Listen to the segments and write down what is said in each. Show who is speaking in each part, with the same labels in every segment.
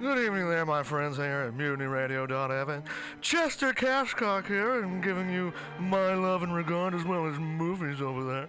Speaker 1: Good evening there, my friends here at MutinyRadio.fm. Chester Cashcock here, and giving you my love and regard as well as movies over there.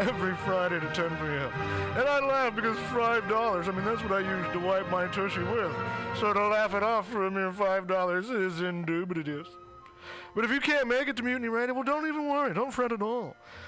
Speaker 1: every Friday to 10 p.m. And I laugh because $5, I mean, that's what I use to wipe my tushy with. So to laugh it off for a mere $5 is indubitious. But if you can't make it to Mutiny Radio, well, don't even worry. Don't fret at all.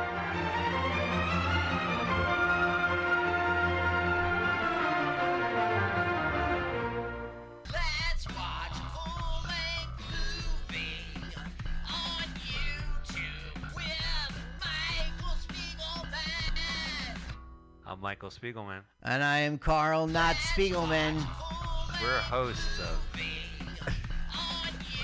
Speaker 1: Yeah.
Speaker 2: Let's watch a full length movie on YouTube with Michael Spiegelman.
Speaker 3: I'm Michael Spiegelman.
Speaker 4: And I am Carl, not Spiegelman.
Speaker 3: We're hosts of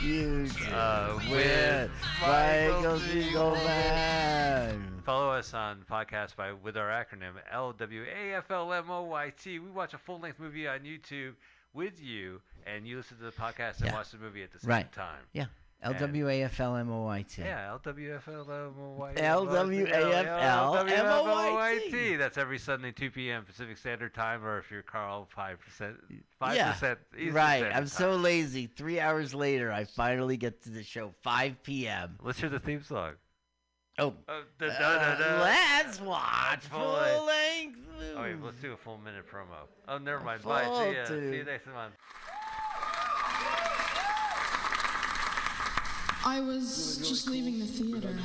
Speaker 4: You
Speaker 3: uh,
Speaker 4: with
Speaker 3: with
Speaker 4: Michael Spiegelman.
Speaker 3: follow us on podcast by with our acronym L W A F L M O Y T. We watch a full length movie on YouTube with you, and you listen to the podcast and
Speaker 4: Yeah.
Speaker 3: watch the movie at the same
Speaker 4: Right.
Speaker 3: time.
Speaker 4: Yeah. L
Speaker 3: And-
Speaker 4: W A F L M O I T.
Speaker 3: Yeah, L W F L M O Y T.
Speaker 4: LWAFLMOYT.
Speaker 3: That's every Sunday, 2 p.m. Pacific Standard Time, or if you're Carl, 5%. 5% Eastern
Speaker 4: right.
Speaker 3: Standard
Speaker 4: I'm so
Speaker 3: Time.
Speaker 4: lazy. Three hours later, I finally get to the show. 5 p.m.
Speaker 3: Let's hear the theme song.
Speaker 4: Oh,
Speaker 3: Uh, da, da,
Speaker 4: uh,
Speaker 3: da, da.
Speaker 4: let's watch
Speaker 5: Oh,
Speaker 3: Full
Speaker 4: full
Speaker 3: length.
Speaker 4: length.
Speaker 3: Oh, wait,
Speaker 4: movie.
Speaker 3: let's do a full minute promo. Oh, never mind. Bye. See ya. See you
Speaker 4: dude.
Speaker 3: next month.
Speaker 6: I was just leaving the theater.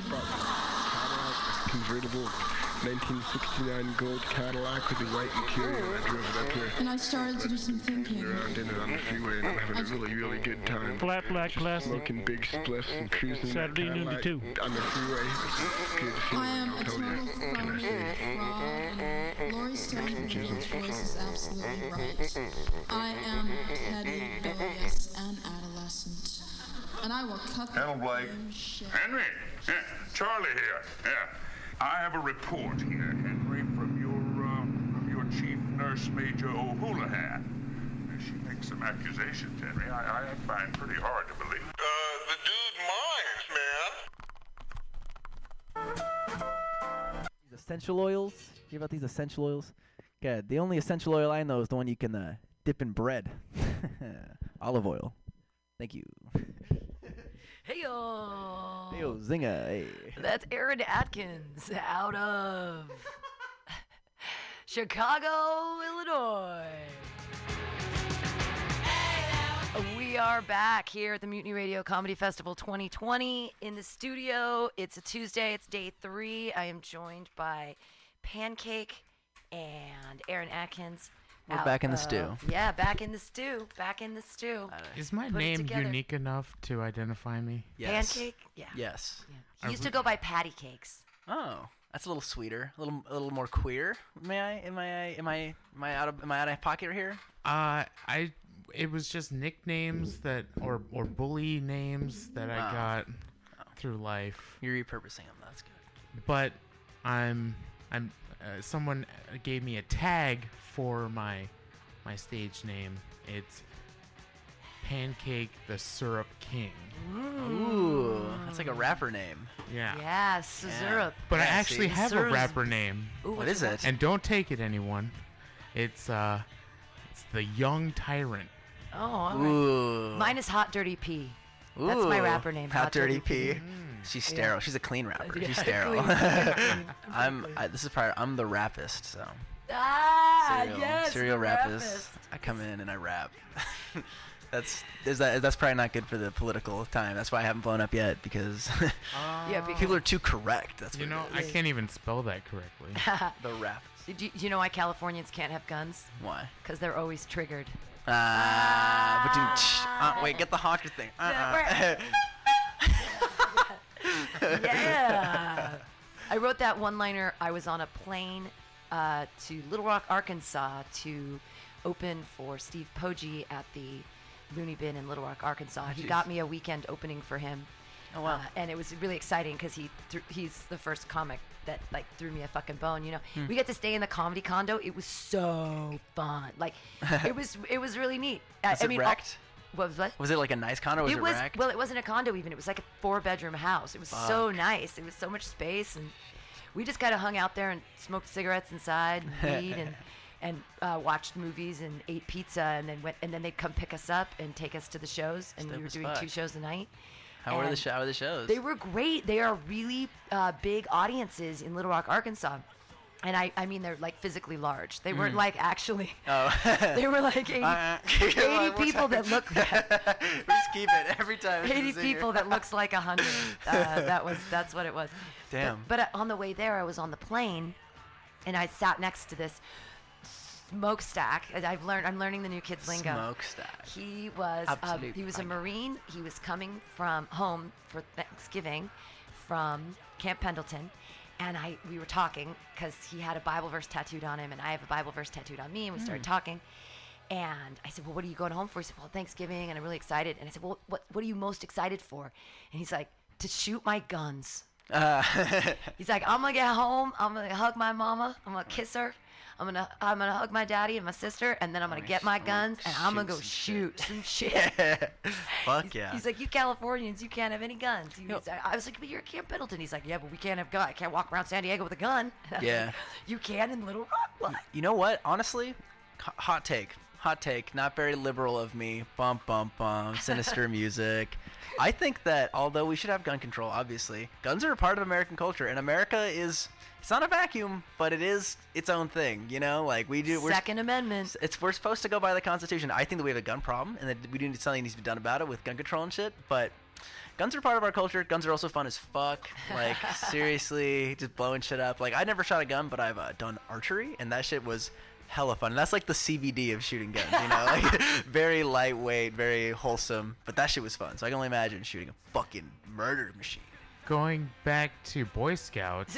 Speaker 7: convertible 1969 gold Cadillac with the white interior. I drove it up here
Speaker 6: And I started to do some thinking.
Speaker 7: around in it on the freeway, and I'm having a really, really good time.
Speaker 8: Flat black plastic.
Speaker 7: Smoking big spliffs and cruising that
Speaker 8: Saturday, noon to
Speaker 7: Cadillac
Speaker 8: two.
Speaker 7: on the freeway. Good
Speaker 6: I
Speaker 7: feeling,
Speaker 6: am a
Speaker 7: I'll tell
Speaker 6: total
Speaker 7: you.
Speaker 6: fraud
Speaker 7: Can I
Speaker 6: and
Speaker 7: say?
Speaker 6: a fraud. and Lori Stoneman's voice is absolutely right. I am Teddy Bilious, an adolescent. And I will cut the
Speaker 9: Hello, Blake.
Speaker 6: shit.
Speaker 9: Henry, yeah, Charlie here. Yeah, I have a report here, Henry, from your uh, from your chief nurse, Major O'Houlihan. She makes some accusations, Henry. I, I find pretty hard to believe. Uh, the dude minds, man.
Speaker 5: essential oils. You hear about these essential oils? Okay, the only essential oil I know is the one you can uh, dip in bread. Olive oil. Thank you.
Speaker 10: Hey y'all.
Speaker 5: Yo, Zinga. Hey.
Speaker 10: That's Aaron Atkins out of Chicago, Illinois. We are back here at the Mutiny Radio Comedy Festival 2020 in the studio. It's a Tuesday, it's day three. I am joined by Pancake and Aaron Atkins.
Speaker 5: We're
Speaker 10: out
Speaker 5: back in the
Speaker 10: of-
Speaker 5: stew.
Speaker 10: Yeah, back in the stew. Back in the stew.
Speaker 8: Is my
Speaker 10: Put it
Speaker 8: name
Speaker 10: together.
Speaker 8: unique enough to identify me?
Speaker 5: Yes.
Speaker 10: Pancake? Yeah.
Speaker 11: Yes.
Speaker 10: yeah.
Speaker 8: Are
Speaker 10: He used
Speaker 8: we-
Speaker 10: to go by patty cakes.
Speaker 11: Oh, that's a little sweeter, a little, a little more queer. May I? Am I? Am I? Am I out of? Am I out of pocket here?
Speaker 8: Uh, I. It was just nicknames that, or or bully names that I
Speaker 11: Wow.
Speaker 8: got through life.
Speaker 11: You're repurposing them. That's good.
Speaker 8: But I'm I'm
Speaker 12: uh, someone gave me a tag for my my stage name. It's Pancake the Syrup King.
Speaker 11: Ooh, that's like a rapper name.
Speaker 12: Yeah.
Speaker 10: Yes, syrup.
Speaker 12: But I
Speaker 11: Yeah,
Speaker 12: actually
Speaker 11: see?
Speaker 12: have a
Speaker 11: Syrup.
Speaker 12: rapper name.
Speaker 11: Ooh, What what's is it? it?
Speaker 12: And don't take it, anyone. It's uh, it's the Young Tyrant.
Speaker 10: Oh, all right.
Speaker 12: Ooh.
Speaker 10: Mine is Hot Dirty P. That's my
Speaker 11: Ooh,
Speaker 10: rapper name.
Speaker 11: Hot Dirty P. She's
Speaker 10: Yeah.
Speaker 11: sterile. She's a clean rapper.
Speaker 10: Yeah,
Speaker 11: She's sterile.
Speaker 10: clean. I'm clean.
Speaker 11: I'm. I, this is probably. I'm the rapist. So.
Speaker 10: Ah,
Speaker 11: serial,
Speaker 10: yes.
Speaker 11: serial rapist.
Speaker 10: rapist.
Speaker 11: I come in and I rap. that's is that that's probably not good for the political time. That's why I haven't blown up yet because Oh.
Speaker 10: Yeah, because-
Speaker 11: people are too correct. That's
Speaker 12: You
Speaker 11: what
Speaker 12: know,
Speaker 11: it
Speaker 12: I
Speaker 11: is.
Speaker 12: can't even spell that correctly.
Speaker 11: the rap.
Speaker 10: Do you, do you know why Californians can't have guns?
Speaker 11: Why?
Speaker 10: Because they're always triggered.
Speaker 11: Uh, but uh, wait, get the honker thing. Uh-uh.
Speaker 10: yeah. I wrote that one liner. I was on a plane uh, to Little Rock, Arkansas to open for Steve Poggi at the Looney Bin in Little Rock, Arkansas. he
Speaker 11: jeez.
Speaker 10: got me a weekend opening for him. Uh,
Speaker 11: Oh, wow.
Speaker 10: and it was really exciting because he thr- he's the first comic that like threw me a fucking bone. You know,
Speaker 11: Hmm.
Speaker 10: we got to stay in the comedy condo. It was so fun. Like it was it was really neat. I-
Speaker 11: Was
Speaker 10: I
Speaker 11: it
Speaker 10: mean, all-
Speaker 11: wrecked?
Speaker 10: what was what?
Speaker 11: was it like a nice condo? or Was it,
Speaker 10: was
Speaker 11: wrecked?
Speaker 10: well, it wasn't a condo even. It was like a four bedroom house. It was so
Speaker 11: Fuck.
Speaker 10: nice. It was so much space, and we just kind of hung out there and smoked cigarettes inside, and weed, and and uh, watched movies and ate pizza, and then went and then they'd come pick us up and take us to the shows, and
Speaker 11: Dope
Speaker 10: we were
Speaker 11: as
Speaker 10: doing two
Speaker 11: fuck.
Speaker 10: shows a night.
Speaker 11: How were the
Speaker 10: and-
Speaker 11: show? How were the shows?
Speaker 10: um, they were great. They are really uh, big audiences in Little Rock, Arkansas. And I, I mean, they're like physically large. They weren't
Speaker 11: Mhm.
Speaker 10: like actually.
Speaker 11: Oh.
Speaker 10: they were like 80,
Speaker 11: Uh-uh.
Speaker 10: 80
Speaker 11: Like, what's
Speaker 10: people that looked
Speaker 11: Just keep it every time. it's
Speaker 10: 80
Speaker 11: easier.
Speaker 10: people that looks like 100 uh, that was that's what it was But-
Speaker 11: Damn.
Speaker 10: but, uh, on the way there i was on the plane and i sat next to this smokestack and i've learned i'm learning the new kids lingo
Speaker 11: Smokestack.
Speaker 10: he was uh,
Speaker 11: Absolute
Speaker 10: he was a
Speaker 11: banger.
Speaker 10: marine he was coming from home for thanksgiving from camp pendleton and I, we were talking because he had a Bible verse tattooed on him, and I have a Bible verse tattooed on me, and we started
Speaker 11: Hmm.
Speaker 10: talking. And I said, Well, what are you going home for? He said, Well, Thanksgiving, and I'm really excited. And I said, Well, what, what are you most excited for? And he's like, To shoot my guns.
Speaker 11: Uh,
Speaker 10: He's like, I'm gonna get home, I'm gonna hug my mama, I'm gonna kiss her, I'm gonna I'm gonna hug my daddy and my sister, and then I'm gonna get my guns and I'm gonna go shoot some shit.
Speaker 11: fuck yeah.
Speaker 10: He's like, You Californians, you can't have any guns. He was- I was like, But you're at Camp Pendleton. He's like, Yeah, but we can't have guns. I can't walk around San Diego with a gun. I was like,
Speaker 11: Yeah.
Speaker 10: you can in Little Rock. What?
Speaker 11: you know what? Honestly, h- hot take. Hot take. Not very liberal of me. Bump, bump, bump. Sinister music. I think that although we should have gun control, obviously, guns are a part of American culture, and America is. It's not a vacuum, but it is its own thing. You know, like we do. We're,
Speaker 10: Second Amendment.
Speaker 11: It's we're supposed to go by the Constitution. I think that we have a gun problem, and that we do need something needs to be done about it with gun control and shit. But guns are part of our culture. Guns are also fun as fuck. Like seriously, just blowing shit up. Like I never shot a gun, but I've uh, done archery, and that shit was hella fun. And that's like the CBD of shooting guns, you know, like very lightweight, very wholesome. But that shit was fun. So I can only imagine shooting a fucking murder machine.
Speaker 12: Going back to Boy Scouts,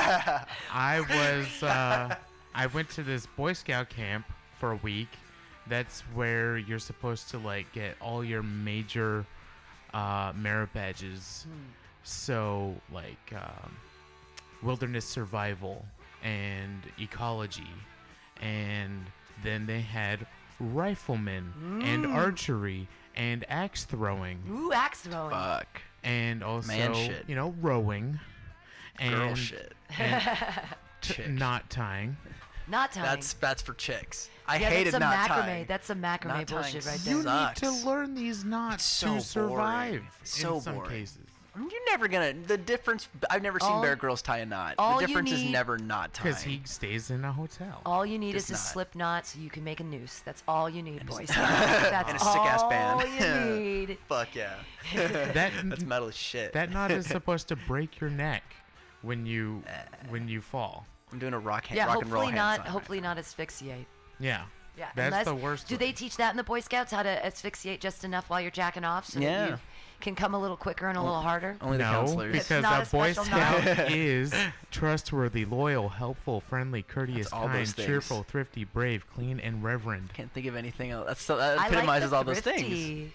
Speaker 12: I was uh, I went to this Boy Scout camp for a week. That's where you're supposed to like get all your major uh, merit badges.
Speaker 13: Hmm.
Speaker 12: So like um, wilderness survival and ecology, and then they had riflemen and
Speaker 10: Mm.
Speaker 12: archery and axe throwing
Speaker 10: Ooh, axe throwing.
Speaker 12: and also
Speaker 11: Man shit.
Speaker 12: you know rowing and
Speaker 11: Girl shit.
Speaker 12: and t- knot tying
Speaker 10: Not tying.
Speaker 11: That's that's for chicks. I
Speaker 10: yeah,
Speaker 11: hated
Speaker 10: that's some
Speaker 11: not
Speaker 10: macrame.
Speaker 11: tying.
Speaker 10: That's some macrame
Speaker 11: Knot tying
Speaker 10: bullshit right there.
Speaker 12: you need to learn these knots
Speaker 11: so
Speaker 12: to survive
Speaker 11: boring.
Speaker 12: in
Speaker 11: So
Speaker 12: some
Speaker 11: boring.
Speaker 12: cases
Speaker 11: You're never gonna. The difference. I've never seen
Speaker 10: All-
Speaker 11: Bear Girls tie a knot.
Speaker 10: all you
Speaker 11: the difference
Speaker 10: need-
Speaker 11: is never knot tying.
Speaker 12: because he stays in a hotel
Speaker 10: All you need
Speaker 11: Just
Speaker 10: is a
Speaker 11: not.
Speaker 10: slip knot so you can make a noose. That's all you need, boys. That's
Speaker 11: and a sick ass band.
Speaker 10: all you need.
Speaker 11: Fuck yeah.
Speaker 12: That-
Speaker 11: that's metal as shit.
Speaker 12: that knot is supposed to break your neck when you when you fall
Speaker 11: i'm doing a rock
Speaker 10: yeah, hopefully not. Hopefully not asphyxiate.
Speaker 12: yeah
Speaker 10: Yeah,
Speaker 12: that's
Speaker 10: unless,
Speaker 12: the worst
Speaker 10: Do they teach that in the Boy Scouts how to asphyxiate just enough while you're jacking off so that
Speaker 12: Yeah.
Speaker 10: you can come a little quicker and a little harder?
Speaker 12: no,
Speaker 10: It's
Speaker 12: because
Speaker 10: not
Speaker 12: a Boy
Speaker 10: special
Speaker 12: Scout
Speaker 10: knot.
Speaker 12: is trustworthy, loyal, helpful, friendly, courteous,
Speaker 11: all those
Speaker 12: kind,
Speaker 11: things.
Speaker 12: cheerful, thrifty, brave, clean, and reverend.
Speaker 11: Can't think of anything else. That's so, that
Speaker 10: I like
Speaker 11: epitomizes
Speaker 10: the
Speaker 11: all those
Speaker 10: thrifty.
Speaker 11: things.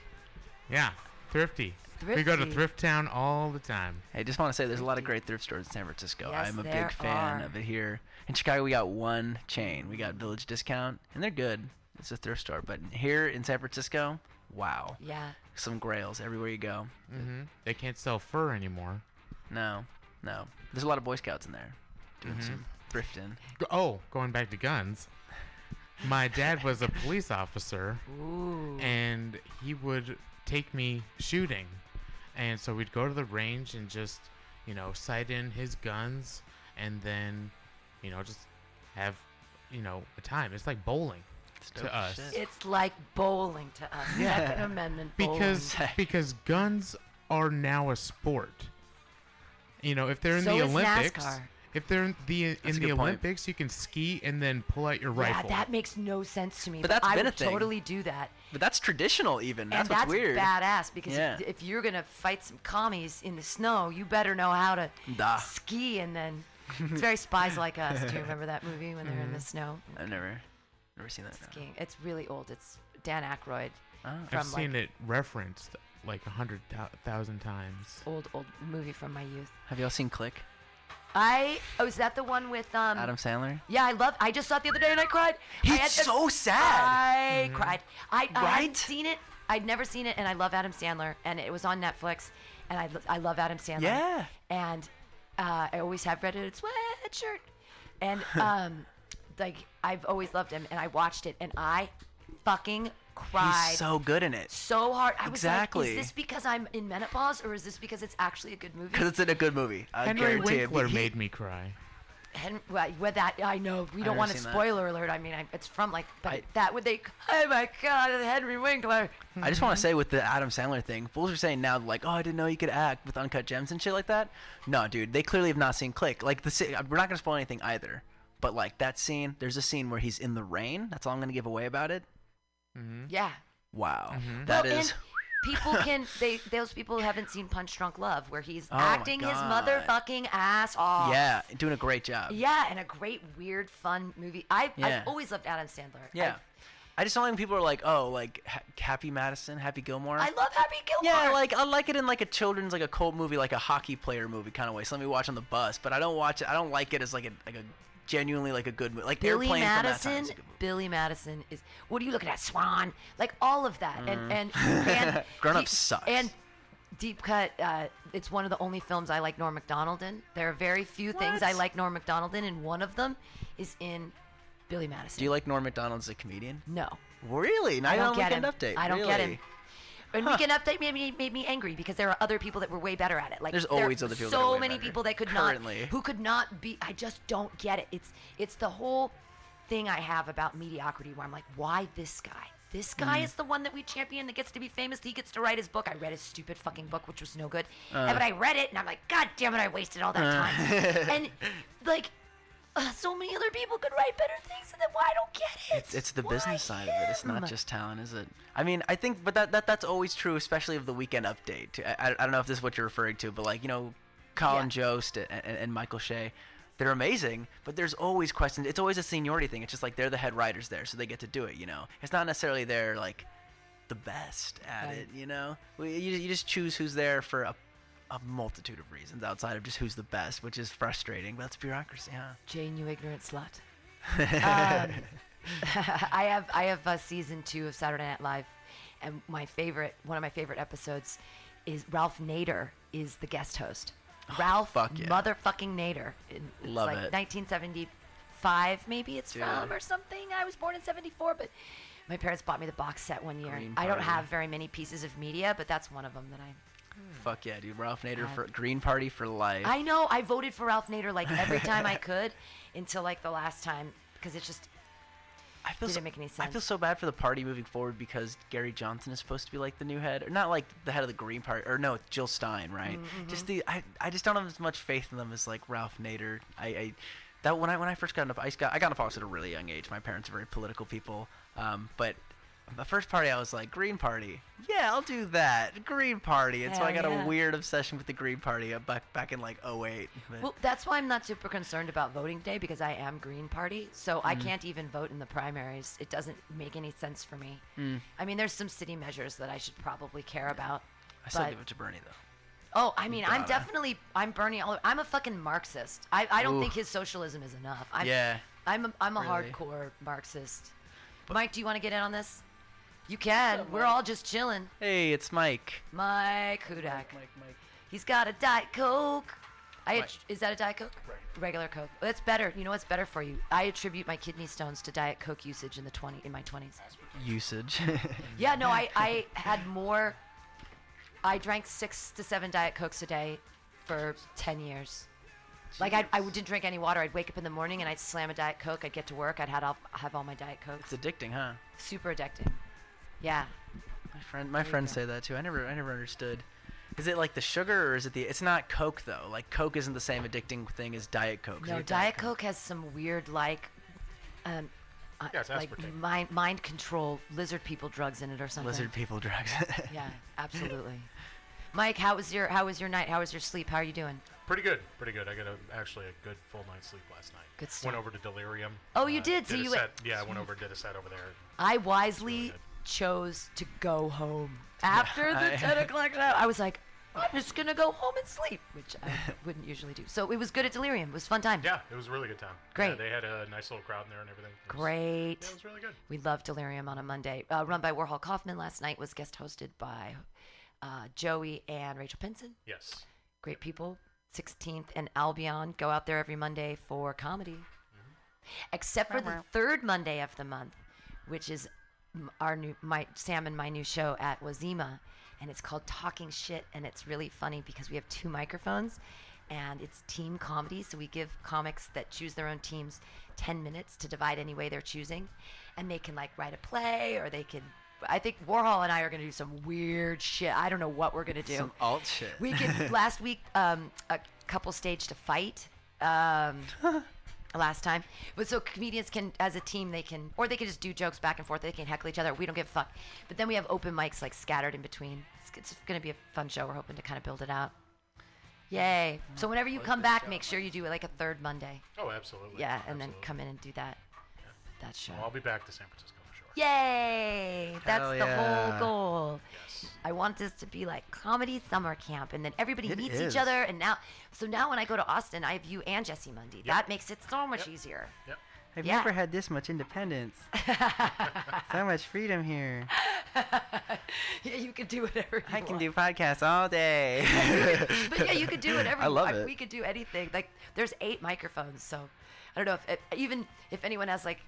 Speaker 12: Yeah.
Speaker 8: Thrifty. We go to
Speaker 11: Thrifty.
Speaker 8: Thrift Town all the time.
Speaker 11: I just want to say there's a lot of great thrift stores in San Francisco.
Speaker 8: Yes,
Speaker 11: I'm a
Speaker 8: there
Speaker 11: big fan
Speaker 8: are.
Speaker 11: of it here. In Chicago, we got one chain. We got Village Discount, and they're good. It's a thrift store. But here in San Francisco, wow.
Speaker 10: Yeah.
Speaker 11: Some grails everywhere you go.
Speaker 8: Mm-hmm. They can't sell fur anymore.
Speaker 11: No, no. There's a lot of Boy Scouts in there doing
Speaker 8: Mhm.
Speaker 11: some thrifting.
Speaker 8: Go- Oh, going back to guns. My dad was a police officer, and he would take me shooting, and so we'd go to the range and just, you know, sight in his guns, and then, you know, just have, you know, a time. It's like bowling
Speaker 10: dope
Speaker 8: to us.
Speaker 10: It's like bowling to us.
Speaker 8: Yeah.
Speaker 10: Second Amendment bowling.
Speaker 8: Because because guns are now a sport. You know, if they're in
Speaker 10: So
Speaker 8: the
Speaker 10: is
Speaker 8: Olympics,
Speaker 10: NASCAR.
Speaker 8: if they're in the
Speaker 11: That's
Speaker 8: in
Speaker 11: a
Speaker 8: the
Speaker 11: good point.
Speaker 8: Olympics, you can ski and then pull out your
Speaker 10: yeah,
Speaker 8: rifle.
Speaker 10: that makes no sense to me.
Speaker 11: But that's
Speaker 10: I
Speaker 11: been a
Speaker 10: would
Speaker 11: thing.
Speaker 10: totally do that.
Speaker 11: But that's traditional, even. That's,
Speaker 10: and that's
Speaker 11: what's weird.
Speaker 10: badass because
Speaker 11: Yeah.
Speaker 10: if- if you're gonna fight some commies in the snow, you better know how to
Speaker 11: Da.
Speaker 10: ski and then it's very spies like us. Do you remember that movie when they're in the
Speaker 12: Mm-hmm.
Speaker 10: snow
Speaker 11: I've never, never seen that. no.
Speaker 10: skiing? It's really old. It's Dan Aykroyd
Speaker 11: Ah.
Speaker 8: I've
Speaker 10: from like
Speaker 8: seen it referenced like a hundred thou- thousand times.
Speaker 10: old old movie from my youth.
Speaker 11: Have y'all seen Click?
Speaker 10: I oh is that the one with um
Speaker 11: Adam Sandler.
Speaker 10: Yeah, I love. I just saw it the other day and I cried. I
Speaker 11: He's
Speaker 10: had to-
Speaker 11: so sad.
Speaker 10: I
Speaker 8: Mm-hmm.
Speaker 11: Mhm.
Speaker 10: cried. I, I hadn't
Speaker 11: Right?
Speaker 10: seen it. I'd never seen it, and I love Adam Sandler, and it was on Netflix, and I, lo- I love Adam Sandler.
Speaker 11: Yeah.
Speaker 10: And uh, I always have red-headed sweatshirt, and um, like I've always loved him, and I watched it, and I fucking cried.
Speaker 11: He's so good in it.
Speaker 10: so hard. I was like,
Speaker 11: Exactly.
Speaker 10: is this because I'm in menopause, or is this because it's actually a good movie?
Speaker 11: Because it's in a good movie. I
Speaker 8: Henry
Speaker 11: guarantee it.
Speaker 8: Winkler
Speaker 11: He-
Speaker 8: made me cry.
Speaker 10: And well, with that, I know we
Speaker 11: I've
Speaker 10: don't
Speaker 11: never
Speaker 10: want a
Speaker 11: seen that.
Speaker 10: spoiler alert. I mean, I, it's from like, but that would they? Oh my God, Henry Winkler.
Speaker 11: I just
Speaker 8: Mm-hmm.
Speaker 11: want to say with the Adam Sandler thing, fools are saying now like, "Oh, I didn't know you could act with Uncut Gems and shit like that." No, dude, they clearly have not seen Click. Like the si- uh, we're not gonna spoil anything either, but like that scene, there's a scene where he's in the rain. That's all I'm gonna give away about it.
Speaker 10: Yeah.
Speaker 11: Wow, Hmm?
Speaker 8: Mm-hmm.
Speaker 11: that is.
Speaker 10: Well, and people can they those people haven't seen Punch Drunk Love, where he's
Speaker 11: Oh my
Speaker 10: acting his
Speaker 11: God.
Speaker 10: motherfucking ass off.
Speaker 11: yeah, doing a great job.
Speaker 10: Yeah, and a great weird fun movie. I
Speaker 11: Yeah.
Speaker 10: I've always loved Adam Sandler.
Speaker 11: Yeah. I just don't like when people are like, "Oh, like ha- Happy Madison, Happy Gilmore."
Speaker 10: I, I love Happy Gilmore.
Speaker 11: Yeah, like I like it in like a children's like a cult movie, like a hockey player movie kind of way. So let me watch on the bus, but I don't watch it. I don't like it as like a like a genuinely like a good movie, like
Speaker 10: Billy
Speaker 11: airplane from that time.
Speaker 10: Madison.
Speaker 11: is a good
Speaker 10: Billy Madison is. What are you looking at, Swan? Like all of that, and and and
Speaker 11: Grown Ups
Speaker 10: he-
Speaker 11: Mm. sucks.
Speaker 10: And Deep Cut, uh, it's one of the only films I like Norm Macdonald in. There are very few things I
Speaker 11: What?
Speaker 10: like Norm Macdonald in, and one of them is in Billy Madison.
Speaker 11: Do you like Norm Macdonald as a comedian?
Speaker 10: No.
Speaker 11: Really? Not
Speaker 10: I
Speaker 11: even
Speaker 10: don't
Speaker 11: on
Speaker 10: get
Speaker 11: Weekend
Speaker 10: him.
Speaker 11: Update.
Speaker 10: I don't get
Speaker 11: Really?
Speaker 10: him. And Weekend Update made me, made me angry because there are other people that were way better at it. Like
Speaker 11: There's
Speaker 10: there
Speaker 11: always
Speaker 10: are
Speaker 11: other people that
Speaker 10: So
Speaker 11: are way
Speaker 10: many
Speaker 11: better.
Speaker 10: people that could
Speaker 11: Currently.
Speaker 10: not, who could not be. I just don't get it. It's it's the whole thing I have about mediocrity where I'm like, why this guy? This guy
Speaker 11: Mhm.
Speaker 10: is the one that we champion that gets to be famous. He gets to write his book. I read his stupid fucking book, which was no good.
Speaker 11: Uh.
Speaker 10: but I read it and I'm like, God damn it, I wasted all that
Speaker 11: Uh.
Speaker 10: time. and like, uh, so many other people could write better things, and then why I don't get it?
Speaker 11: It's, it's the business side of it. It's
Speaker 10: him?
Speaker 11: not just talent, is it? I mean, I think, but that, that that's always true, especially of the weekend update. too. I, I, I don't know if this is what you're referring to, but like you know, Colin Jost and, and, and Michael Shea, they're amazing, but there's always questions. It's always a seniority thing. It's just like they're the head writers there, so they get to do it. You know, it's not necessarily they're like the best at
Speaker 5: Right.
Speaker 11: it. You know, we, you you just choose who's there for a a multitude of reasons outside of just who's the best, which is frustrating. But that's bureaucracy, huh?
Speaker 10: Jane, you ignorant slut. um, I have I have uh, season two of Saturday Night Live, and my favorite one of my favorite episodes is Ralph Nader is the guest host. Ralph
Speaker 11: Oh, yeah.
Speaker 10: motherfucking Nader. It- It's
Speaker 11: Love
Speaker 10: like
Speaker 11: it.
Speaker 10: 1975, maybe it's
Speaker 11: Dude.
Speaker 10: from or something. I was born in 74, but my parents bought me the box set one year.
Speaker 11: Green
Speaker 10: I don't
Speaker 11: Party.
Speaker 10: have very many pieces of media, but that's one of them that I
Speaker 11: Fuck yeah, dude. Ralph Nader
Speaker 10: God.
Speaker 11: for Green Party for life.
Speaker 10: I know. I voted for Ralph Nader like every time I could until like the last time because it just
Speaker 11: I feel
Speaker 10: didn't
Speaker 11: so-
Speaker 10: make any sense.
Speaker 11: I feel so bad for the party moving forward because Gary Johnson is supposed to be like the new head, or not like the head of the Green Party, or no, it's Jill Stein, right?
Speaker 10: Mhm,
Speaker 11: Just the I, I just don't have as much faith in them as like Ralph Nader. I, I that when I when I first got into I got I got into politics at a really young age. My parents are very political people, um, but the first party I was like Green Party, yeah, I'll do that Green Party, and so I
Speaker 10: Hell
Speaker 11: got
Speaker 10: yeah.
Speaker 11: a weird obsession with the Green Party uh, back back in like 08. but-
Speaker 10: Well, that's why I'm not super concerned about voting day because I am Green Party, so I
Speaker 11: Mm.
Speaker 10: can't even vote in the primaries. It doesn't make any sense for me.
Speaker 11: Mm.
Speaker 10: I mean, there's some city measures that I should probably care about.
Speaker 11: I still
Speaker 10: But-
Speaker 11: give it to Bernie though.
Speaker 10: Oh, I mean, I'm
Speaker 11: gotta.
Speaker 10: definitely I'm Bernie. All, I'm a fucking Marxist. I, I don't
Speaker 11: Ooh.
Speaker 10: think his socialism is enough. I'm,
Speaker 11: Yeah.
Speaker 10: I'm a, I'm a
Speaker 11: Really?
Speaker 10: hardcore Marxist. Mike, do you want to get in on this? You can. We're all just chilling.
Speaker 11: Hey, it's Mike.
Speaker 10: Mike Hudak. Mike, Mike, He's got a Diet Coke. I
Speaker 11: Mike.
Speaker 10: attr- is that a Diet Coke? Regular Coke. That's better. You know what's better for you? I attribute my kidney stones to Diet Coke usage in the twenty in my twenties.
Speaker 11: Usage.
Speaker 10: Yeah, no, I, I had more. I drank six to seven Diet Cokes a day for 10 years. Like, I, I didn't drink any water. I'd wake up in the morning and I'd slam a Diet Coke. I'd get to work. I'd had all, have all my Diet Cokes.
Speaker 11: It's addicting, huh?
Speaker 10: Super addicting. Yeah.
Speaker 11: My friend, my friends say that too. I never, I never understood. Is it like the sugar or is it the? It's not Coke though. Like Coke isn't the same addicting thing as Diet Coke.
Speaker 10: No,
Speaker 11: Like,
Speaker 10: Diet Coke has some weird, like, um, uh,
Speaker 11: Yeah, it's
Speaker 10: like
Speaker 11: aspartame.
Speaker 10: mind, mind control, lizard people drugs in it or something.
Speaker 11: Lizard people drugs.
Speaker 10: yeah, absolutely. Mike, how was your how was your night? How was your sleep? How are you doing?
Speaker 13: Pretty good, pretty good. I got a, actually a good full night's sleep last night.
Speaker 10: Good
Speaker 13: Went
Speaker 10: stuff.
Speaker 13: over to Delirium.
Speaker 10: Oh, you did,
Speaker 13: Did
Speaker 10: so
Speaker 13: a
Speaker 10: you
Speaker 13: set.
Speaker 10: went-
Speaker 13: Yeah, I went over and did a set over there.
Speaker 10: I wisely chose to go home after the
Speaker 13: I-
Speaker 10: 10 o'clock show. I was like, I'm just going to go home and sleep, which I wouldn't usually do. So it was good at Delirium. It was a fun time.
Speaker 13: Yeah, it was a really good time. Yeah,
Speaker 10: Great.
Speaker 13: they had a nice little crowd in there and everything. It was-
Speaker 10: Great.
Speaker 13: yeah, it was really good.
Speaker 10: We love Delirium on a Monday. Uh, run by Warhol Kaufman last night was guest hosted by uh, Joey and Rachel Pinson.
Speaker 13: Yes.
Speaker 10: Great people. 16th and Albion go out there every Monday for comedy,
Speaker 11: Mm-hmm.
Speaker 10: except for the third Monday of the month, which is m- our new my Sam and my new show at Wazima, and it's called Talking Shit, and it's really funny because we have two microphones, and it's team comedy, so we give comics that choose their own teams 10 minutes to divide any way they're choosing, and they can like write a play or they can. I think Warhol and I are gonna do some weird shit. I don't know what we're gonna do.
Speaker 11: Some alt shit.
Speaker 10: We did last week. Um, a couple staged to fight. Um, last time, but so comedians can, as a team, they can, or they can just do jokes back and forth. They can heckle each other. We don't give a fuck. But then we have open mics like scattered in between. It's, it's going to be a fun show. We're hoping to kind of build it out. Yay! So whenever you
Speaker 13: Like
Speaker 10: come
Speaker 13: that
Speaker 10: back,
Speaker 13: show,
Speaker 10: make sure you do it like a third Monday.
Speaker 13: Oh, absolutely.
Speaker 10: Yeah, and then
Speaker 13: Absolutely.
Speaker 10: come in and do that. That show.
Speaker 13: Well, I'll be back to San Francisco for sure.
Speaker 10: Yay! That's
Speaker 13: Hell
Speaker 10: the
Speaker 13: yeah.
Speaker 10: whole goal. I want this to be like comedy summer camp, and then everybody
Speaker 11: It
Speaker 10: meets
Speaker 11: is.
Speaker 10: each other. And now, so now when I go to Austin, I have you and Jesse Mundy. That makes it so much easier.
Speaker 13: Yep.
Speaker 11: I've
Speaker 10: Yeah.
Speaker 11: never had this much independence. so much freedom here.
Speaker 10: Yeah, you could do whatever. You
Speaker 11: I can
Speaker 10: want.
Speaker 11: do podcasts all day.
Speaker 10: But yeah, you could do whatever.
Speaker 11: I
Speaker 10: you
Speaker 11: love
Speaker 10: want.
Speaker 11: it.
Speaker 10: We could do anything. Like there's eight microphones, so I don't know if if- even if anyone has like,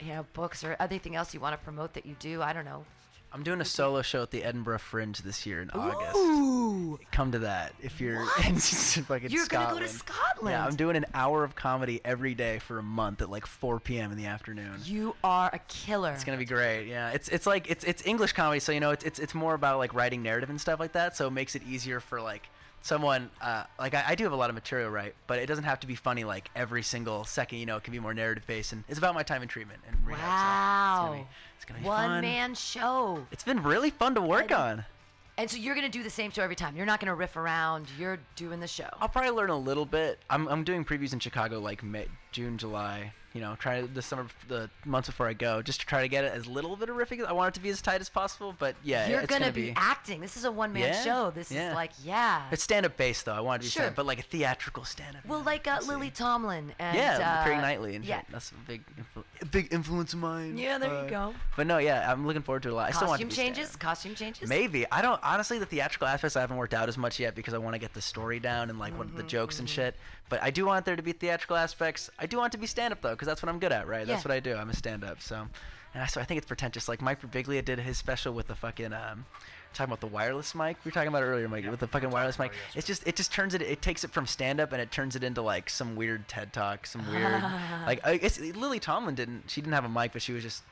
Speaker 10: you know, books or anything else you want to promote that you do. I don't know.
Speaker 11: I'm doing a solo show at the Edinburgh Fringe this year in August.
Speaker 10: Ooh.
Speaker 11: Come to that if you're in fucking
Speaker 10: You're gonna
Speaker 11: Scotland.
Speaker 10: go to
Speaker 11: Yeah,
Speaker 10: Scotland.
Speaker 11: I'm doing an hour of comedy every day for a month at like 4 p.m. in the afternoon.
Speaker 10: You are a killer.
Speaker 11: It's gonna be great. Yeah, it's it's like it's it's English comedy, so you know it's it's, it's more about like writing narrative and stuff like that. So it makes it easier for like someone uh, like I, I do have a lot of material, right? But it doesn't have to be funny like every single second. You know, it can be more narrative based, and it's about my time in treatment and rehab. So it's gonna
Speaker 10: Wow.
Speaker 11: be, it's gonna be
Speaker 10: One
Speaker 11: fun.
Speaker 10: man show.
Speaker 11: It's been really fun to work on.
Speaker 10: And so you're gonna do the same show every time. You're not gonna riff around. You're doing the show.
Speaker 11: I'll probably learn a little bit. I'm, I'm doing previews in Chicago like May, June, July. You know, try the summer, the months before I go, just to try to get it as little bit of riffing. I want it to be as tight as possible, but yeah,
Speaker 10: you're
Speaker 11: it's
Speaker 10: gonna,
Speaker 11: gonna
Speaker 10: be, acting. This is a one man
Speaker 11: Yeah,
Speaker 10: show. This
Speaker 11: yeah.
Speaker 10: is like yeah.
Speaker 11: It's stand up based though. I want it to be
Speaker 10: Sure.
Speaker 11: stand up, but like a theatrical stand up.
Speaker 10: Well, like uh, Lily Tomlin and
Speaker 11: yeah,
Speaker 10: uh,
Speaker 11: Perry Knightley and
Speaker 10: yeah.
Speaker 11: shit. That's a big, influ- a big influence of mine.
Speaker 10: Yeah, there you
Speaker 11: Uh,
Speaker 10: go.
Speaker 11: But no, yeah, I'm looking forward to it a lot. I still want it
Speaker 10: Costume
Speaker 11: to be
Speaker 10: changes. Costume changes.
Speaker 11: Maybe I don't. Honestly, the theatrical aspects I haven't worked out as much yet because I want to get the story down and like what the jokes
Speaker 10: Mm-hmm.
Speaker 11: and shit. But I do want there to be theatrical aspects. I do want it to be stand up though because that's what I'm good at, right? That's
Speaker 10: Yeah.
Speaker 11: what I do. I'm a stand up. So, and I, so I think it's pretentious. Like Mike Birbiglia did his special with the fucking um, talking about the wireless mic. We were talking about it earlier, Mike, with the fucking wireless mic. It's just it just turns it. It takes it from stand up and it turns it into like some weird TED talk, some weird like I it's, Lily Tomlin didn't. She didn't have a mic, but she was just.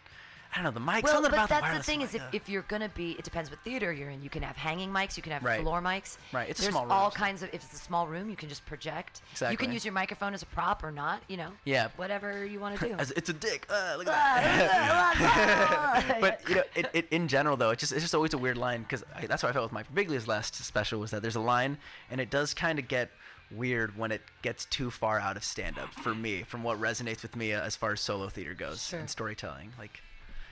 Speaker 11: I don't know the mic.
Speaker 10: Well,
Speaker 11: something
Speaker 10: but
Speaker 11: about
Speaker 10: that's
Speaker 11: the
Speaker 10: the,
Speaker 11: wireless
Speaker 10: thing
Speaker 11: mic,
Speaker 10: is, if,
Speaker 11: uh.
Speaker 10: if you're gonna be, it depends what theater you're in. You can have hanging mics, you can have
Speaker 11: Right.
Speaker 10: floor mics.
Speaker 11: Right, it's a
Speaker 10: There's
Speaker 11: small room,
Speaker 10: all
Speaker 11: so-
Speaker 10: kinds of. If it's a small room, you can just project. You
Speaker 11: Exactly.
Speaker 10: can use your microphone as a prop or not. You know.
Speaker 11: Yeah.
Speaker 10: Whatever you want to do.
Speaker 11: As- it's a dick. Uh, look at
Speaker 10: Ah,
Speaker 11: that. but you know, it, it, in general though, it's just it's just always a weird line because that's what I felt with Mike Biglia's last special was that there's a line, and it does kind of get weird when it gets too far out of stand up for me, from what resonates with me uh, as far as solo theater goes and storytelling. Like,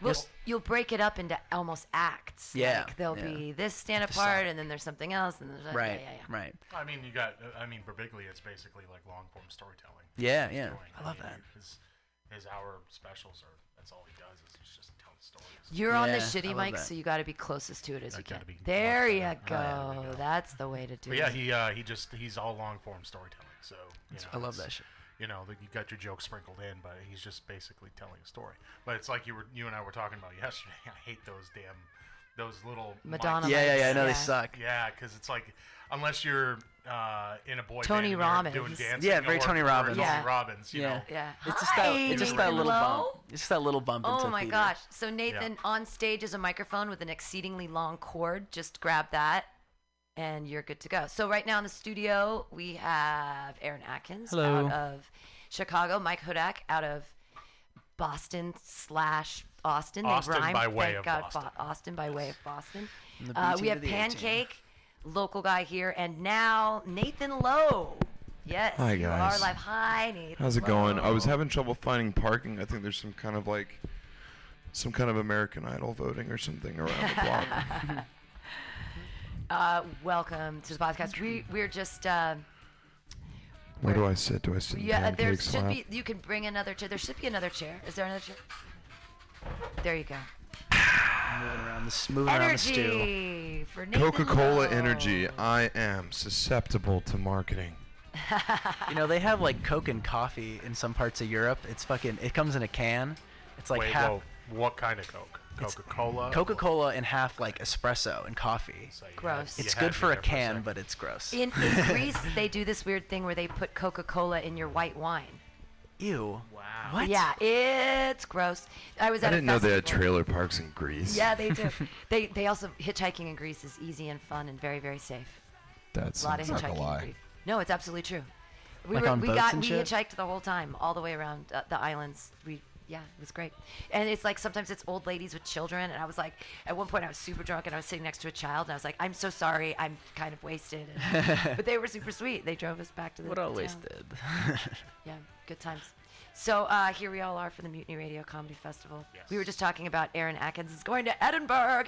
Speaker 10: Well, you'll break it up into almost acts.
Speaker 11: Yeah,
Speaker 10: Like there'll
Speaker 11: yeah.
Speaker 10: be this stand
Speaker 11: Just
Speaker 10: apart, and then there's something else, and there's
Speaker 11: Right,
Speaker 10: Oh, Yeah, yeah, yeah.
Speaker 11: right.
Speaker 13: I mean, you got. I mean, for Bigley, it's basically like long form storytelling.
Speaker 11: Yeah,
Speaker 13: He's
Speaker 11: yeah.
Speaker 13: doing-
Speaker 11: I love
Speaker 13: mean,
Speaker 11: that.
Speaker 13: His, his hour specials are. That's all he does is he's just telling stories.
Speaker 10: You're on the
Speaker 11: Yeah, I
Speaker 10: shitty
Speaker 11: love
Speaker 10: mic,
Speaker 11: that.
Speaker 10: so you got to be closest to it as
Speaker 13: I
Speaker 10: you
Speaker 13: gotta
Speaker 10: can.
Speaker 13: be much
Speaker 10: There you go.
Speaker 13: better. Oh, there we go.
Speaker 10: That's the way to do
Speaker 13: But
Speaker 10: it.
Speaker 13: yeah, he uh, he just he's all long form storytelling. So you know,
Speaker 11: I love
Speaker 13: it's-
Speaker 11: that shit.
Speaker 13: You know, like, you got your jokes sprinkled in, but he's just basically telling a story. But it's like you were you and I were talking about yesterday. I hate those damn those little mics.
Speaker 10: Madonna Yeah, yeah, mics, yeah, I know they yeah. suck.
Speaker 13: Yeah, because it's like unless you're uh, in a boy
Speaker 10: Tony
Speaker 13: band and you're
Speaker 10: Robbins.
Speaker 13: doing dancing.
Speaker 11: Yeah, very
Speaker 13: or-
Speaker 11: Tony
Speaker 13: or
Speaker 11: Robbins.
Speaker 13: Tony
Speaker 10: Yeah.
Speaker 13: Robbins. You
Speaker 11: Yeah.
Speaker 13: know,
Speaker 10: Yeah.
Speaker 11: It's just that,
Speaker 10: Hi,
Speaker 11: it's just that little
Speaker 10: hello?
Speaker 11: bump. It's just that little bump.
Speaker 10: Oh
Speaker 11: into
Speaker 10: my
Speaker 11: theater.
Speaker 10: gosh. So Nathan on stage is a microphone with an exceedingly long cord. Just grab that and you're good to go. So right now in the studio we have Aaron Atkins
Speaker 14: Hello.
Speaker 10: out of Chicago, Mike Hudak out of Boston slash Austin. They
Speaker 14: Austin
Speaker 10: rhyme.
Speaker 14: by way
Speaker 10: Thank
Speaker 14: of
Speaker 10: God,
Speaker 14: Boston.
Speaker 10: Bo- Austin by way of Boston.
Speaker 14: From the
Speaker 10: Uh,
Speaker 14: BT
Speaker 10: we
Speaker 14: to
Speaker 10: have
Speaker 14: the A team.
Speaker 10: Pancake, local guy here, and now Nathan Lowe. Yes,
Speaker 15: Hi,
Speaker 10: you
Speaker 15: guys.
Speaker 10: are live. Hi, Nathan.
Speaker 15: How's it going? I
Speaker 10: Lowe.
Speaker 15: was having trouble finding parking. I think there's some kind of like, some kind of American Idol voting or something around the block.
Speaker 10: Uh, welcome to the podcast. We we're just uh,
Speaker 15: Where do I sit? Do I sit in
Speaker 10: yeah. uh, There
Speaker 15: Pancake's
Speaker 10: should
Speaker 15: lap?
Speaker 10: be you can bring another chair. There should be another chair. Is there another chair? There you go.
Speaker 11: Moving around the, moving around the stew.
Speaker 10: Energy for Nathan
Speaker 15: Coca-Cola
Speaker 10: Lowe.
Speaker 15: Energy. I am susceptible to marketing.
Speaker 11: You know they have like Coke and coffee in some parts of Europe. It's fucking. It comes in a can. It's like
Speaker 13: Wait,
Speaker 11: half
Speaker 13: whoa. What kind of Coke? Coca Cola.
Speaker 11: Coca Cola and half like espresso and coffee.
Speaker 10: Gross.
Speaker 11: It's
Speaker 10: you
Speaker 11: good
Speaker 10: had
Speaker 11: for
Speaker 10: me there
Speaker 11: a
Speaker 10: for a
Speaker 11: can, but it's gross.
Speaker 10: In, in Greece, they do this weird thing where they put Coca-Cola in your white wine.
Speaker 11: Ew. Wow. What?
Speaker 10: Yeah, it's gross. I was
Speaker 15: I
Speaker 10: at a
Speaker 15: didn't know they had
Speaker 10: festival.
Speaker 15: trailer parks in Greece.
Speaker 10: Yeah, they do. they they also hitchhiking in Greece is easy and fun and very very safe.
Speaker 15: That sounds like a
Speaker 10: in
Speaker 15: lie.
Speaker 10: Greece. No, it's absolutely true. We
Speaker 15: Like
Speaker 10: were
Speaker 15: on
Speaker 10: we
Speaker 15: boats
Speaker 10: got
Speaker 15: and
Speaker 10: we
Speaker 15: shit?
Speaker 10: hitchhiked the whole time, all the way around uh, the islands. We yeah, it was great. And it's like sometimes it's old ladies with children, and I was like, at one point I was super drunk and I was sitting next to a child, and I was like, I'm so sorry, I'm kind of wasted. And- but they were super sweet. They drove us back to the
Speaker 11: What
Speaker 10: town.
Speaker 11: always did.
Speaker 10: Yeah, good times. So uh, here we all are for the Mutiny Radio Comedy Festival. We were just talking about Aaron Atkins is going to Edinburgh.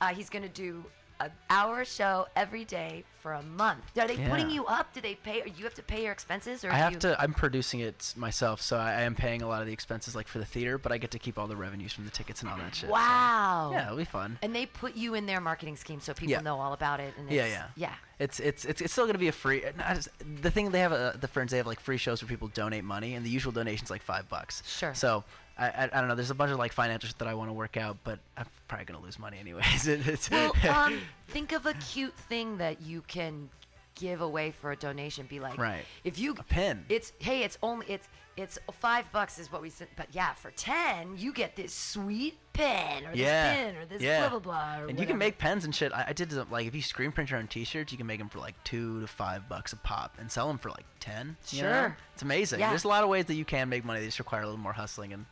Speaker 10: Uh, he's going to do an hour show every day for a month. Are they putting
Speaker 11: Yeah.
Speaker 10: you up? Do they pay? Or you have to pay your expenses, or
Speaker 11: I have
Speaker 10: you,
Speaker 11: to. I'm producing it s- myself, so I, I am paying a lot of the expenses, like for the theater, but I get to keep all the revenues from the tickets and all that shit. so-
Speaker 10: Wow.
Speaker 11: yeah, it'll be fun.
Speaker 10: And they put you in their marketing scheme, so people
Speaker 11: Yeah.
Speaker 10: know all about it. And
Speaker 11: Yeah,
Speaker 10: it's,
Speaker 11: yeah,
Speaker 10: yeah.
Speaker 11: It's it's it's, it's still gonna be a free. and I just- the thing they have uh, the friends they have like free shows where people donate money, and the usual donation's like five bucks.
Speaker 10: Sure.
Speaker 11: So I, I, I don't know. There's a bunch of like financial shit that I want to work out, but I'm probably gonna lose money anyways. It- it's-
Speaker 10: Well, um, think of a cute thing that you can give away for a donation. Be like,
Speaker 11: Right.
Speaker 10: If you a
Speaker 11: pin.
Speaker 10: it's hey, it's only it's it's five bucks is what we said. But yeah, for ten, you get this sweet pen or
Speaker 11: yeah.
Speaker 10: this pin or this
Speaker 11: yeah.
Speaker 10: blah blah blah. Or
Speaker 11: and you
Speaker 10: whatever.
Speaker 11: can make pens and shit. I, I did some, like if you screen print your own T-shirts, you can make them for like two to five bucks a pop and sell them for like ten. you know?
Speaker 10: Sure.
Speaker 11: It's amazing.
Speaker 10: Yeah.
Speaker 11: There's a lot of ways that you can make money. They just require a little more hustling, and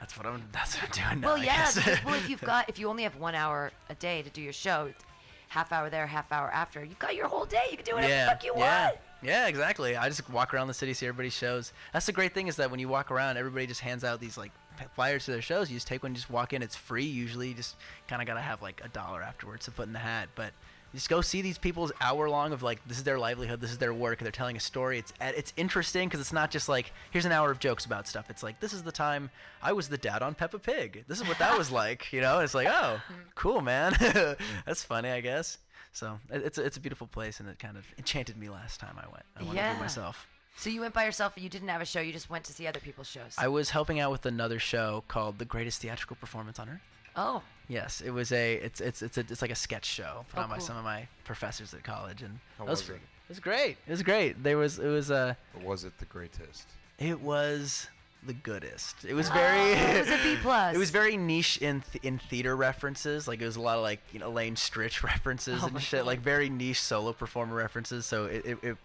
Speaker 11: that's what I'm that's what I'm doing now.
Speaker 10: Well,
Speaker 11: I
Speaker 10: yeah.
Speaker 11: guess.
Speaker 10: Because, well, if you've got if you only have one hour a day to do your show, it's half hour there, half hour after, you've got your whole day. You can do whatever the fuck you
Speaker 11: yeah.
Speaker 10: want.
Speaker 11: Yeah, exactly. I just walk around the city, see everybody's shows. That's the great thing is that when you walk around, everybody just hands out these like p- flyers to their shows. You just take one, just walk in. It's free usually. You just kind of gotta have like a dollar afterwards to put in the hat, but. you Just go see these people's hour long of like this is their livelihood, this is their work. They're telling a story. It's ed- it's interesting because it's not just like here's an hour of jokes about stuff. It's like this is the time I was the dad on Peppa Pig. This is what that was like, you know. It's like oh,
Speaker 10: Hmm.
Speaker 11: cool man, that's funny I guess. So it- it's a, it's a beautiful place, and it kind of enchanted me last time I went. I wanted to
Speaker 10: Yeah.
Speaker 11: do it myself.
Speaker 10: So you went by yourself. You didn't have a show. You just went to see other people's shows.
Speaker 11: I was helping out with another show called The Greatest Theatrical Performance on Earth.
Speaker 10: oh.
Speaker 11: Yes, it was a it's it's it's a, it's like a sketch show put
Speaker 10: Oh,
Speaker 11: on by
Speaker 10: cool.
Speaker 11: some of my professors at college, and
Speaker 15: How
Speaker 11: that was
Speaker 15: was
Speaker 11: fr-
Speaker 15: it?
Speaker 11: It was great. It was great. There was it was uh
Speaker 15: Or was it the greatest?
Speaker 11: it was the goodest. It was
Speaker 10: Oh,
Speaker 11: very.
Speaker 15: it was a B
Speaker 10: plus.
Speaker 11: It was very niche in th- in theater references. Like it was a lot of like you know Elaine Stritch references
Speaker 10: Oh my
Speaker 11: and shit. Like very niche solo performer references. So it, it, it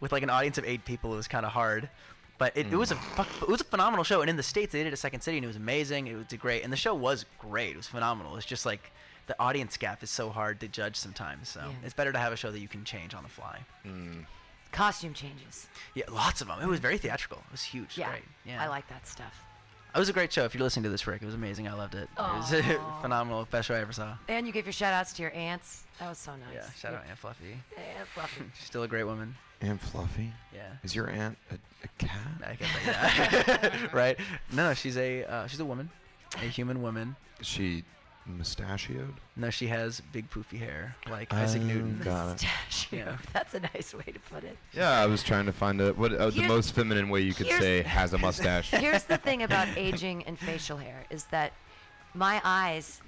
Speaker 11: with like an audience of eight people, it was kind of hard. But it, it was a
Speaker 10: Mm.
Speaker 11: fu- it was a phenomenal show, and in the states they did it at Second City, and it was amazing. It was great, and the show was great. It was phenomenal. It's just like the audience gap is so hard to judge sometimes. So
Speaker 10: Yeah.
Speaker 11: it's better to have a show that you can change on the fly.
Speaker 10: Costume changes.
Speaker 11: Yeah, lots of them. It was very theatrical. It was huge.
Speaker 10: Yeah.
Speaker 11: Great. Yeah.
Speaker 10: I like that stuff.
Speaker 11: It was a great show. If you're listening to this, Rick, it was amazing. I loved it. It was
Speaker 10: Aw.
Speaker 11: phenomenal. Best show I ever saw.
Speaker 10: And you gave your shout outs to your aunts. That was so nice.
Speaker 11: Yeah, shout out Aunt Fluffy.
Speaker 10: Aunt Fluffy.
Speaker 11: She's still a great woman.
Speaker 15: Aunt Fluffy?
Speaker 11: Yeah.
Speaker 15: Is your aunt a, a cat?
Speaker 11: I get that. Yeah. right? No, no, she's a uh, she's a woman, a human woman.
Speaker 15: Is she mustachioed?
Speaker 11: No, she has big poofy hair like Isaac
Speaker 15: Oh,
Speaker 11: Newton.
Speaker 15: Got it.
Speaker 11: Yeah.
Speaker 10: That's a nice way to put it.
Speaker 15: Yeah, I was trying to find a, what uh, the
Speaker 10: Here's-
Speaker 15: most feminine way you could
Speaker 10: here's-
Speaker 15: say has a mustache.
Speaker 10: Here's the thing about aging and facial hair is that my eyes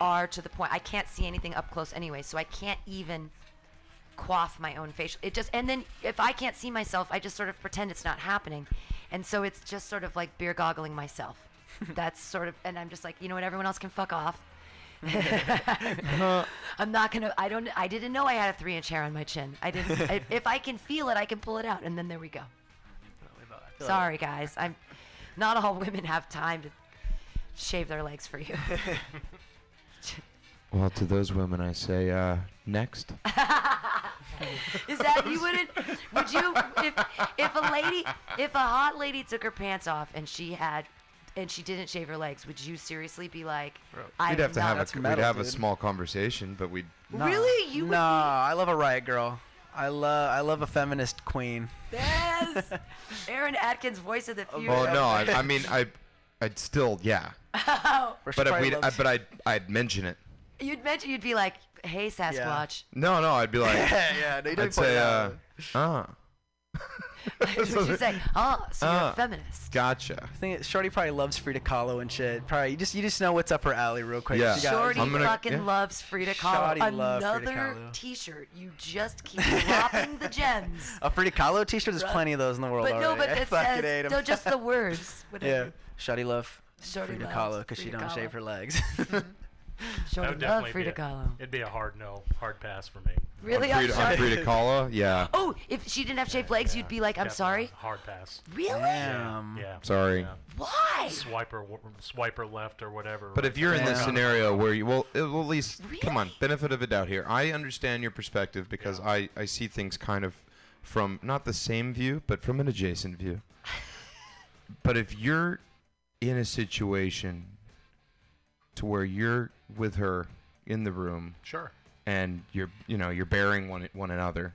Speaker 10: are to the point I can't see anything up close anyway, so I can't even quaff my own facial. It just and then if I can't see myself, I just sort of pretend it's not happening, and so it's just sort of like beer goggling myself. That's sort of, and I'm just like, you know what? Everyone else can fuck off. I'm not gonna. I don't. I didn't know I had a three inch hair on my chin. I didn't. I, if I can feel it, I can pull it out, and then there we go.
Speaker 11: feel
Speaker 10: Sorry, guys. I'm. Not all women have time to shave their legs for you.
Speaker 15: Well, to those women, I say, uh, next.
Speaker 10: Is that you wouldn't? Would you if if a lady if a hot lady took her pants off and she had and she didn't shave her legs, would you seriously be like, I
Speaker 15: we'd have to
Speaker 10: not-
Speaker 15: have a, c- we'd have a small conversation, but we'd
Speaker 10: Really? You would
Speaker 11: No, I love a riot girl. I love I love a feminist queen.
Speaker 10: Yes, Aaron Atkins, voice of the future.
Speaker 15: Oh no, I, I mean, I, I'd still, yeah,
Speaker 10: Oh.
Speaker 15: but if we'd, I, but I'd, I'd mention it.
Speaker 10: you'd mention you'd be like, "Hey, Sasquatch."
Speaker 15: No, no, I'd be like,
Speaker 11: Yeah, yeah, no, you don't
Speaker 15: I'd say,
Speaker 11: point
Speaker 15: uh,
Speaker 11: out.
Speaker 15: ah,
Speaker 10: That's what you say. Oh, so you're
Speaker 15: Uh.
Speaker 11: Ah.
Speaker 10: a feminist.
Speaker 15: gotcha.
Speaker 11: I think Shorty probably loves Frida Kahlo and shit. Probably you just you just know what's up her alley real quick.
Speaker 15: Yeah.
Speaker 11: She got-
Speaker 10: Shorty
Speaker 11: I'm gonna-
Speaker 10: fucking
Speaker 11: yeah.
Speaker 10: loves Frida Kahlo.
Speaker 11: Shorty love Frida
Speaker 10: Another
Speaker 11: Kahlo.
Speaker 10: T-shirt. You just keep dropping the gems.
Speaker 11: A Frida Kahlo t-shirt. There's
Speaker 10: Right.
Speaker 11: plenty of those in the world
Speaker 10: But
Speaker 11: already.
Speaker 10: no, but
Speaker 11: I
Speaker 10: it
Speaker 11: fucking
Speaker 10: says-
Speaker 11: hate 'em.
Speaker 10: no, just the words,
Speaker 11: yeah,
Speaker 10: whatever.
Speaker 11: Shorty love
Speaker 10: Shorty
Speaker 11: Frida
Speaker 10: loves
Speaker 11: Kahlo because she
Speaker 10: Frida
Speaker 11: don't
Speaker 10: Kahlo.
Speaker 11: shave her legs.
Speaker 10: Shorty love
Speaker 13: would definitely
Speaker 10: Frida
Speaker 13: be a-
Speaker 10: Kahlo.
Speaker 13: It'd be a hard no, hard pass for me.
Speaker 10: Really?
Speaker 15: on
Speaker 10: I'm
Speaker 15: Frida, on
Speaker 10: sorry.
Speaker 15: Frida Kahlo, yeah.
Speaker 10: Oh, if she didn't have shaved legs, you'd be like, I'm sorry.
Speaker 13: Hard pass.
Speaker 10: Really?
Speaker 13: Damn. Yeah.
Speaker 15: Sorry.
Speaker 10: Why?
Speaker 13: Swiper, w- swiper left or whatever.
Speaker 15: But
Speaker 13: right?
Speaker 15: if you're in this
Speaker 13: Yeah.
Speaker 15: scenario where you, well, it, well at least, come on, benefit of a doubt here. I understand your perspective because I, I see things kind of from not the same view, but from an adjacent view. but if you're in a situation to where you're with her in the room,
Speaker 13: Sure.
Speaker 15: and you're, you know, you're bearing one one another,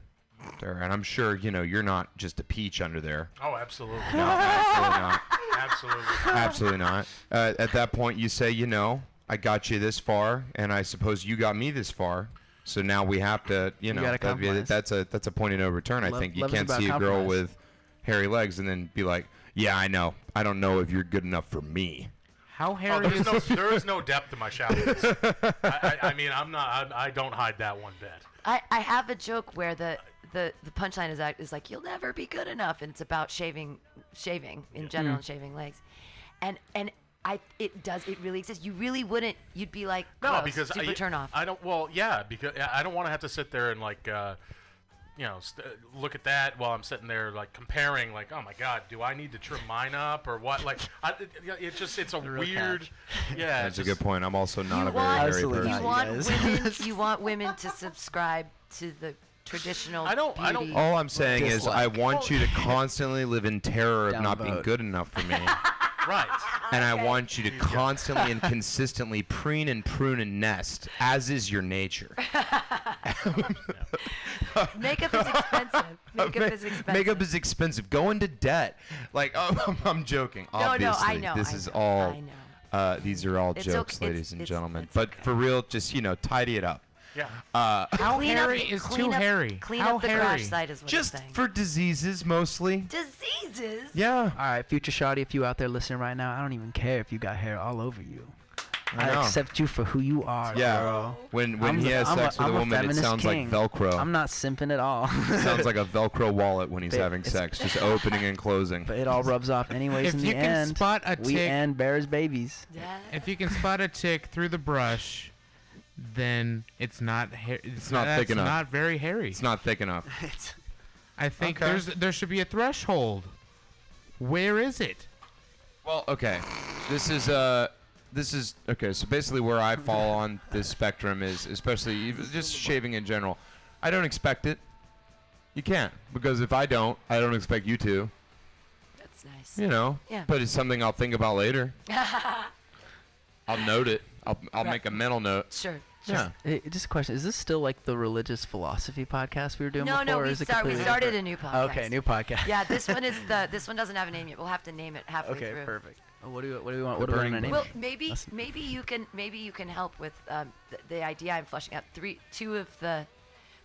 Speaker 15: there, and I'm sure, you know, you're not just a peach under there.
Speaker 13: Oh, absolutely.
Speaker 15: No, absolutely not.
Speaker 13: absolutely.
Speaker 15: Absolutely not. Uh, at that point, you say, you know, I got you this far, and I suppose you got me this far. So now we have to, you
Speaker 11: You
Speaker 15: know,
Speaker 11: gotta
Speaker 15: that'd be-
Speaker 11: compromise.
Speaker 15: that's a that's a point of no return. I
Speaker 11: Love-
Speaker 15: think you
Speaker 11: love is
Speaker 15: can't
Speaker 11: about
Speaker 15: see a girl
Speaker 11: compromise.
Speaker 15: with hairy legs and then be like, yeah, I know, I don't know if you're good enough for me.
Speaker 8: How
Speaker 13: Oh,
Speaker 8: hairy
Speaker 13: there's
Speaker 8: is
Speaker 13: no, there is no depth to my shallowness. I, I, I mean, I'm not. I, I don't hide that one bit.
Speaker 10: I, I have a joke where the, the, the punchline is act- is like you'll never be good enough, and it's about shaving shaving in general
Speaker 14: Mm.
Speaker 10: and shaving legs, and and I it does it really exists. You really wouldn't. You'd be like
Speaker 13: No,
Speaker 10: gross,
Speaker 13: because
Speaker 10: super
Speaker 13: I,
Speaker 10: turn off.
Speaker 13: I don't. Well, yeah, because I I don't want to have to sit there and like, uh, you know, st- uh, look at that while I'm sitting there like comparing, like, oh my god, do I need to trim mine up or what? Like, I, it, it just it's a weird. Yeah,
Speaker 15: that's a good point. I'm also not a very
Speaker 10: want-
Speaker 15: hairy
Speaker 10: Absolutely
Speaker 15: person.
Speaker 10: you want women you want women to subscribe to the traditional. I don't.
Speaker 13: I don't-
Speaker 15: All I'm saying is, I
Speaker 13: Dislike.
Speaker 15: want you to constantly live in terror of not being
Speaker 13: Downvote.
Speaker 15: good enough for me.
Speaker 13: right.
Speaker 15: And I want you to constantly and consistently preen and prune and nest, as is your nature.
Speaker 10: Makeup is expensive. Makeup is expensive.
Speaker 15: Makeup is expensive. Go into debt. Like, oh, I'm, I'm joking.
Speaker 10: No, no, I
Speaker 15: Obviously,
Speaker 10: know,
Speaker 15: this
Speaker 10: I
Speaker 15: is
Speaker 10: know,
Speaker 15: all.
Speaker 10: I know.
Speaker 15: Uh, these are all
Speaker 10: It's
Speaker 15: jokes,
Speaker 10: okay- it's-
Speaker 15: ladies and
Speaker 10: it's-
Speaker 15: gentlemen. But for real, just you know, tidy it up.
Speaker 13: Yeah.
Speaker 15: Uh,
Speaker 8: How
Speaker 10: Clean up-
Speaker 8: hairy is
Speaker 10: clean
Speaker 8: too
Speaker 10: up-
Speaker 8: hairy?
Speaker 10: clean
Speaker 8: How
Speaker 10: up the
Speaker 8: hairy?
Speaker 10: crash site is what
Speaker 15: just for diseases mostly.
Speaker 10: Diseases.
Speaker 15: Yeah.
Speaker 11: All right, future Shorty, if you out there listening right now, I don't even care if you got hair all over you.
Speaker 15: I
Speaker 11: I,
Speaker 15: know.
Speaker 11: accept you for who you are,
Speaker 15: Yeah.
Speaker 11: girl.
Speaker 15: When- when he
Speaker 11: the-
Speaker 15: has sex with a woman, it
Speaker 11: feminist
Speaker 15: sounds like Velcro.
Speaker 11: I'm not simping at all.
Speaker 15: Sounds like a Velcro wallet when he's
Speaker 11: But
Speaker 15: having
Speaker 11: it's-
Speaker 15: sex, just opening and closing.
Speaker 11: But it all rubs off anyways.
Speaker 8: If
Speaker 11: in
Speaker 8: you
Speaker 11: the
Speaker 8: can
Speaker 11: end,
Speaker 8: spot a
Speaker 11: we
Speaker 8: tick-
Speaker 11: end bears babies.
Speaker 8: If you can spot a tick through the brush, then it's not hair. It's,
Speaker 15: It's not
Speaker 8: that's
Speaker 15: thick enough.
Speaker 8: Not very hairy.
Speaker 15: It's not thick enough.
Speaker 8: I think
Speaker 15: Okay.
Speaker 8: there's there should be a threshold. Where is it?
Speaker 15: Well, okay. This is uh this is okay, so basically where I fall on this spectrum is especially even- just shaving in general. I don't expect it. You can't because if I don't, I don't expect you to.
Speaker 10: That's nice.
Speaker 15: You know.
Speaker 10: Yeah.
Speaker 15: But it's something I'll think about later. I'll note it. I'll, I'll
Speaker 10: Right.
Speaker 15: make a mental note.
Speaker 10: Sure.
Speaker 15: Yeah.
Speaker 11: Hey, just a question: Is this still like the religious philosophy podcast we were doing
Speaker 10: No,
Speaker 11: before?
Speaker 10: no,
Speaker 11: or
Speaker 10: we
Speaker 11: is it
Speaker 10: start- we
Speaker 11: completely
Speaker 10: started
Speaker 11: different?
Speaker 10: a new podcast.
Speaker 11: Okay, new podcast.
Speaker 10: yeah, this one is the this one doesn't have a name yet. We'll have to name it halfway
Speaker 11: okay,
Speaker 10: through.
Speaker 11: perfect. Uh, What do we, what do we want?
Speaker 10: The
Speaker 11: What do we want to
Speaker 10: burning
Speaker 11: name?
Speaker 10: Well,
Speaker 11: it?
Speaker 10: maybe
Speaker 11: That's-
Speaker 10: maybe you can maybe you can help with um, the, the idea I'm fleshing out. Three, two of the,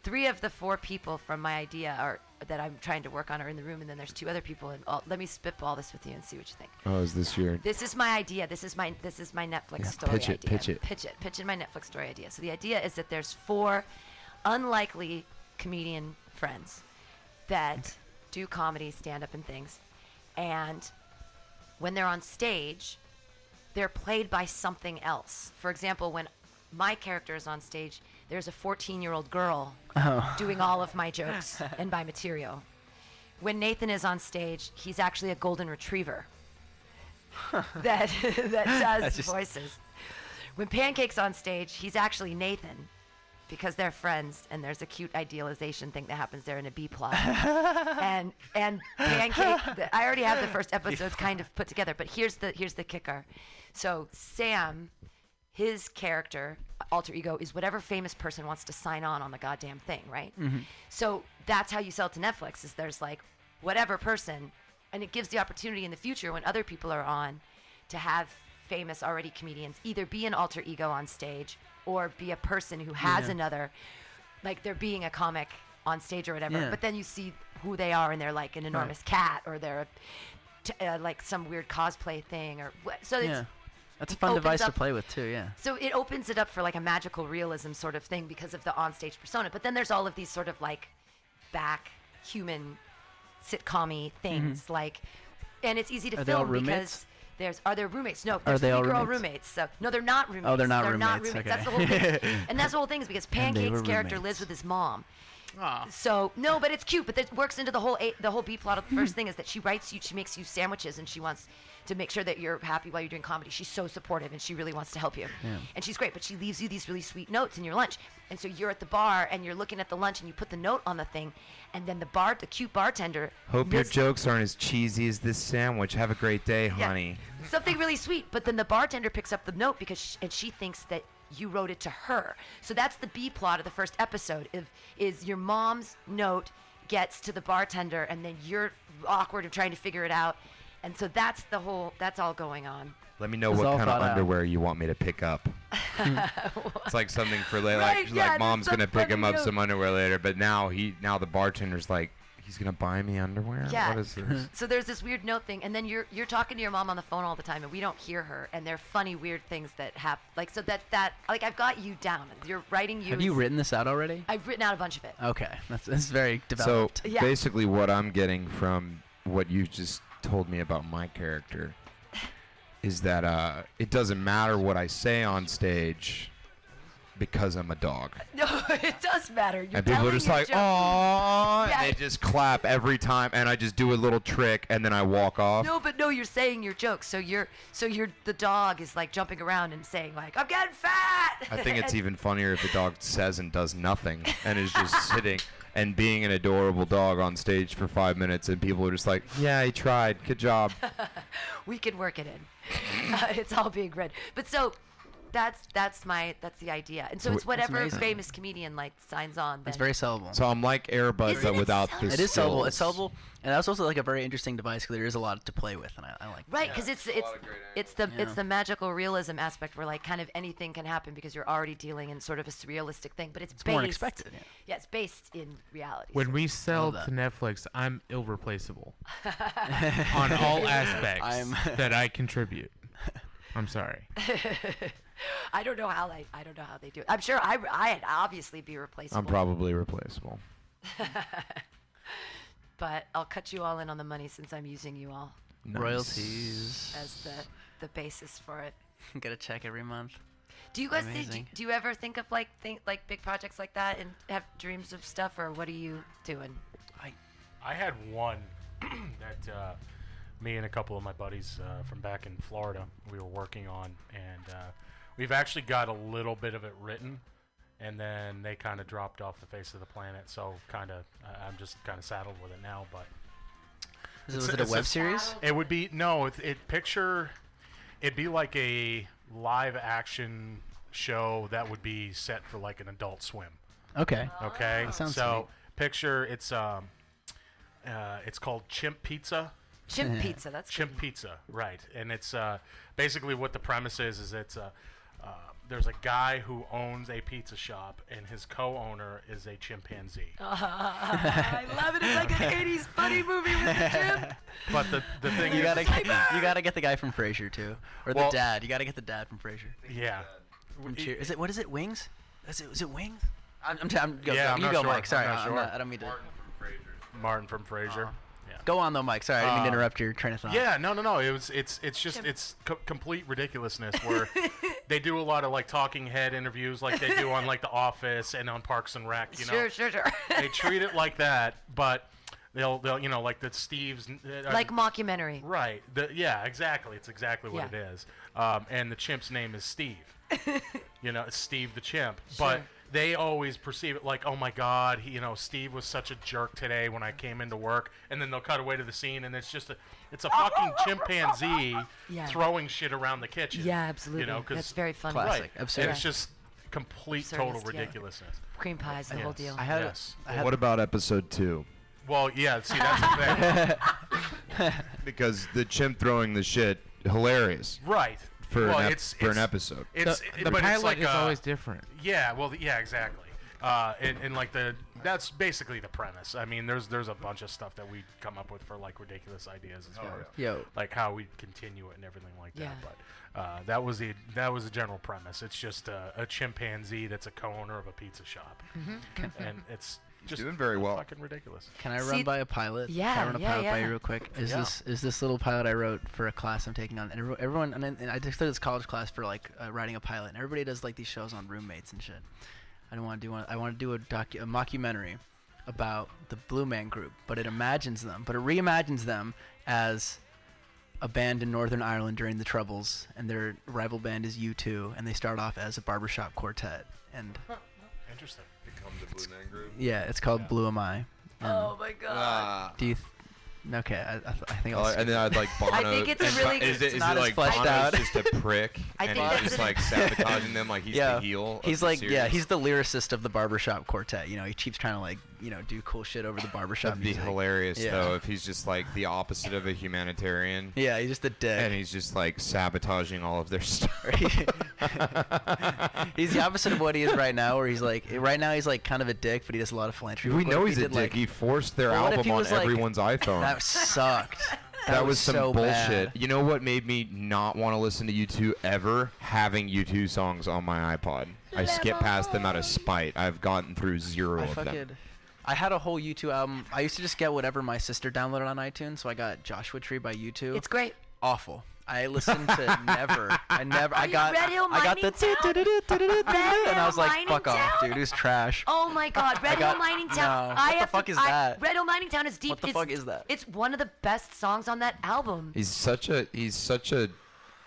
Speaker 10: three of the four people from my idea are that I'm trying to work on are in the room, and then there's two other people. And all, let me spitball this with you and see what you think.
Speaker 15: Oh, is this your?
Speaker 10: This is my idea. This is my this is my Netflix
Speaker 15: Yeah,
Speaker 10: story
Speaker 15: pitch it,
Speaker 10: idea.
Speaker 15: pitch it.
Speaker 10: Pitch it. Pitch in my Netflix story idea. So the idea is that there's four unlikely comedian friends that do comedy, stand up, and things. And when they're on stage, they're played by something else. For example, when my character is on stage, there's a 14 year old girl
Speaker 11: Oh.
Speaker 10: doing all of my jokes and my material. When Nathan is on stage, he's actually a golden retriever that that does
Speaker 11: That's just-
Speaker 10: voices. When Pancake's on stage, he's actually Nathan because they're friends and there's a cute idealization thing that happens there in a B plot. and and Pancake, the, I already have the first episodes kind of put together, but here's the here's the kicker. So Sam, his character alter ego is whatever famous person wants to sign on on the goddamn thing, right?
Speaker 2: Mhm.
Speaker 10: So that's how you sell to Netflix is there's like whatever person and it gives the opportunity in the future when other people are on to have famous already comedians either be an alter ego on stage or be a person who has
Speaker 2: Yeah.
Speaker 10: another like they're being a comic on stage or whatever
Speaker 2: Yeah.
Speaker 10: but then you see who they are and they're like an enormous cat or they're a t- uh, like some weird cosplay thing or what so it's
Speaker 11: yeah, that's a fun
Speaker 10: opens
Speaker 11: device to
Speaker 10: up-
Speaker 11: play with too. Yeah.
Speaker 10: so it opens it up for like a magical realism sort of thing because of the onstage persona. But then there's all of these sort of like back human sitcom things like and it's easy to
Speaker 11: Mm-hmm. Are they all
Speaker 10: film because
Speaker 11: roommates?
Speaker 10: there's are there roommates? No, there's
Speaker 11: they all
Speaker 10: three girl
Speaker 11: roommates? Oh,
Speaker 10: roommates? So no, they're not roommates.
Speaker 11: they're not roommates,
Speaker 10: That's the whole
Speaker 11: okay.
Speaker 10: thing. and that's the whole thing is because
Speaker 11: And they
Speaker 10: Pancake's
Speaker 11: were
Speaker 10: character lives with his mom. So no, but it's cute. But that works into the whole a, the whole B plot. of The first thing is that she writes you, she makes you sandwiches, and she wants to make sure that you're happy while you're doing comedy. She's so supportive, and she really wants to help you
Speaker 2: Yeah.
Speaker 10: and she's great, but she leaves you these really sweet notes in your lunch. And so you're at the bar and you're looking at the lunch and you put the note on the thing, and then the bar, the cute bartender,
Speaker 15: Hope your
Speaker 10: missed
Speaker 15: jokes aren't as cheesy as this sandwich. Have a great day,
Speaker 10: Yeah.
Speaker 15: honey.
Speaker 10: something really sweet. But then the bartender picks up the note because sh and she thinks that you wrote it to her. So that's the B plot of the first episode. If is your mom's note gets to the bartender, and then you're awkward of trying to figure it out. And so that's the whole. That's all going on.
Speaker 15: Let me know
Speaker 11: It's all
Speaker 15: what kind
Speaker 11: thought
Speaker 15: of
Speaker 11: out.
Speaker 15: underwear you want me to pick up. it's like something for later.
Speaker 10: Right,
Speaker 15: like,
Speaker 10: yeah,
Speaker 15: like
Speaker 10: that's
Speaker 15: mom's gonna
Speaker 10: so
Speaker 15: pick him
Speaker 10: funny,
Speaker 15: up
Speaker 10: yeah.
Speaker 15: some underwear later, but now he now the bartender's like, he's gonna buy me underwear.
Speaker 10: Yeah.
Speaker 15: What is this?
Speaker 10: So there's this weird note thing, and then you're you're talking to your mom on the phone all the time, and we don't hear her. And they're funny, weird things that happen. Like so that that like I've got you down. You're writing you.
Speaker 11: Have you
Speaker 10: is-
Speaker 11: written this out already?
Speaker 10: I've written out a bunch of it.
Speaker 11: Okay, that's, that's very
Speaker 15: So
Speaker 11: developed.
Speaker 10: Yeah.
Speaker 15: basically, what I'm getting from what you just told me about my character is that uh, it doesn't matter what I say on stage because I'm a dog.
Speaker 10: No, it does matter. You're
Speaker 15: and people are
Speaker 10: telling
Speaker 15: just
Speaker 10: your
Speaker 15: like,
Speaker 10: joke.
Speaker 15: "Aww,"
Speaker 10: Yeah.
Speaker 15: and they just clap every time, and I just do a little trick, and then I walk off.
Speaker 10: No, but no, you're saying your jokes. So you're so you're the dog is like jumping around and saying like, I'm getting fat.
Speaker 15: I think it's
Speaker 10: And-
Speaker 15: even funnier if the dog says and does nothing and is just sitting and being an adorable dog on stage for five minutes, and people are just like, "Yeah, he tried. Good job."
Speaker 10: we could work it in. Uh, it's all being read. But so that's that's my that's the idea. And so
Speaker 15: So
Speaker 10: it's
Speaker 15: it- That's
Speaker 10: whatever
Speaker 15: amazing.
Speaker 10: famous comedian like signs on.
Speaker 11: It's
Speaker 10: then-
Speaker 11: very sellable.
Speaker 15: So I'm like Airbud, but without the
Speaker 11: It is sellable. It's
Speaker 15: skills.
Speaker 11: sellable, and that's also like a very interesting device because there is a lot to play with, and I, I like.
Speaker 10: Right, because it's it's it's the
Speaker 11: Yeah.
Speaker 10: it's the magical realism aspect where like kind of anything can happen because you're already dealing in sort of a surrealistic thing, but it's, based
Speaker 11: more unexpected,
Speaker 10: Yeah. it's based in reality.
Speaker 8: When
Speaker 10: so-
Speaker 8: we sell
Speaker 10: that.
Speaker 8: to Netflix, I'm irreplaceable on all aspects
Speaker 11: I'm-
Speaker 8: that I contribute. I'm sorry.
Speaker 10: I don't know how they I don't know how they do it. I'm sure I I'd obviously be replaceable.
Speaker 15: I'm probably replaceable.
Speaker 10: but I'll cut you all in on the money since I'm using you all
Speaker 15: Nice.
Speaker 11: Royalties.
Speaker 10: as the the basis for it.
Speaker 11: Get a check every month.
Speaker 10: Do you guys think, do,
Speaker 11: Amazing.
Speaker 10: do you ever think of like think like big projects like that and have dreams of stuff or what are you doing?
Speaker 13: I had one that uh, me and a couple of my buddies uh, from back in Florida we were working on, and uh, we've actually got a little bit of it written, and then they kind of dropped off the face of the planet. So kind of, I I'm just kind of saddled with it now. But
Speaker 11: Is it-
Speaker 13: It's
Speaker 11: was it a
Speaker 13: it's
Speaker 11: web series?
Speaker 13: It would be no. It, it picture. It'd be like a live action show that would be set for like an Adult Swim.
Speaker 11: Okay.
Speaker 13: Okay.
Speaker 11: Ah. That sounds
Speaker 13: so picture it's um, uh, it's called Chimp Pizza.
Speaker 10: Chimp pizza, that's
Speaker 13: Chimp Pizza, right? And it's uh, basically what the premise is is it's uh, uh, there's a guy who owns a pizza shop and his co-owner is a chimpanzee.
Speaker 10: I love it. It's like an 80s buddy movie with the chimp.
Speaker 13: But the the thing
Speaker 11: you
Speaker 13: is,
Speaker 11: gotta you gotta get the guy from Frasier too, or
Speaker 13: Well-
Speaker 11: the dad. You gotta get the dad from Frasier.
Speaker 13: yeah.
Speaker 11: From Cheer- Is it what is it? Wings? Is it, is it wings? I'm, I'm, t- I'm go,
Speaker 13: Yeah,
Speaker 11: go,
Speaker 13: I'm
Speaker 11: you
Speaker 13: not
Speaker 11: go,
Speaker 13: sure.
Speaker 11: Mike. Sorry,
Speaker 13: I'm not
Speaker 11: I'm
Speaker 13: sure.
Speaker 11: not- I don't mean to.
Speaker 13: Martin from Frasier. Yeah.
Speaker 11: Go on though, Mike. Sorry, I didn't mean to
Speaker 13: Um,
Speaker 11: interrupt your train of thought.
Speaker 13: Yeah, no, no, no. It was it's it's just it's co- complete ridiculousness where they do a lot of like talking head interviews like they do on like The Office and on Parks and Rec. You know,
Speaker 10: Sure, sure, sure.
Speaker 13: they treat it like that, but they'll they'll you know like the Steve's uh,
Speaker 10: like mockumentary.
Speaker 13: Right. The, yeah, exactly. It's exactly what
Speaker 10: Yeah.
Speaker 13: it is. Um, and the chimp's name is Steve. you know, it's Steve the chimp. But
Speaker 10: Sure.
Speaker 13: they always perceive it like, oh my God, he, you know, Steve was such a jerk today when I came into work. And then they'll cut away to the scene, and it's just a, it's a fucking chimpanzee
Speaker 10: Yeah.
Speaker 13: throwing shit around the kitchen.
Speaker 10: Yeah,
Speaker 13: You
Speaker 10: absolutely.
Speaker 13: know, 'cause-
Speaker 10: That's very funny.
Speaker 13: Right.
Speaker 10: Classic.
Speaker 13: And
Speaker 10: Absurdist.
Speaker 13: It's just complete, total
Speaker 10: Absurdist, yeah.
Speaker 13: ridiculousness.
Speaker 10: Cream pies, the whole
Speaker 13: Yes.
Speaker 10: deal.
Speaker 13: I had a- Yes. I had-
Speaker 15: What about episode two?
Speaker 13: Well, yeah, see, that's the thing.
Speaker 15: Because the chimp throwing the shit, hilarious.
Speaker 13: Right.
Speaker 15: For,
Speaker 13: Well,
Speaker 15: an, ep-
Speaker 13: it's-
Speaker 15: for an
Speaker 13: it's-
Speaker 15: episode.
Speaker 13: It's,
Speaker 8: The-
Speaker 13: it-
Speaker 8: the
Speaker 13: but it's
Speaker 8: pilot
Speaker 13: like
Speaker 8: is
Speaker 13: uh,
Speaker 8: always different.
Speaker 13: Yeah. Well. th- Yeah. Exactly. Uh, and, and like the that's basically the premise. I mean, there's there's a bunch of stuff that we come up with for like ridiculous ideas as far as
Speaker 11: yeah. Yo.
Speaker 13: like how we continue it and everything like that.
Speaker 11: Yeah.
Speaker 13: But uh, that was the that was the general premise. It's just a, a chimpanzee that's a co-owner of a pizza shop, and it's just
Speaker 15: doing very well.
Speaker 13: Fucking ridiculous.
Speaker 11: Can I
Speaker 13: See-
Speaker 11: run by a pilot? Can
Speaker 13: Yeah,
Speaker 11: I run a
Speaker 13: yeah,
Speaker 11: pilot by
Speaker 13: yeah.
Speaker 11: you real quick? Is
Speaker 13: Yeah.
Speaker 11: this is this little pilot I wrote for a class I'm taking on? And every- everyone and, then- and I just took this college class for like uh, writing a pilot, and everybody does like these shows on roommates and shit. I don't want to do one. I want to do a docu- a mockumentary about the Blue Man Group, but it imagines them, but it reimagines them as a band in Northern Ireland during the Troubles, and their rival band is U2, and they start off as a barbershop quartet, and
Speaker 13: Interesting.
Speaker 15: Become the Blue Man Group.
Speaker 11: yeah, it's called Blue Am I. and-
Speaker 10: Oh my
Speaker 15: Uh,
Speaker 10: god.
Speaker 11: do you? Th- okay, I, I, th- I think. I'll
Speaker 15: Oh,
Speaker 11: skip
Speaker 15: and then
Speaker 11: it.
Speaker 15: I'd like Bono.
Speaker 10: I think it's a
Speaker 15: is,
Speaker 10: really
Speaker 15: Bo- is
Speaker 10: good-
Speaker 15: it,
Speaker 11: It's
Speaker 15: is
Speaker 11: not
Speaker 15: it
Speaker 11: as
Speaker 15: like
Speaker 11: fleshed
Speaker 15: Bono's
Speaker 11: out.
Speaker 15: just a prick
Speaker 10: I
Speaker 15: and
Speaker 10: think
Speaker 15: he's
Speaker 10: that's
Speaker 15: just
Speaker 10: the-
Speaker 15: like sabotaging them like he's
Speaker 11: yeah,
Speaker 15: the heel. of
Speaker 11: he's
Speaker 15: the
Speaker 11: like yeah,
Speaker 15: series?
Speaker 11: he's the lyricist of the barbershop quartet. You know, he keeps trying to like you know do cool shit over the barbershop.
Speaker 15: That'd be
Speaker 11: music.
Speaker 15: hilarious
Speaker 11: Yeah.
Speaker 15: though if he's just like the opposite of a humanitarian.
Speaker 11: Yeah, he's just a dick.
Speaker 15: And he's just like sabotaging all of their story.
Speaker 11: he's the opposite of what he is right now, where he's like right now he's like kind of a dick, but he does a lot of philanthropy.
Speaker 15: we
Speaker 11: work. What
Speaker 15: know
Speaker 11: if
Speaker 15: he's
Speaker 11: he
Speaker 15: a
Speaker 11: did,
Speaker 15: dick.
Speaker 11: like-
Speaker 15: he forced their
Speaker 11: But what if
Speaker 15: album
Speaker 11: he
Speaker 15: on
Speaker 11: was, like-
Speaker 15: everyone's iPhone.
Speaker 11: That sucked.
Speaker 15: That was some
Speaker 11: so
Speaker 15: bullshit.
Speaker 11: bad.
Speaker 15: You know what made me not want to listen to U2 ever? Having U2 songs on my iPod. I skip past them out of spite. I've gotten through zero
Speaker 11: I
Speaker 15: of them.
Speaker 11: fucking. I had a whole U2 album. I used to just get whatever my sister downloaded on iTunes, so I got Joshua Tree by U2.
Speaker 10: It's great.
Speaker 11: Awful. I listened to never. I never. I
Speaker 10: you
Speaker 11: got.
Speaker 10: Red Hill
Speaker 11: I got the.
Speaker 10: Mining Town?
Speaker 11: And I was like,
Speaker 10: Mining
Speaker 11: fuck off,
Speaker 10: Town?
Speaker 11: dude. It was trash.
Speaker 10: Oh my God, Red Hill
Speaker 11: got-
Speaker 10: Mining Town.
Speaker 11: no.
Speaker 10: I
Speaker 11: What the
Speaker 10: have
Speaker 11: fuck
Speaker 10: to,
Speaker 11: is
Speaker 10: I-
Speaker 11: that?
Speaker 10: Red Hill Mining Town is deep.
Speaker 11: What the
Speaker 10: it's-
Speaker 11: fuck is that?
Speaker 10: It's one of the best songs on that album.
Speaker 15: He's such a he's such a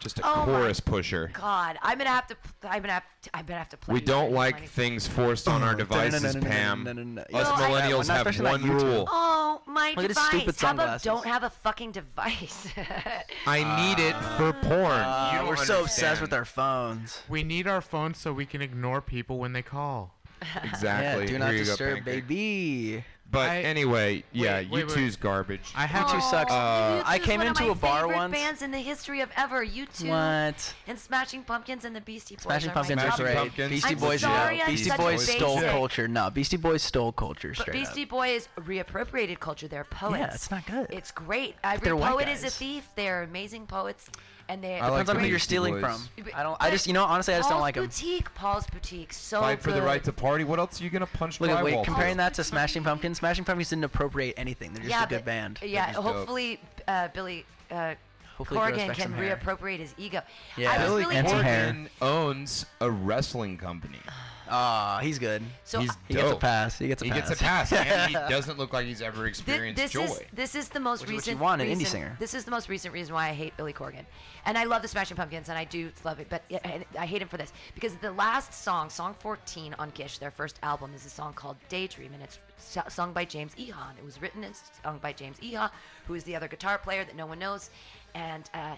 Speaker 15: just a
Speaker 10: Oh my
Speaker 15: chorus pusher.
Speaker 10: God, I'm gonna have to. I'm gonna have. To, I'm gonna have to play.
Speaker 15: We
Speaker 10: you
Speaker 15: don't
Speaker 10: Red Hill
Speaker 15: like
Speaker 10: Mining.
Speaker 15: things forced on our devices, Pam. Us
Speaker 10: No, I-
Speaker 15: millennials
Speaker 11: Not
Speaker 15: have
Speaker 11: especially on
Speaker 15: one
Speaker 11: YouTube.
Speaker 15: rule.
Speaker 10: Oh my
Speaker 11: Look at his
Speaker 10: device!
Speaker 11: stupid
Speaker 10: How about
Speaker 11: sunglasses.
Speaker 10: don't have a fucking device?
Speaker 15: I need it for porn.
Speaker 11: Uh,
Speaker 15: you don't
Speaker 11: we're so obsessed
Speaker 15: understand.
Speaker 11: with our phones.
Speaker 8: We need our phones so we can ignore people when they call.
Speaker 15: Exactly.
Speaker 11: Yeah, do not
Speaker 15: Here you go,
Speaker 11: disturb,
Speaker 15: Pancake.
Speaker 11: baby.
Speaker 15: But
Speaker 11: I-
Speaker 15: anyway, yeah,
Speaker 11: wait, wait.
Speaker 15: U2's garbage.
Speaker 11: I had
Speaker 10: Oh,
Speaker 11: to sucks.
Speaker 15: Uh,
Speaker 10: U2
Speaker 11: I
Speaker 10: is
Speaker 11: came
Speaker 10: one of
Speaker 11: into
Speaker 10: my
Speaker 11: a bar
Speaker 10: favorite
Speaker 11: once.
Speaker 10: Bands in the history of ever. You two.
Speaker 11: What?
Speaker 10: And Smashing Pumpkins and the Beastie Boys.
Speaker 11: Smashing
Speaker 10: are my
Speaker 11: Pumpkins are
Speaker 10: top
Speaker 11: great.
Speaker 10: three.
Speaker 11: Beastie
Speaker 10: I'm
Speaker 11: Boys,
Speaker 10: sorry,
Speaker 11: yeah.
Speaker 10: I'm
Speaker 11: Beastie
Speaker 10: such a
Speaker 11: Boys stole
Speaker 10: basic.
Speaker 11: culture. No, Beastie Boys stole culture
Speaker 10: But
Speaker 11: straight up.
Speaker 10: Beastie Boys reappropriated culture. They're poets.
Speaker 11: it's not good.
Speaker 10: It's great. Every
Speaker 11: they're white
Speaker 10: poet is a
Speaker 11: guys.
Speaker 10: thief. They're amazing poets, and they.
Speaker 11: Depends on who you're stealing from. I don't. I just, you know, honestly, I just don't
Speaker 10: Paul's
Speaker 11: like them.
Speaker 10: Boutique, Paul's Boutique, so
Speaker 15: Fight for the
Speaker 10: good.
Speaker 15: right to party. What else are you gonna punch
Speaker 11: Look at
Speaker 15: drywall
Speaker 11: wait,
Speaker 15: for?
Speaker 11: comparing that to Smashing Pumpkins. Smashing Pumpkins didn't appropriate anything. They're just
Speaker 10: yeah,
Speaker 11: a good
Speaker 10: but-
Speaker 11: band.
Speaker 10: Yeah, hopefully uh, Billy uh,
Speaker 11: Hopefully it grows
Speaker 10: Corgan
Speaker 11: back
Speaker 10: can
Speaker 11: some hair.
Speaker 10: reappropriate his ego.
Speaker 11: Yeah.
Speaker 10: I was
Speaker 11: Billy
Speaker 10: really
Speaker 11: Corgan-
Speaker 10: interested-
Speaker 11: hair.
Speaker 15: owns a wrestling company.
Speaker 11: Ah, he's good.
Speaker 10: So He's
Speaker 11: he gets a
Speaker 15: dope.
Speaker 11: pass. He gets a
Speaker 15: He
Speaker 11: pass.
Speaker 15: gets a pass, and he doesn't look like he's ever
Speaker 10: Thi-
Speaker 15: experienced
Speaker 10: this
Speaker 15: joy.
Speaker 10: is this is the most
Speaker 11: Which is what you
Speaker 10: recent.
Speaker 11: want in an indie
Speaker 10: reason-
Speaker 11: singer.
Speaker 10: This is the most recent reason why I hate Billy Corgan, and I love the Smashing Pumpkins, and I do love it, but it- and I hate him for this because the last song, song 14 on Gish, their first album, is a song called Daydream, and it's su- sung by James Ehan. It was written and sung by James Ehan, who is the other guitar player that no one knows, and uh,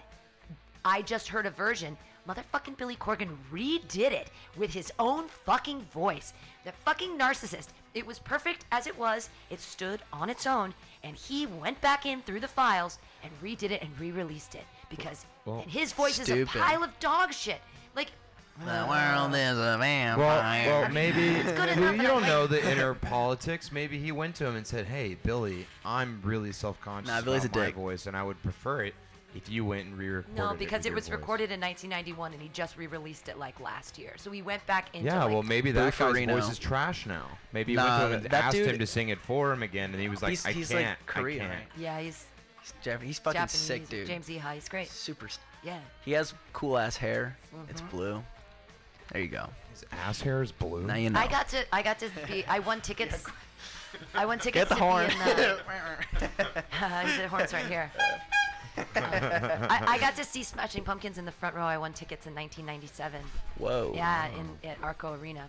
Speaker 10: I just heard a version. Motherfucking Billy Corgan redid it with his own fucking voice. The fucking narcissist. It was perfect as it was. It stood on its own, and he went back in through the files and redid it and re-released it because
Speaker 11: Well,
Speaker 10: and his voice is a
Speaker 11: stupid.
Speaker 10: pile of dog shit. Like
Speaker 11: The world is a vampire.
Speaker 15: Well, well, maybe
Speaker 10: enough
Speaker 15: well, you
Speaker 10: that I
Speaker 15: don't
Speaker 10: like
Speaker 15: know
Speaker 10: it.
Speaker 15: the inner politics. Maybe he went to him and said, "Hey, Billy, I'm really self-conscious
Speaker 11: Nah, Billy's
Speaker 15: about
Speaker 11: a
Speaker 15: my
Speaker 11: dick.
Speaker 15: voice, and I would prefer it if you went and re-recorded
Speaker 10: no,
Speaker 15: it
Speaker 10: because
Speaker 15: with
Speaker 10: it
Speaker 15: your
Speaker 10: was
Speaker 15: voice."
Speaker 10: recorded in 1991 and he just re-released it like last year. So he went back into
Speaker 15: Yeah,
Speaker 10: like,
Speaker 15: well, maybe that guy's
Speaker 11: Bufarino.
Speaker 15: voice is trash now. Maybe he went
Speaker 11: Nah,
Speaker 15: to him and
Speaker 11: that
Speaker 15: asked
Speaker 11: dude-
Speaker 15: him to sing it for him again, and he was like,
Speaker 11: He's-
Speaker 15: "I
Speaker 11: he's, like,
Speaker 15: can't,
Speaker 11: Korean,
Speaker 15: I can't."
Speaker 11: right?
Speaker 10: yeah, he's
Speaker 11: He's, Jap- he's fucking
Speaker 10: Japanese.
Speaker 11: sick, dude.
Speaker 10: James Ehi, he's great.
Speaker 11: Super. s-
Speaker 10: Yeah.
Speaker 11: He has cool ass hair. It's
Speaker 10: Mhm.
Speaker 11: blue. There you go. His
Speaker 15: ass hair is blue.
Speaker 11: Now you know.
Speaker 10: I got to I got to be I won tickets. I won tickets
Speaker 11: the
Speaker 10: to
Speaker 11: horn.
Speaker 10: be in the uh, the horns right here. I, I got to see Smashing Pumpkins in the front row. I won tickets in 1997.
Speaker 15: Whoa.
Speaker 10: Yeah, in at Arco Arena.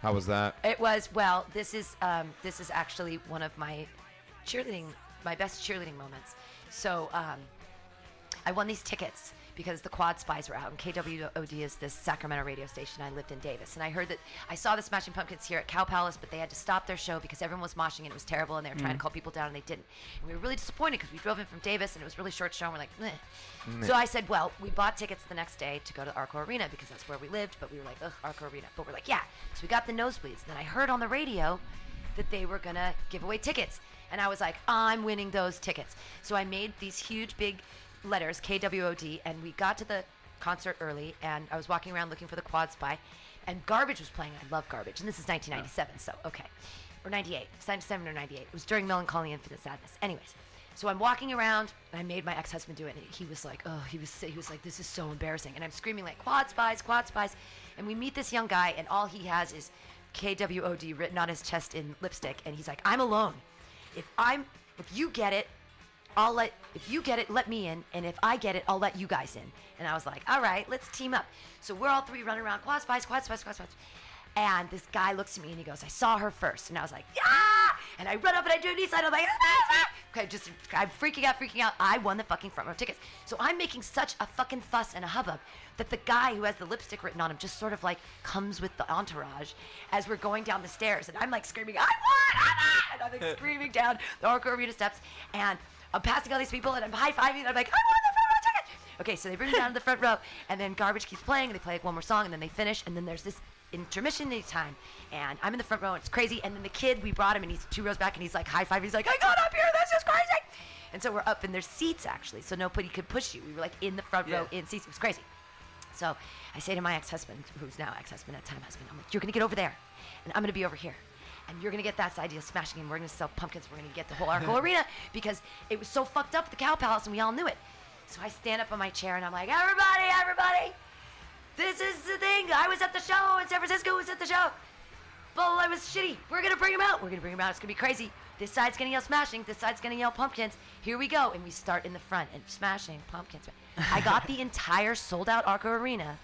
Speaker 15: How was that?
Speaker 10: It was well. This is um, this is actually one of my cheerleading, my best cheerleading moments. So um, I won these tickets because the Quad Spies were out, and KWOD is this Sacramento radio station. I lived in Davis, and I heard that I saw the Smashing Pumpkins here at Cow Palace, but they had to stop their show because everyone was moshing and it was terrible, and they were trying
Speaker 14: Mm.
Speaker 10: to call people down and they didn't. And we were really disappointed because we drove in from Davis and it was a really short show, and we're like, Meh.
Speaker 14: Meh.
Speaker 10: So I said, well, we bought tickets the next day to go to Arco Arena because that's where we lived, but we were like, ugh, Arco Arena. But we're like, yeah. So we got the nosebleeds. Then I heard on the radio that they were going to give away tickets. And I was like, I'm winning those tickets. So I made these huge, big letters, KWOD, and we got to the concert early, and I was walking around looking for the Quad Spy, and Garbage was playing. I love Garbage. And this is 1997, so okay. Or 98, 97 or 98. It was during Melancholy Infinite Sadness. Anyways. So I'm walking around, and I made my ex-husband do it, and he was like, "Oh, he was he was like, this is so embarrassing," and I'm screaming like, "Quad spies, quad spies," and we meet this young guy, and all he has is KWOD written on his chest in lipstick, and he's like, "I'm alone. If I'm if you get it, I'll let if you get it, let me in, and if I get it, I'll let you guys in." And I was like, "All right, let's team up." So we're all three running around, quad spies, quad spies, quad spies, and this guy looks at me and he goes, "I saw her first. and I was like, "Ah!" And I run up and I do an east side. I'm like, "Ah!" Okay, just I'm freaking out, freaking out. I won the fucking front row tickets. So I'm making such a fucking fuss and a hubbub that the guy who has the lipstick written on him just sort of like comes with the entourage as we're going down the stairs, and I'm like screaming, "I won!" I won!" And I'm like screaming down the Arco Arena steps, and I'm passing all these people, and I'm high fiving, and I'm like, "I won the front row ticket!" Okay, so they bring me down to the front row, and then garbage keeps playing, and they play like one more song, and then they finish, and then there's this intermission time, and I'm in the front row, and it's crazy. And then the kid, we brought him, and he's two rows back, and he's like high five, he's like, I got up here, this is crazy. And so we're up, and there's seats actually, so nobody could push you. We were like in the front row
Speaker 14: Yeah.
Speaker 10: in seats. It was crazy. So I say to my ex-husband, who's now ex-husband at the time husband, I'm like, you're gonna get over there, and I'm gonna be over here, and you're gonna get that side deal smashing, and we're gonna sell pumpkins, we're gonna get the whole Arco Arena because it was so fucked up at the Cow Palace, and we all knew it. So I stand up on my chair and I'm like, everybody, everybody, this is the thing. I was at the show in San Francisco. Who was at the show? Well, I was shitty. We're gonna bring him out. We're gonna bring him out. It's gonna be crazy. This side's gonna yell smashing. This side's gonna yell pumpkins. Here we go. And we start in the front and smashing pumpkins. I got the entire sold out Arco Arena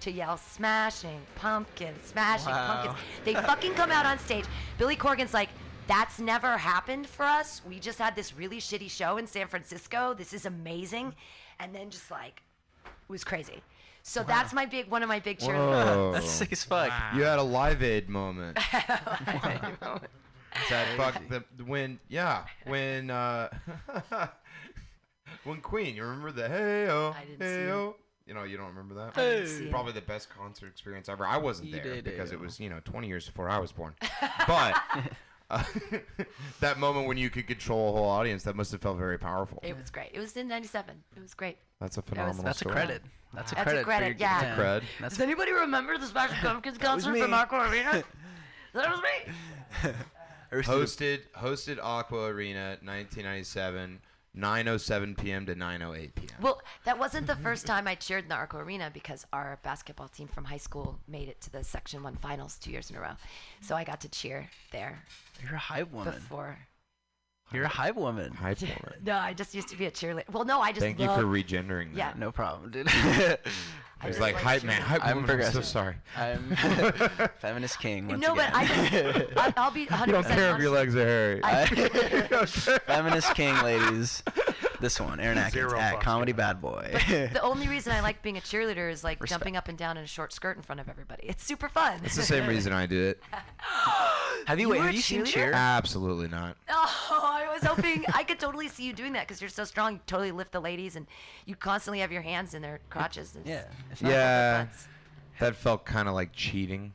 Speaker 10: to yell smashing pumpkins, smashing
Speaker 14: Wow.
Speaker 10: pumpkins. They fucking come out on stage. Billy Corgan's like, that's never happened for us. We just had this really shitty show in San Francisco. This is amazing. And then just like, it was crazy. So that's my big one of my big
Speaker 15: Whoa.
Speaker 10: cheerleaders.
Speaker 11: That's sick as fuck.
Speaker 15: You had a Live Aid moment. that fuck the when yeah when uh when Queen you remember the hey oh
Speaker 10: didn't see
Speaker 15: hey
Speaker 10: it.
Speaker 15: oh you know you don't remember that
Speaker 10: I didn't see it.
Speaker 15: probably the best concert experience ever I wasn't
Speaker 10: You
Speaker 15: there
Speaker 10: did,
Speaker 15: because
Speaker 10: hey,
Speaker 15: it was you know 20 years before I was born but uh, that moment when you could control a whole audience that must have felt very powerful
Speaker 10: It was great. It was in '97. It was great.
Speaker 15: that's a
Speaker 10: was-
Speaker 15: phenomenal
Speaker 11: That's a
Speaker 15: story.
Speaker 11: credit. That's a
Speaker 10: That's a
Speaker 11: credit. for
Speaker 10: credit,
Speaker 11: your-
Speaker 10: yeah.
Speaker 15: That's a cred.
Speaker 11: That's
Speaker 10: Does anybody remember the Smash Pumpkins
Speaker 11: That was
Speaker 10: concert from
Speaker 11: me.
Speaker 10: Aqua Arena? that was me.
Speaker 15: hosted hosted Aqua Arena 1997. 9:07 p.m. to 9:08 p.m.
Speaker 10: Well, that wasn't the first time I cheered in the Arco Arena because our basketball team from high school made it to the Section 1 finals two years in a row. So I got to cheer there.
Speaker 11: You're a hype woman.
Speaker 10: Before.
Speaker 11: You're a hype woman.
Speaker 15: Hype woman.
Speaker 10: No, I just used to be a cheerleader. Well, no, I just
Speaker 15: Thank
Speaker 10: love,
Speaker 15: you for regendering that.
Speaker 10: Yeah.
Speaker 11: No problem, dude.
Speaker 15: I was like, hype man, hype
Speaker 11: I'm
Speaker 15: woman. I'm so
Speaker 11: progressive.
Speaker 15: sorry.
Speaker 11: I'm feminist king. Once
Speaker 10: No, but
Speaker 11: again.
Speaker 10: I just, I- I'll be 100%
Speaker 15: You don't care if
Speaker 10: honest.
Speaker 15: your legs are hairy.
Speaker 11: Feminist King, ladies. This one, Aaron Atkins
Speaker 15: Zero
Speaker 11: at
Speaker 15: fucks
Speaker 11: Comedy Bad Boy.
Speaker 10: the only reason I like being a cheerleader is like
Speaker 11: Respect.
Speaker 10: jumping up and down in a short skirt in front of everybody. It's super fun.
Speaker 15: It's the same reason I do it.
Speaker 11: Have
Speaker 10: you- You wait, were have a you seen cheerleader? Cheer?
Speaker 15: Uh, Absolutely not.
Speaker 10: Oh, I was hoping I could totally see you doing that because you're so strong. You totally lift the ladies, and you constantly have your hands in their crotches. It's-
Speaker 11: Yeah. It's not-
Speaker 15: Yeah, that felt kind of like cheating.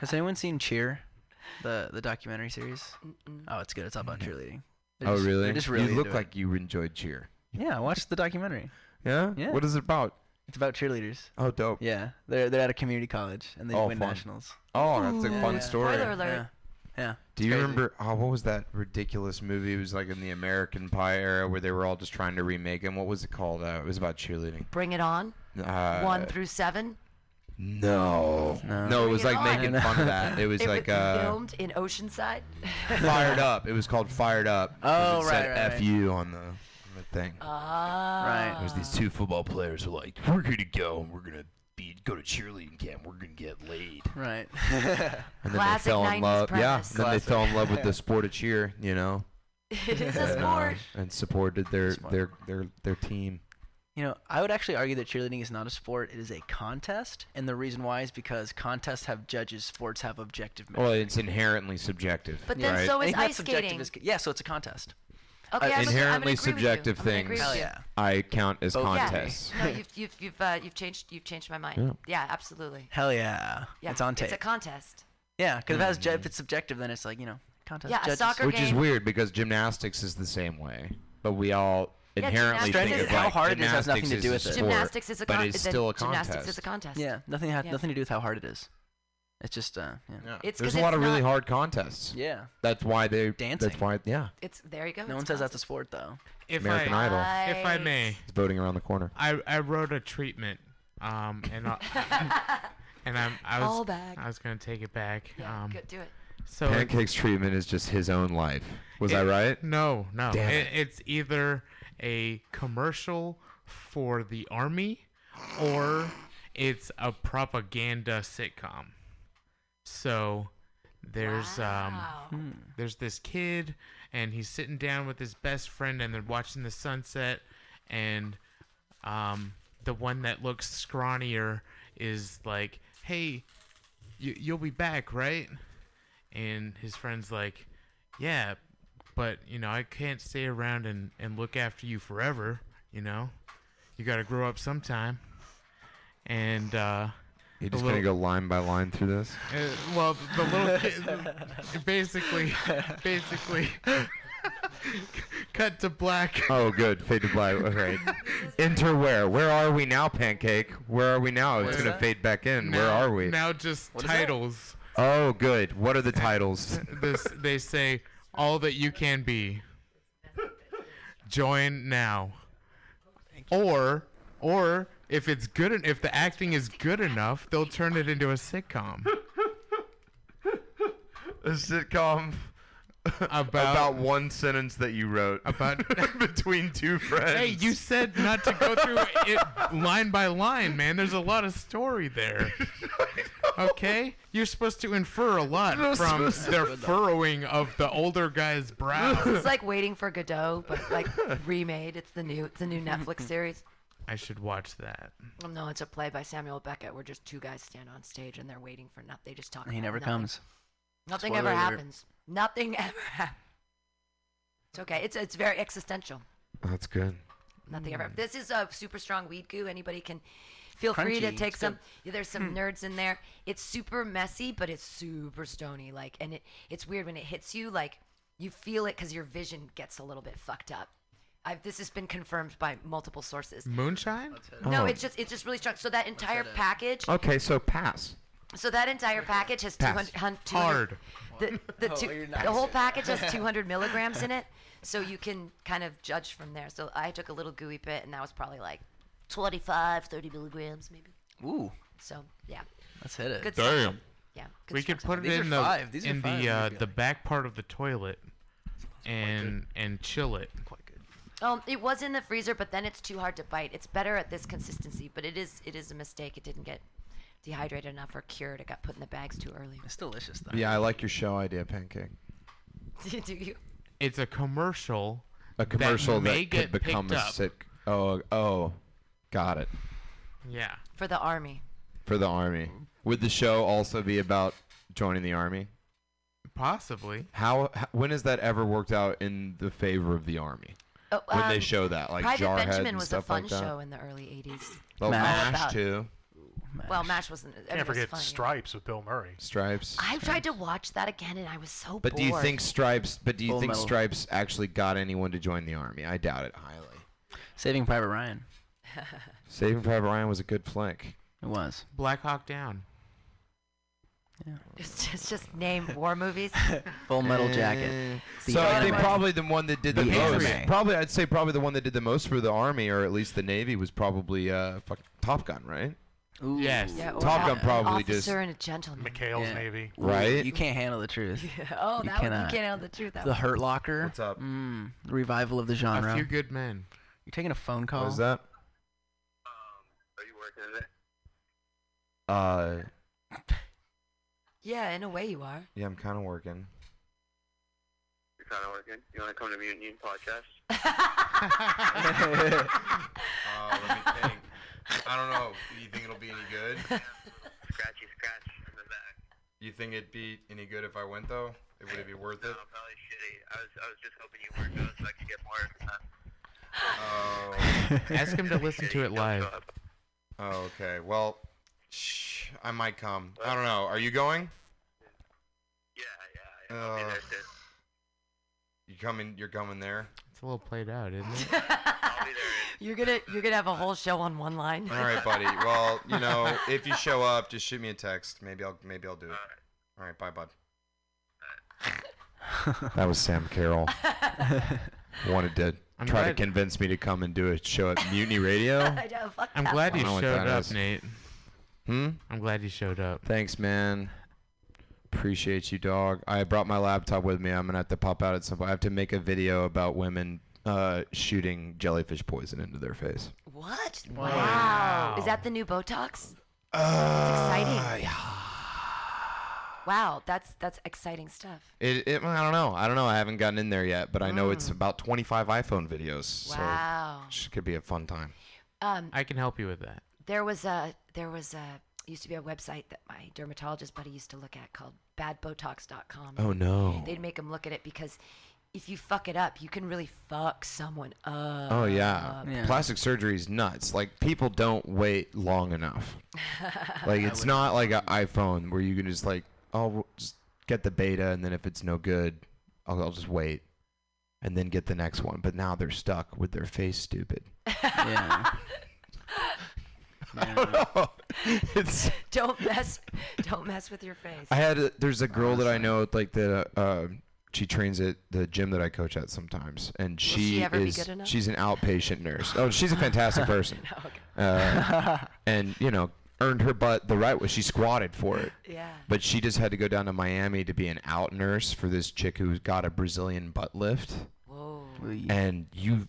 Speaker 11: Has anyone seen Cheer, the the documentary series? Oh, it's good. It's all about cheerleading. They're
Speaker 15: oh
Speaker 11: just-
Speaker 15: really?
Speaker 11: They're just really
Speaker 15: you
Speaker 11: into
Speaker 15: look
Speaker 11: it.
Speaker 15: like you enjoyed cheer.
Speaker 11: Yeah, I watched the documentary.
Speaker 15: Yeah?
Speaker 11: Yeah.
Speaker 15: What is it about?
Speaker 11: It's about cheerleaders.
Speaker 15: Oh, dope.
Speaker 11: Yeah, they're they're at a community college and they
Speaker 15: Oh,
Speaker 11: win
Speaker 15: fun.
Speaker 11: nationals.
Speaker 15: Oh, that's a
Speaker 11: Yeah,
Speaker 15: fun
Speaker 11: yeah.
Speaker 15: story.
Speaker 11: Yeah. yeah.
Speaker 15: Do you remember? Oh, what was that ridiculous movie? It was like in the American Pie era where they were all just trying to remake him. What was it called? Uh, it was about cheerleading.
Speaker 10: Bring it on.
Speaker 15: Uh,
Speaker 10: One through seven.
Speaker 15: No. No, it was
Speaker 10: Bring
Speaker 15: like
Speaker 10: it on.
Speaker 15: making fun of that. It was like uh,
Speaker 10: filmed in Oceanside.
Speaker 15: fired up. It was called fired up. 'cause
Speaker 10: Oh,
Speaker 15: it
Speaker 10: right, right,
Speaker 15: said
Speaker 10: right.
Speaker 15: "fu" on the, on the thing.
Speaker 10: Ah.
Speaker 15: It was these two football players were like, "We're gonna go and we're gonna be go to cheerleading camp. We're gonna get laid."
Speaker 11: Right.
Speaker 15: And then they fell in love. Yeah. And then they fell in love with the sport of cheer. You know.
Speaker 10: It is a
Speaker 15: and, uh,
Speaker 10: sport.
Speaker 15: and supported their their their their team.
Speaker 11: You know, I would actually argue that cheerleading is not a sport; it is a contest, and the reason why is because contests have judges, sports have objective.
Speaker 15: Well, it's inherently subjective.
Speaker 10: But then
Speaker 15: right?
Speaker 10: so is
Speaker 11: Anything that's
Speaker 10: Oh, ice
Speaker 11: subjective
Speaker 10: skating.
Speaker 11: is c- yeah, so it's a contest.
Speaker 10: Okay, I'm gonna- I'm gonna agree
Speaker 15: Uh, inherently
Speaker 10: with you.
Speaker 15: subjective
Speaker 10: I'm gonna agree
Speaker 15: things
Speaker 10: with you.
Speaker 15: I count as
Speaker 11: Both.
Speaker 10: Yeah.
Speaker 15: contests.
Speaker 10: No, you've you've you've uh, you've changed you've changed my mind. Yeah, absolutely.
Speaker 11: Hell yeah,
Speaker 10: Yeah,
Speaker 11: it's on tape.
Speaker 10: It's a contest.
Speaker 11: yeah, because if, it has ju- if it's subjective, then it's like you know, contest.
Speaker 10: Yeah, a
Speaker 11: judges.
Speaker 10: soccer
Speaker 15: Which is weird because gymnastics is the same way, but we all
Speaker 10: Yeah,
Speaker 15: inherently
Speaker 10: gymnastics is-
Speaker 15: think of
Speaker 10: how
Speaker 15: like,
Speaker 11: hard it is has
Speaker 15: gymnastics
Speaker 11: nothing to do
Speaker 15: is
Speaker 11: with
Speaker 15: a
Speaker 11: it.
Speaker 15: sport,
Speaker 10: Gymnastics is a
Speaker 15: but
Speaker 10: con-
Speaker 15: it's
Speaker 10: the
Speaker 15: still a contest.
Speaker 10: gymnastics is a contest.
Speaker 11: Yeah, nothing has
Speaker 10: Yeah.
Speaker 11: nothing to do with how hard it is. It's just uh, yeah.
Speaker 10: It's
Speaker 15: There's
Speaker 10: 'cause
Speaker 15: a lot
Speaker 10: it's
Speaker 15: of really
Speaker 10: not-
Speaker 15: hard contests.
Speaker 11: Yeah.
Speaker 15: That's why they
Speaker 11: Dancing.
Speaker 15: That's why yeah.
Speaker 10: It's there you go.
Speaker 11: No one says that's a sport though.
Speaker 12: If
Speaker 15: American
Speaker 12: I,
Speaker 15: Idol.
Speaker 12: If I may,
Speaker 15: It's voting around the corner.
Speaker 12: I, I wrote a treatment, um, and I, and I'm I was
Speaker 10: All back.
Speaker 12: I was gonna take it back. um,
Speaker 10: Good, do it.
Speaker 12: So it's-
Speaker 15: Pancake's treatment is just his own life. Was I
Speaker 12: It-
Speaker 15: right?
Speaker 12: No, no.
Speaker 15: Damn
Speaker 12: It- It's either a commercial for the army or it's a propaganda sitcom. So there's um there's this kid and he's sitting down with his best friend and they're watching the sunset and um the one that looks scrawnier is like, "Hey, you, you'll be back, right?" And his friend's like, "Yeah, but you know, I can't stay around and and look after you forever. You know, you got to grow up sometime." And uh,
Speaker 15: You're
Speaker 12: the
Speaker 15: just
Speaker 12: little-
Speaker 15: gonna go line by line through this.
Speaker 12: uh, well, the little kid, basically, basically, cut to black.
Speaker 15: Oh, good. Fade to black. Okay. Enter where? Where are we now, Pancake? Where are we now?
Speaker 12: What
Speaker 15: It's
Speaker 12: is
Speaker 15: gonna
Speaker 12: that?
Speaker 15: fade back in.
Speaker 12: Now,
Speaker 15: where are we?
Speaker 12: Now just titles.
Speaker 15: Oh, good. What are the titles?
Speaker 12: This they say all that you can be. Join now. Or or if it's good en- if the acting is good enough, they'll turn it into a sitcom.
Speaker 15: A sitcom
Speaker 12: about,
Speaker 15: one sentence that you wrote
Speaker 12: about
Speaker 15: between two friends.
Speaker 12: Hey, you said not to go through it line by line, man. There's a lot of story there. Okay? You're supposed to infer a lot
Speaker 15: You're
Speaker 12: from
Speaker 15: supposed to-
Speaker 12: their furrowing of the older guy's brow.
Speaker 10: It's like waiting for Godot, but like remade. It's the new it's a new Netflix series.
Speaker 12: I should watch that.
Speaker 10: Oh, no, it's a play by Samuel Beckett where just two guys stand on stage and they're waiting for nothing. They just talk.
Speaker 11: He
Speaker 10: about
Speaker 11: never
Speaker 10: nothing.
Speaker 11: comes.
Speaker 10: Nothing
Speaker 11: Spoiler
Speaker 10: ever
Speaker 11: alert.
Speaker 10: happens. Nothing ever happens. It's okay. It's it's very existential.
Speaker 15: Oh, That's good.
Speaker 10: Nothing ever. This is a super strong weed goo. Anybody can feel free to
Speaker 11: Crunchy.
Speaker 10: take
Speaker 11: It's
Speaker 10: some.
Speaker 11: good.
Speaker 10: yeah, There's some nerds in there. It's super messy, but it's super stony. Like, and it it's weird when it hits you. Like, you feel it because your vision gets a little bit fucked up. I've, this has been confirmed by multiple sources.
Speaker 12: Moonshine?
Speaker 10: No,
Speaker 15: Oh.
Speaker 10: it's just it's just really strong. So that entire package.
Speaker 15: Okay, so pass.
Speaker 10: So that entire package has two
Speaker 8: Pass.
Speaker 10: hundred. hun- 200
Speaker 8: Hard.
Speaker 10: The, the,
Speaker 8: Oh,
Speaker 10: two-
Speaker 8: you're
Speaker 10: the whole
Speaker 8: nice.
Speaker 10: package has 200 milligrams in it, so you can kind of judge from there. So I took a little gooey bit, and that was probably like 25, 30 milligrams, maybe.
Speaker 11: Ooh.
Speaker 10: So yeah,
Speaker 11: Let's hit it.
Speaker 10: Good stuff.
Speaker 11: Damn.
Speaker 10: Yeah. good
Speaker 8: we
Speaker 10: stuff.
Speaker 8: could put it
Speaker 11: These
Speaker 8: in the
Speaker 11: are five. These are
Speaker 8: in
Speaker 11: five.
Speaker 8: the uh,
Speaker 11: Really
Speaker 8: the back part of the toilet, and and chill it.
Speaker 10: Um, it was in the freezer, but then it's too hard to bite. It's better at this consistency, but it is it is a mistake. It didn't get dehydrated enough or cured. It got put in the bags too early.
Speaker 11: It's delicious though.
Speaker 15: Yeah, I like your show idea, Pancake.
Speaker 10: Do you?
Speaker 8: It's a commercial.
Speaker 15: A commercial that,
Speaker 8: may get
Speaker 15: could become a
Speaker 8: picked up.
Speaker 15: sit. Oh, oh, got it.
Speaker 8: Yeah.
Speaker 10: For the army.
Speaker 15: For the army. Would the show also be about joining the army?
Speaker 8: Possibly.
Speaker 15: How, h when has that ever worked out in the favor of the army?
Speaker 10: Oh,
Speaker 15: when they
Speaker 10: um,
Speaker 15: show that, like
Speaker 10: Private
Speaker 15: Jarhead
Speaker 10: Benjamin
Speaker 15: and
Speaker 10: was
Speaker 15: stuff
Speaker 10: a fun
Speaker 15: like that.
Speaker 10: show in the early '80s.
Speaker 15: Well,
Speaker 10: All
Speaker 15: Mash
Speaker 10: about-
Speaker 15: too.
Speaker 10: Well, Mash wasn't. I mean,
Speaker 13: Can't
Speaker 10: it was
Speaker 13: forget
Speaker 10: fun, yeah.
Speaker 13: Stripes with Bill Murray.
Speaker 15: Stripes.
Speaker 10: I tried to watch that again, and I was so
Speaker 15: But
Speaker 10: bored.
Speaker 15: do you think Stripes? But do you
Speaker 10: Full
Speaker 15: think
Speaker 10: Metal.
Speaker 15: Stripes actually got anyone to join the army? I doubt it highly.
Speaker 11: Saving Private Ryan.
Speaker 15: Saving Private Ryan was a good flick.
Speaker 11: It was.
Speaker 8: Black Hawk Down.
Speaker 10: It's just, just name war movies.
Speaker 11: Full
Speaker 15: Eh,
Speaker 11: Metal Jacket.
Speaker 10: The
Speaker 15: so I think
Speaker 10: anime.
Speaker 15: probably the one that did the,
Speaker 11: The
Speaker 15: most.
Speaker 11: anime.
Speaker 15: Probably I'd say probably the one that did the most for the army or at least the navy was probably uh fucking Top Gun, right?
Speaker 11: Ooh.
Speaker 8: Yes.
Speaker 10: Yeah, or
Speaker 15: Top
Speaker 10: how-
Speaker 15: Gun
Speaker 10: an
Speaker 15: probably
Speaker 10: officer
Speaker 15: just-
Speaker 10: and a gentleman.
Speaker 13: McHale's Navy.
Speaker 15: Right?
Speaker 11: You can't handle the truth.
Speaker 10: Yeah, oh, that one- you can't handle the truth, that
Speaker 11: the
Speaker 10: one.
Speaker 11: Hurt Locker.
Speaker 15: What's up?
Speaker 11: Mm, revival of the genre.
Speaker 8: A few good men.
Speaker 11: You're taking a phone call.
Speaker 15: What is that? Uh
Speaker 10: Yeah, in a way you are.
Speaker 15: yeah, I'm kind of working.
Speaker 14: You're kind of working. You want to come to Mutant Union Podcast?
Speaker 15: Uh, Oh, let me think. I don't know. Do you think it'll be any good?
Speaker 14: Scratchy scratch in the back.
Speaker 15: You think it'd be any good if I went though? It would it be worth it?
Speaker 14: No, probably shitty. I was, I was just hoping you weren't going so I could get more. uh,
Speaker 15: Oh.
Speaker 8: Ask him to listen to it live.
Speaker 15: Oh, okay. Well, shh, I might come. I don't know. Are you going? Yeah, yeah. I'll be there too. You coming? You're coming there.
Speaker 8: It's a little played out, isn't it?
Speaker 10: You're gonna you're gonna have a whole show on one line.
Speaker 15: All right, buddy. Well, you know, if you show up, just shoot me a text. Maybe I'll maybe I'll do it. All right, bye, bud. That was Sam Carroll. Wanted to
Speaker 8: I'm
Speaker 15: try
Speaker 8: glad-
Speaker 15: to convince me to come and do a show at Mutiny Radio.
Speaker 10: I know, fuck
Speaker 8: I'm
Speaker 10: that
Speaker 8: glad
Speaker 15: I
Speaker 8: you
Speaker 15: don't know what
Speaker 8: showed
Speaker 15: that
Speaker 8: up,
Speaker 15: is.
Speaker 8: Nate.
Speaker 15: Hmm.
Speaker 8: I'm glad you showed up.
Speaker 15: Thanks, man. Appreciate you, dog. I brought my laptop with me. I'm gonna have to pop out at some point. I have to make a video about women uh, shooting jellyfish poison into their face.
Speaker 10: What? Wow. Is that the new Botox? it's exciting. Wow, that's that's exciting stuff.
Speaker 15: It, it, I don't know. I don't know. I haven't gotten in there yet, but I know
Speaker 8: Mm.
Speaker 15: it's about 25 iPhone videos.
Speaker 10: Wow.
Speaker 15: So it could be a fun time.
Speaker 10: Um,
Speaker 8: I can help you with that.
Speaker 10: there was a there was a used to be a website that my dermatologist buddy used to look at called badbotox.com.
Speaker 15: Oh, no.
Speaker 10: They'd make him look at it because if you fuck it up, you can really fuck someone up.
Speaker 15: oh yeah. Plastic surgery is nuts. Like people don't wait long enough. like it's not like an iPhone where you can just like, oh, we'll just get the beta, and then if it's no good, I'll, I'll just wait, and then get the next one. But now they're stuck with their face stupid.
Speaker 11: yeah.
Speaker 15: I don't know. it's.
Speaker 10: don't mess don't mess with your face.
Speaker 15: I had a, there's a girl that I know like that uh, uh, she trains at the gym that I coach at sometimes, and she,
Speaker 10: she ever be
Speaker 15: is
Speaker 10: good enough?
Speaker 15: she's an outpatient nurse. Oh, she's a fantastic person, uh, and you know earned her butt the right way. She squatted for it.
Speaker 10: Yeah.
Speaker 15: But she just had to go down to Miami to be an out nurse for this chick who's got a Brazilian butt lift.
Speaker 10: Whoa.
Speaker 15: And you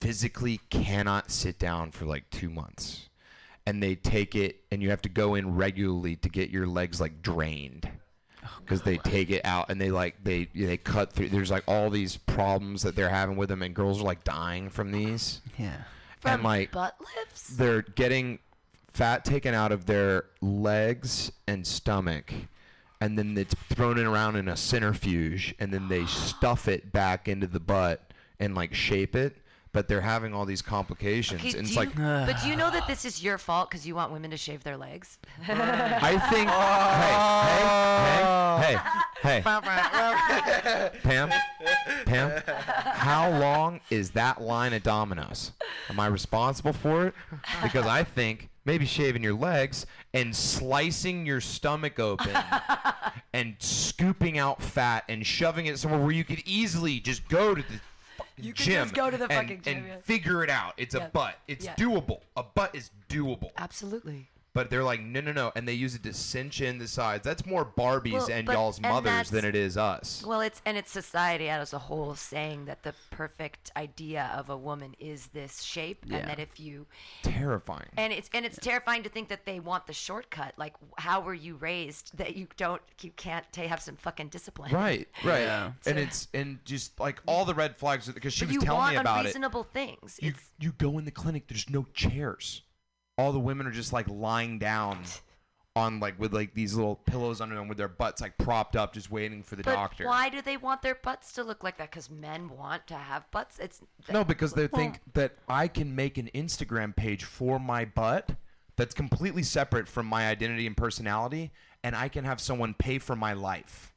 Speaker 15: physically cannot sit down for like two months. And they take it, and you have to go in regularly to get your legs like drained. Because they take it out and they like they they cut through. There's like all these problems that they're having with them, and girls are like dying from these.
Speaker 11: Yeah.
Speaker 15: and like
Speaker 10: butt lifts.
Speaker 15: They're getting fat taken out of their legs and stomach, and then it's thrown in around in a centrifuge, and then they stuff it back into the butt and like shape it. But they're having all these complications,
Speaker 10: Okay,
Speaker 15: and
Speaker 10: do
Speaker 15: it's
Speaker 10: you-
Speaker 15: like
Speaker 10: but do you know that this is your fault because you want women to shave their legs?
Speaker 15: I think. Hey, hey, hey, hey, Pam, Pam, how long is that line at Domino's? Am I responsible for it? Because I think maybe shaving your legs and slicing your stomach open and scooping out fat and shoving it somewhere where you could easily just go to the fucking
Speaker 10: You could
Speaker 15: gym
Speaker 10: just go to the
Speaker 15: and,
Speaker 10: fucking gym,
Speaker 15: and
Speaker 10: yeah.
Speaker 15: figure it out. It's
Speaker 10: Yeah.
Speaker 15: a butt. It's
Speaker 10: Yeah.
Speaker 15: doable. A butt is doable.
Speaker 10: Absolutely.
Speaker 15: But they're like, no, no, no, and they use it to cinch in the sides. That's more Barbies
Speaker 10: Well,
Speaker 15: and
Speaker 10: but-
Speaker 15: y'all's
Speaker 10: and
Speaker 15: mothers than
Speaker 10: that's-
Speaker 15: it is us.
Speaker 10: Well, it's and it's society as a whole saying that the perfect idea of a woman is this shape,
Speaker 15: Yeah.
Speaker 10: and that if you
Speaker 15: Terrifying.
Speaker 10: and it's and it's terrifying to think that they want the shortcut. Like, w- how were you raised that you don't you can't ta have some fucking discipline?
Speaker 15: Right, right.
Speaker 10: Yeah.
Speaker 15: And it's and just like all the red flags because she
Speaker 10: but
Speaker 15: was
Speaker 10: you
Speaker 15: telling
Speaker 10: want
Speaker 15: me about it.
Speaker 10: unreasonable things.
Speaker 15: You you go in the clinic, there's no chairs. All the women are just like lying down on like with like these little pillows under them with their butts like propped up just waiting for the
Speaker 10: but
Speaker 15: doctor.
Speaker 10: why do they want their butts to look like that? Because men want to have butts. It's
Speaker 15: No, because they
Speaker 10: Well,
Speaker 15: think that I can make an Instagram page for my butt that's completely separate from my identity and personality and I can have someone pay for my life.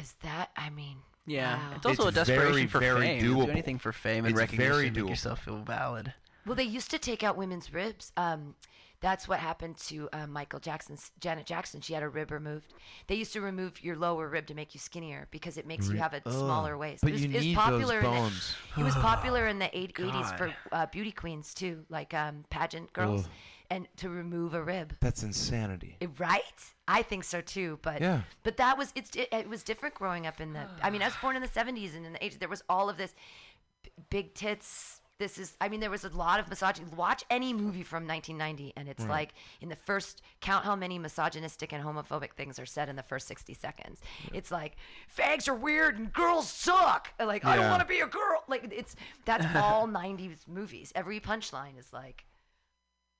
Speaker 10: is that. I mean,
Speaker 11: Yeah,
Speaker 10: wow.
Speaker 11: it's also
Speaker 15: It's
Speaker 11: a desperation
Speaker 15: very,
Speaker 11: for
Speaker 15: very
Speaker 11: fame. You'll
Speaker 15: doable.
Speaker 11: Do anything for fame and
Speaker 15: It's
Speaker 11: recognition. to
Speaker 15: very doable.
Speaker 11: Make yourself feel valid.
Speaker 10: Well, they used to take out women's ribs. Um, that's what happened to uh, Michael Jackson's Janet Jackson. She had her rib removed. They used to remove your lower rib to make you skinnier because it makes you
Speaker 15: Re-
Speaker 10: have a
Speaker 15: Ugh.
Speaker 10: smaller waist. it
Speaker 15: But
Speaker 10: was,
Speaker 15: you
Speaker 10: it was
Speaker 15: need those
Speaker 10: popular in the-
Speaker 15: bones.
Speaker 10: it was popular in the eight- 80s
Speaker 15: God.
Speaker 10: for uh, beauty queens too, like um, pageant girls,
Speaker 15: Ugh.
Speaker 10: and to remove a rib.
Speaker 15: That's insanity.
Speaker 10: It- Right? I think so too, but
Speaker 15: Yeah.
Speaker 10: but that was it's it, it was different growing up in the I mean, I was born in the 70s and in the 80s there was all of this b- big tits this is I mean there was a lot of misogyny. Watch any movie from 1990 and it's
Speaker 16: Right.
Speaker 10: like in the first count how many misogynistic and homophobic things are said in the first 60 seconds. It's like fags are weird and girls suck. And like I don't
Speaker 16: Yeah.
Speaker 10: want to be a girl. Like it's that's all 90s movies. Every punchline is like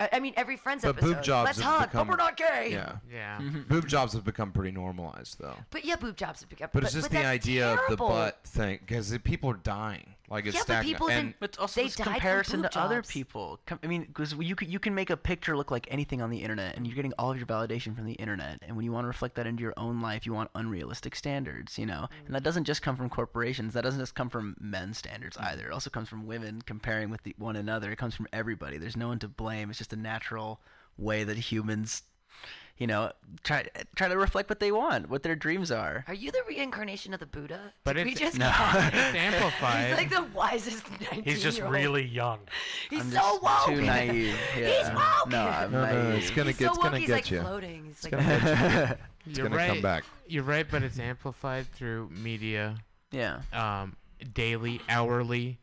Speaker 10: I I mean, every Friends
Speaker 15: But
Speaker 10: episode.
Speaker 15: boob jobs
Speaker 10: Let's
Speaker 15: have
Speaker 10: hug,
Speaker 15: become,
Speaker 10: but we're not gay.
Speaker 15: Yeah.
Speaker 8: Yeah.
Speaker 15: boob jobs have become pretty normalized though.
Speaker 10: But yeah, boob jobs have become.
Speaker 15: But, it's just the
Speaker 10: that's
Speaker 15: idea of the
Speaker 10: terrible.
Speaker 15: butt thing because people are dying. Like it's
Speaker 10: Yeah, but
Speaker 15: stagnant.
Speaker 10: people
Speaker 15: and
Speaker 10: then
Speaker 11: But also
Speaker 10: they
Speaker 11: this
Speaker 10: died from
Speaker 11: comparison
Speaker 10: boob
Speaker 11: to other
Speaker 10: jobs.
Speaker 11: people. Com- I mean, because you can, you can make a picture look like anything on the internet, and you're getting all of your validation from the internet. And when you want to reflect that into your own life, you want unrealistic standards, you know. And that doesn't just come from corporations. That doesn't just come from men's standards
Speaker 15: Mm-hmm.
Speaker 11: either. It also comes from women comparing with the, one another. It comes from everybody. There's no one to blame. It's just a natural way that humans, you know, try try to reflect what they want, what their dreams are.
Speaker 10: Are you the reincarnation of the Buddha?
Speaker 11: But
Speaker 10: Did
Speaker 11: it's-
Speaker 10: we just
Speaker 11: No. It's amplified.
Speaker 10: He's like the wisest 19
Speaker 13: He's just
Speaker 10: year old.
Speaker 13: really young.
Speaker 10: He's
Speaker 11: I'm
Speaker 10: so
Speaker 11: just
Speaker 10: woke.
Speaker 11: Too naive. Yeah.
Speaker 10: He's woke.
Speaker 11: No, I'm
Speaker 15: No, no,
Speaker 11: naive.
Speaker 15: it's gonna
Speaker 10: He's
Speaker 15: get,
Speaker 10: so
Speaker 15: it's gonna
Speaker 10: woke, he's,
Speaker 15: get
Speaker 10: like,
Speaker 15: you.
Speaker 10: floating. He's
Speaker 15: It's
Speaker 10: like-
Speaker 15: gonna get you. It's
Speaker 8: You're
Speaker 15: gonna
Speaker 8: right.
Speaker 15: come back.
Speaker 8: You're right, but it's amplified through media.
Speaker 11: Yeah.
Speaker 15: Uh,
Speaker 8: Um, daily, hourly,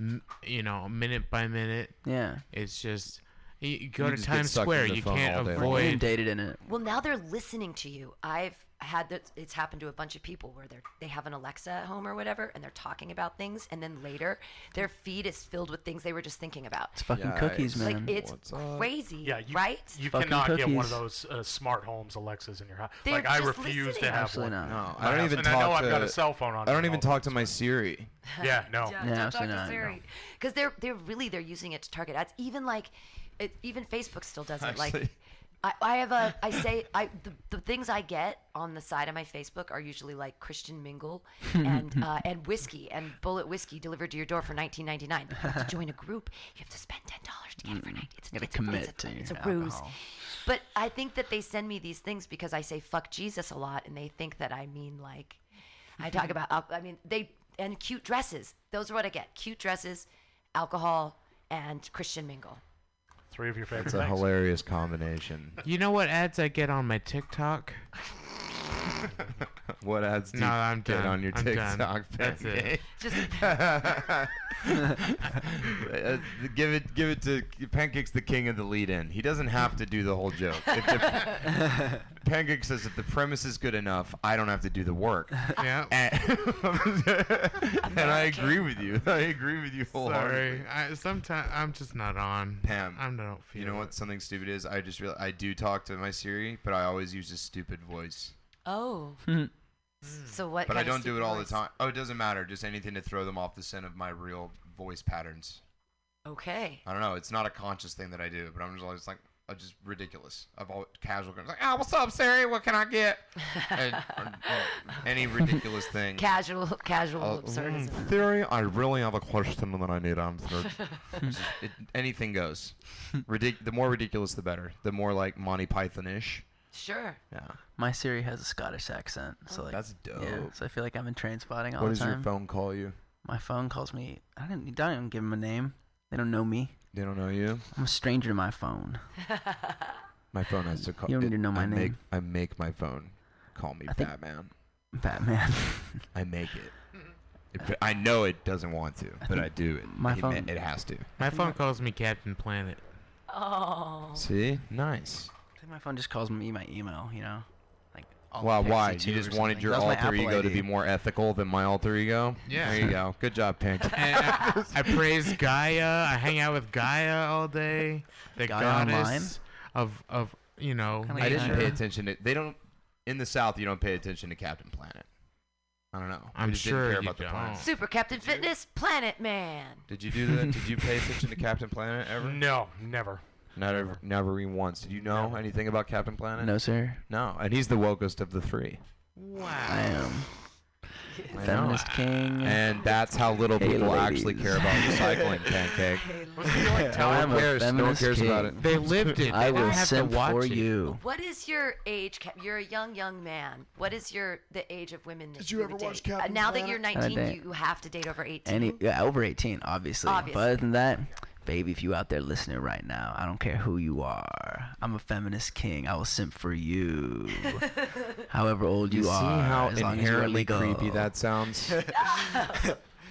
Speaker 8: m- you know, minute by minute.
Speaker 11: Yeah.
Speaker 8: It's just you, you go
Speaker 11: You
Speaker 8: to
Speaker 11: just get
Speaker 8: Times
Speaker 11: sucked
Speaker 8: Square.
Speaker 11: into
Speaker 8: You
Speaker 11: the phone all
Speaker 8: can't
Speaker 11: day long.
Speaker 8: avoid
Speaker 11: Inundated in it.
Speaker 10: Well, now they're listening to you. I've had that. It's happened to a bunch of people where they are they have an Alexa at home or whatever, and they're talking about things, and then later their feed is filled with things they were just thinking about. It's
Speaker 11: fucking cookies,
Speaker 10: like
Speaker 11: man.
Speaker 10: it's
Speaker 11: What's up?
Speaker 10: crazy,
Speaker 13: Yeah, you,
Speaker 10: right?
Speaker 13: You
Speaker 11: Fucking
Speaker 13: cannot get one
Speaker 11: cookies.
Speaker 13: of those uh, smart homes Alexas in your house.
Speaker 10: They're
Speaker 13: like I
Speaker 10: just
Speaker 13: refuse
Speaker 10: listening.
Speaker 13: to have
Speaker 11: Absolutely
Speaker 13: one.
Speaker 11: not.
Speaker 15: No,
Speaker 13: My
Speaker 15: I don't
Speaker 13: house-
Speaker 15: even
Speaker 13: and
Speaker 15: talk
Speaker 13: I know
Speaker 15: to.
Speaker 13: I've got a cell phone on.
Speaker 15: I
Speaker 13: it
Speaker 15: don't
Speaker 13: and
Speaker 15: even
Speaker 13: all
Speaker 15: talk to my Siri.
Speaker 13: Yeah, no.
Speaker 10: Yeah, don't
Speaker 15: No,
Speaker 10: talk
Speaker 15: absolutely
Speaker 10: to
Speaker 15: not,
Speaker 10: Siri. Because they're they're really they're using it to target ads. Even like, it, even Facebook still does it. Like,
Speaker 15: Actually-
Speaker 10: I, I have a I say I the, the things I get on the side of my Facebook are usually like Christian mingle and uh, and whiskey and bullet whiskey delivered to your door for 19.99. But You have to join a group. You have to spend ten dollars to get it for night. It's,
Speaker 11: You gotta
Speaker 10: it's a- it's a-
Speaker 11: commit to your
Speaker 10: It's a ruse.
Speaker 11: alcohol.
Speaker 10: But I think that they send me these things because I say fuck Jesus a lot, and they think that I mean like I talk about. al- I mean, they and cute dresses. Those are what I get: cute dresses, alcohol, and Christian mingle.
Speaker 13: Three of your favorite
Speaker 15: It's a
Speaker 13: things.
Speaker 15: hilarious combination.
Speaker 8: You know what ads I get on my TikTok?
Speaker 15: what ads do
Speaker 8: No,
Speaker 15: you
Speaker 8: I'm
Speaker 15: get
Speaker 8: done.
Speaker 15: on your
Speaker 8: I'm done.
Speaker 15: TikTok?
Speaker 8: That's it.
Speaker 15: Uh, give it, give it to Pancake's the king of the lead-in. He doesn't have to do the whole joke. If the, Pancake says if the premise is good enough, I don't have to do the work.
Speaker 8: Yeah.
Speaker 15: And, and I agree with you. I agree with you wholeheartedly.
Speaker 8: Sorry, I, sometimes I'm just not on.
Speaker 15: Pam,
Speaker 8: I don't feel.
Speaker 15: you know
Speaker 8: it.
Speaker 15: what? Something stupid is. I just real I do talk to my Siri, but I always use a stupid voice.
Speaker 10: Oh.
Speaker 11: Mm.
Speaker 10: so what?
Speaker 15: but I
Speaker 10: kind of
Speaker 15: don't do it all the
Speaker 10: superpowers?
Speaker 15: time. Oh, it doesn't matter. Just anything to throw them off the scent of my real voice patterns.
Speaker 10: Okay.
Speaker 15: I don't know. It's not a conscious thing that I do, but I'm just always like, uh, just ridiculous. I've all casual guns like, ah, what's up, Sari? What can I get? and, uh, or- or any ridiculous thing.
Speaker 10: Casual, casual
Speaker 15: Uh,
Speaker 10: absurdism.
Speaker 15: In theory, I really have a question that I need answered. It's just- it, anything goes. Ridic- the more ridiculous, the better. The more like Monty Python ish.
Speaker 10: Sure.
Speaker 15: Yeah.
Speaker 11: My Siri has a Scottish accent, so like
Speaker 15: That's
Speaker 11: Yeah,
Speaker 15: dope.
Speaker 11: so I feel like I'm in train spotting all
Speaker 15: What
Speaker 11: the
Speaker 15: does
Speaker 11: time.
Speaker 15: your phone call you?
Speaker 11: My phone calls me. I don't, don't even give them a name. They don't know me.
Speaker 15: They don't know you.
Speaker 11: I'm a stranger to my phone.
Speaker 15: My phone has to call.
Speaker 11: You don't need to know my
Speaker 15: I Make,
Speaker 11: name.
Speaker 15: I make my phone call me
Speaker 11: I think-
Speaker 15: Batman.
Speaker 11: Batman.
Speaker 15: I make it. It pr- I know it doesn't want to, but I do it.
Speaker 8: my
Speaker 15: It ma-
Speaker 8: phone-
Speaker 15: It has to.
Speaker 8: My phone calls me Captain Planet.
Speaker 10: Oh.
Speaker 15: See, nice.
Speaker 11: I think my phone just calls me my email. You know, like. all
Speaker 15: Wow,
Speaker 11: pixie
Speaker 15: why?
Speaker 11: too
Speaker 15: You
Speaker 11: or
Speaker 15: just wanted
Speaker 11: something.
Speaker 15: your
Speaker 11: That was my
Speaker 15: alter
Speaker 11: Apple
Speaker 15: ego to
Speaker 11: ID.
Speaker 15: be more ethical than my alter ego?
Speaker 11: Yeah.
Speaker 15: There you go. Good job, Pink.
Speaker 8: And I, I praise Gaia. I hang out with Gaia all day. The
Speaker 15: Gaia
Speaker 8: goddess of of you know.
Speaker 15: I didn't
Speaker 8: nature.
Speaker 15: pay attention to. They don't. In the South, you don't pay attention to Captain Planet. I don't know. We
Speaker 8: I'm
Speaker 15: just
Speaker 8: sure
Speaker 15: didn't care
Speaker 8: you
Speaker 15: about the planet.
Speaker 10: Super Captain Fitness Planet Man.
Speaker 15: Did you do that? Did you pay attention to Captain Planet ever?
Speaker 13: No, never.
Speaker 15: Not ever, never even once. Did you know anything about Captain Planet?
Speaker 11: No, sir.
Speaker 15: No, and he's the wokest of the three.
Speaker 11: I am.
Speaker 15: I
Speaker 11: Feminist king.
Speaker 15: And that's how little
Speaker 11: Hey,
Speaker 15: people actually care about
Speaker 11: ladies.
Speaker 15: recycling, pancake. no
Speaker 11: I
Speaker 15: one
Speaker 11: am a
Speaker 15: cares. No one
Speaker 11: feminist
Speaker 15: cares about
Speaker 11: king.
Speaker 15: it.
Speaker 8: They lived it.
Speaker 11: I
Speaker 8: They
Speaker 11: will
Speaker 8: didn't have to
Speaker 11: send
Speaker 8: watch
Speaker 11: for
Speaker 8: it.
Speaker 11: you.
Speaker 10: What is your age? Cap- You're a young, young man. What is your the age of women that
Speaker 16: Did you
Speaker 10: would
Speaker 16: ever watch
Speaker 10: date? Uh,
Speaker 16: Captain
Speaker 10: now that
Speaker 16: Planet?
Speaker 10: you're
Speaker 11: Gotta
Speaker 10: 19,
Speaker 11: date.
Speaker 10: you, you have to date over 18.
Speaker 11: Any yeah, over 18, obviously. But
Speaker 10: Obviously.
Speaker 11: other than that, baby, if you out there listening right now, I don't care who you are. I'm a feminist king. I will simp for you. However old you,
Speaker 15: You see
Speaker 11: are.
Speaker 15: how
Speaker 11: as long as you are
Speaker 15: inherently
Speaker 11: legal.
Speaker 15: creepy that sounds?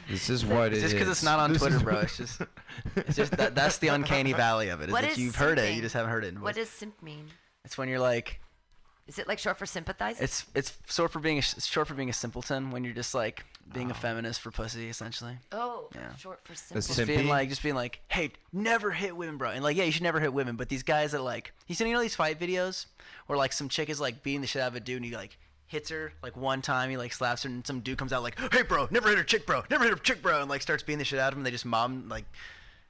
Speaker 15: This is what it
Speaker 11: It's
Speaker 15: is.
Speaker 11: just because it's not on
Speaker 15: This
Speaker 11: Twitter,
Speaker 15: is
Speaker 11: bro.
Speaker 15: what-
Speaker 11: It's just, it's just that, that's the uncanny valley of it. Is
Speaker 10: What
Speaker 11: that
Speaker 10: is
Speaker 11: you've heard it, you
Speaker 10: simping?
Speaker 11: just haven't heard it. In
Speaker 10: What
Speaker 11: voice.
Speaker 10: does simp mean?
Speaker 11: It's when you're like,
Speaker 10: Is it like short for sympathize?
Speaker 11: it's it's short for being a, it's short for being a simpleton. When you're just like being a feminist for pussy, essentially.
Speaker 10: oh,
Speaker 11: Yeah.
Speaker 10: short for simp.
Speaker 11: Just being like, just being like, hey, never hit women, bro. And like, yeah, you should never hit women. But these guys that like, you seen you know these fight videos where like some chick is like beating the shit out of a dude, and he like hits her like one time, he like slaps her, and some dude comes out like, hey, bro, never hit a chick, bro, never hit a chick, bro, and like starts beating the shit out of him. They just mom like,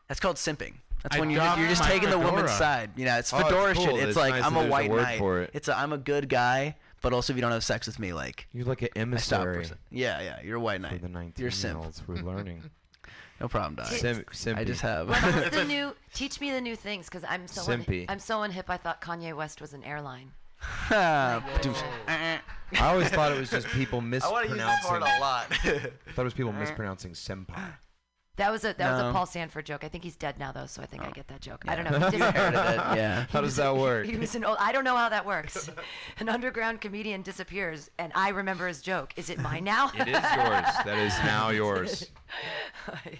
Speaker 11: that's called simping. That's
Speaker 4: I
Speaker 11: when you're just,
Speaker 4: doffed
Speaker 11: you're just
Speaker 4: my
Speaker 11: taking the woman's
Speaker 4: fedora.
Speaker 11: side. You know, it's
Speaker 4: Oh, it's
Speaker 11: fedora
Speaker 4: cool.
Speaker 11: shit. It's,
Speaker 4: It's
Speaker 11: like
Speaker 4: nice
Speaker 11: I'm
Speaker 4: that there's
Speaker 11: a
Speaker 4: a
Speaker 11: white
Speaker 4: word
Speaker 11: knight.
Speaker 4: for it.
Speaker 11: It's a, I'm a good guy, but also if you don't have sex with me, like
Speaker 15: You're like an
Speaker 11: I stop for
Speaker 15: emissary.
Speaker 11: se- Yeah, yeah, you're a white knight.
Speaker 15: the
Speaker 11: You're simp.
Speaker 15: 19-year-olds. We're learning.
Speaker 11: No problem, Doc.
Speaker 15: Sim-
Speaker 11: I
Speaker 15: simpy.
Speaker 11: just have.
Speaker 10: What else the new? Teach me the new things, because I'm so un-
Speaker 15: Simpy.
Speaker 10: I'm so unhip. I thought Kanye West was an airline.
Speaker 11: I
Speaker 15: I always thought it was just people
Speaker 11: wanna
Speaker 15: mispronouncing.
Speaker 11: use this word a lot.
Speaker 15: I thought it was people mispronouncing senpai.
Speaker 10: That was a that was
Speaker 15: No.
Speaker 10: a Paul Sanford joke. I think he's dead now though, so I
Speaker 11: Oh.
Speaker 10: think I get that joke. I don't
Speaker 15: Yeah.
Speaker 10: know. He
Speaker 15: You
Speaker 10: dis-
Speaker 15: heard of that, yeah. How
Speaker 10: He
Speaker 15: does
Speaker 10: was-
Speaker 15: that work?
Speaker 10: He was an old. I don't know how that works. an underground comedian disappears, and I remember his joke. Is it mine now?
Speaker 15: It is yours. That is now yours.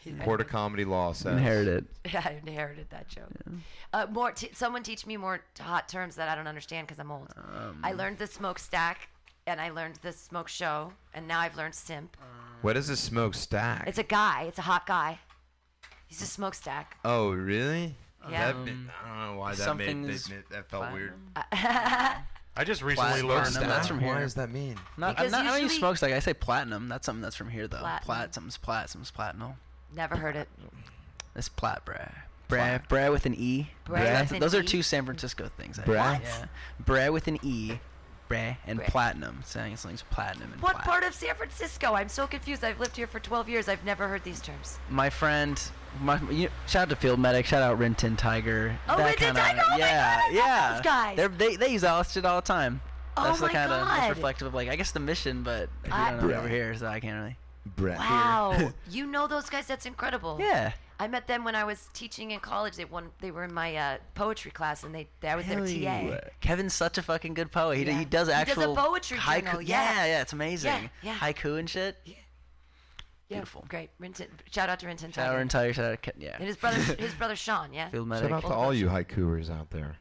Speaker 10: He-
Speaker 15: Port of comedy law says.
Speaker 11: Inherited.
Speaker 10: Yeah, I inherited that joke. Uh, more. T- someone teach me more t- hot terms that I don't understand because I'm old. I
Speaker 15: Um.
Speaker 10: learned the smokestack, and I learned the smoke show, and now I've learned simp.
Speaker 15: What is a smokestack?
Speaker 10: It's a guy. It's a hot guy. He's a smokestack.
Speaker 15: Oh, really?
Speaker 10: Yeah.
Speaker 15: That bit- I don't know why that made,
Speaker 11: something
Speaker 15: that,
Speaker 11: is
Speaker 15: made- that felt weird.
Speaker 13: I just recently learned
Speaker 11: Platinum, that's from here.
Speaker 15: Why does that mean?
Speaker 11: Not,
Speaker 10: Because
Speaker 11: I'm not, I don't use
Speaker 10: usually-
Speaker 11: smokestack. I say platinum. That's something that's from here though.
Speaker 10: Platinum.
Speaker 11: Plat, something's plat, something's platinum.
Speaker 10: Never heard it.
Speaker 11: It's plat, bruh. Bruh, bruh with an e.
Speaker 10: Bruh
Speaker 11: That's-
Speaker 10: with an
Speaker 11: Those are
Speaker 10: E?
Speaker 11: two San Francisco things. I
Speaker 15: Bruh?
Speaker 11: think. Yeah. Bruh with an e. Bruh and
Speaker 10: Bruh.
Speaker 11: platinum. Saying something's platinum and
Speaker 10: What
Speaker 11: plat.
Speaker 10: part of San Francisco? I'm so confused. I've lived here for 12 years. I've never heard these terms.
Speaker 11: my friend, my, you, shout out to Field Medic, shout out Rin Tin Tiger.
Speaker 10: Oh,
Speaker 11: that
Speaker 10: Rin Tin
Speaker 11: kinda-
Speaker 10: Tiger, oh my
Speaker 11: yeah,
Speaker 10: God, I love
Speaker 11: yeah.
Speaker 10: those guys.
Speaker 11: They're, they they use all that shit all the time.
Speaker 10: Oh
Speaker 11: That's
Speaker 10: my
Speaker 11: the kind of that's
Speaker 10: God.
Speaker 11: reflective of like I guess the mission, but if you
Speaker 10: I-
Speaker 11: don't know
Speaker 10: Bruh.
Speaker 11: over here, so I can't really.
Speaker 15: Brett.
Speaker 10: Wow. you know those guys? That's incredible.
Speaker 11: Yeah.
Speaker 10: I met them when I was teaching in college. They won, They were in my uh, poetry class, and they I was their TA.
Speaker 11: Kevin's such a fucking good poet. He, d
Speaker 10: Yeah.
Speaker 11: he does
Speaker 10: He does a
Speaker 11: actual
Speaker 10: poetry
Speaker 11: haiku.
Speaker 10: journal,
Speaker 11: yeah,
Speaker 10: yeah.
Speaker 11: it's amazing.
Speaker 10: yeah.
Speaker 11: Haiku and shit.
Speaker 10: Yeah,
Speaker 11: Beautiful.
Speaker 10: Great. Rintin, shout out to Rintin
Speaker 11: Shout out Rin
Speaker 10: Tiger.
Speaker 11: Tiger. Shout out Ke- yeah.
Speaker 10: And his brother, his brother Sean. Yeah.
Speaker 11: Field
Speaker 15: Shout
Speaker 11: Medic.
Speaker 15: out to all you haikuers out there.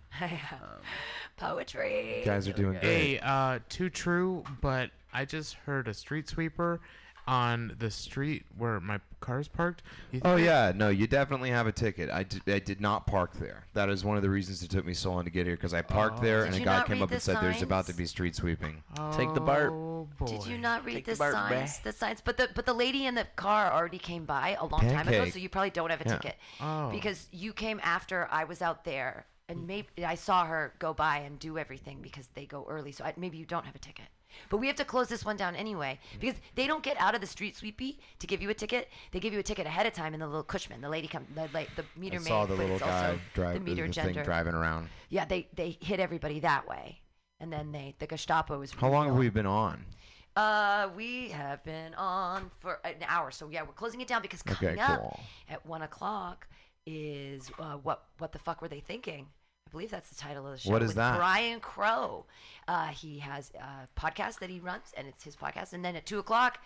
Speaker 10: poetry.
Speaker 15: You guys are doing
Speaker 8: Hey,
Speaker 15: great.
Speaker 8: uh, too true, but I just heard a street sweeper on the street where my car's parked. You
Speaker 15: Oh
Speaker 8: think-
Speaker 15: yeah, no, you definitely have a ticket. I did, I did not park there. That is one of the reasons it took me so long to get here because I parked
Speaker 8: Oh.
Speaker 15: there
Speaker 8: Did
Speaker 15: and a
Speaker 8: you
Speaker 15: guy
Speaker 8: not
Speaker 15: came
Speaker 8: read
Speaker 15: up
Speaker 8: the
Speaker 15: and said there's about to
Speaker 8: signs?
Speaker 15: be street sweeping.
Speaker 11: Take the BART.
Speaker 8: Oh,
Speaker 10: Did you not read
Speaker 11: Take the
Speaker 10: the
Speaker 11: Bart, bruh.
Speaker 10: signs? The signs, but the but the lady in the car already came by a long time ago,
Speaker 15: Pancake.
Speaker 10: so you probably don't have a
Speaker 15: Yeah.
Speaker 10: ticket
Speaker 15: Oh.
Speaker 10: because you came after I was out there and maybe I saw her go by and do everything because they go early. So I, maybe you don't have a ticket. But we have to close this one down anyway
Speaker 15: Mm.
Speaker 10: because they don't get out of the street sweepy to give you a ticket. They give you a ticket ahead of time, and the little Cushman, the lady come, the, la- the meter
Speaker 15: I
Speaker 10: maid,
Speaker 15: saw the
Speaker 10: but
Speaker 15: little
Speaker 10: it's also
Speaker 15: guy
Speaker 10: the
Speaker 15: drive,
Speaker 10: meter
Speaker 15: this
Speaker 10: gender.
Speaker 15: thing driving around.
Speaker 10: Yeah, they they hit everybody that way, and then they the Gestapo was.
Speaker 15: How long have we been on?
Speaker 10: Uh, we have been on for an hour, so yeah, we're closing it down because
Speaker 15: Okay,
Speaker 10: coming up
Speaker 15: cool.
Speaker 10: at one o'clock is uh, what what the fuck were they thinking? I believe that's the title of the show.
Speaker 15: What is
Speaker 10: with
Speaker 15: that?
Speaker 10: Brian Crow. Uh, he has a podcast that he runs, and it's his podcast. And then at two o'clock,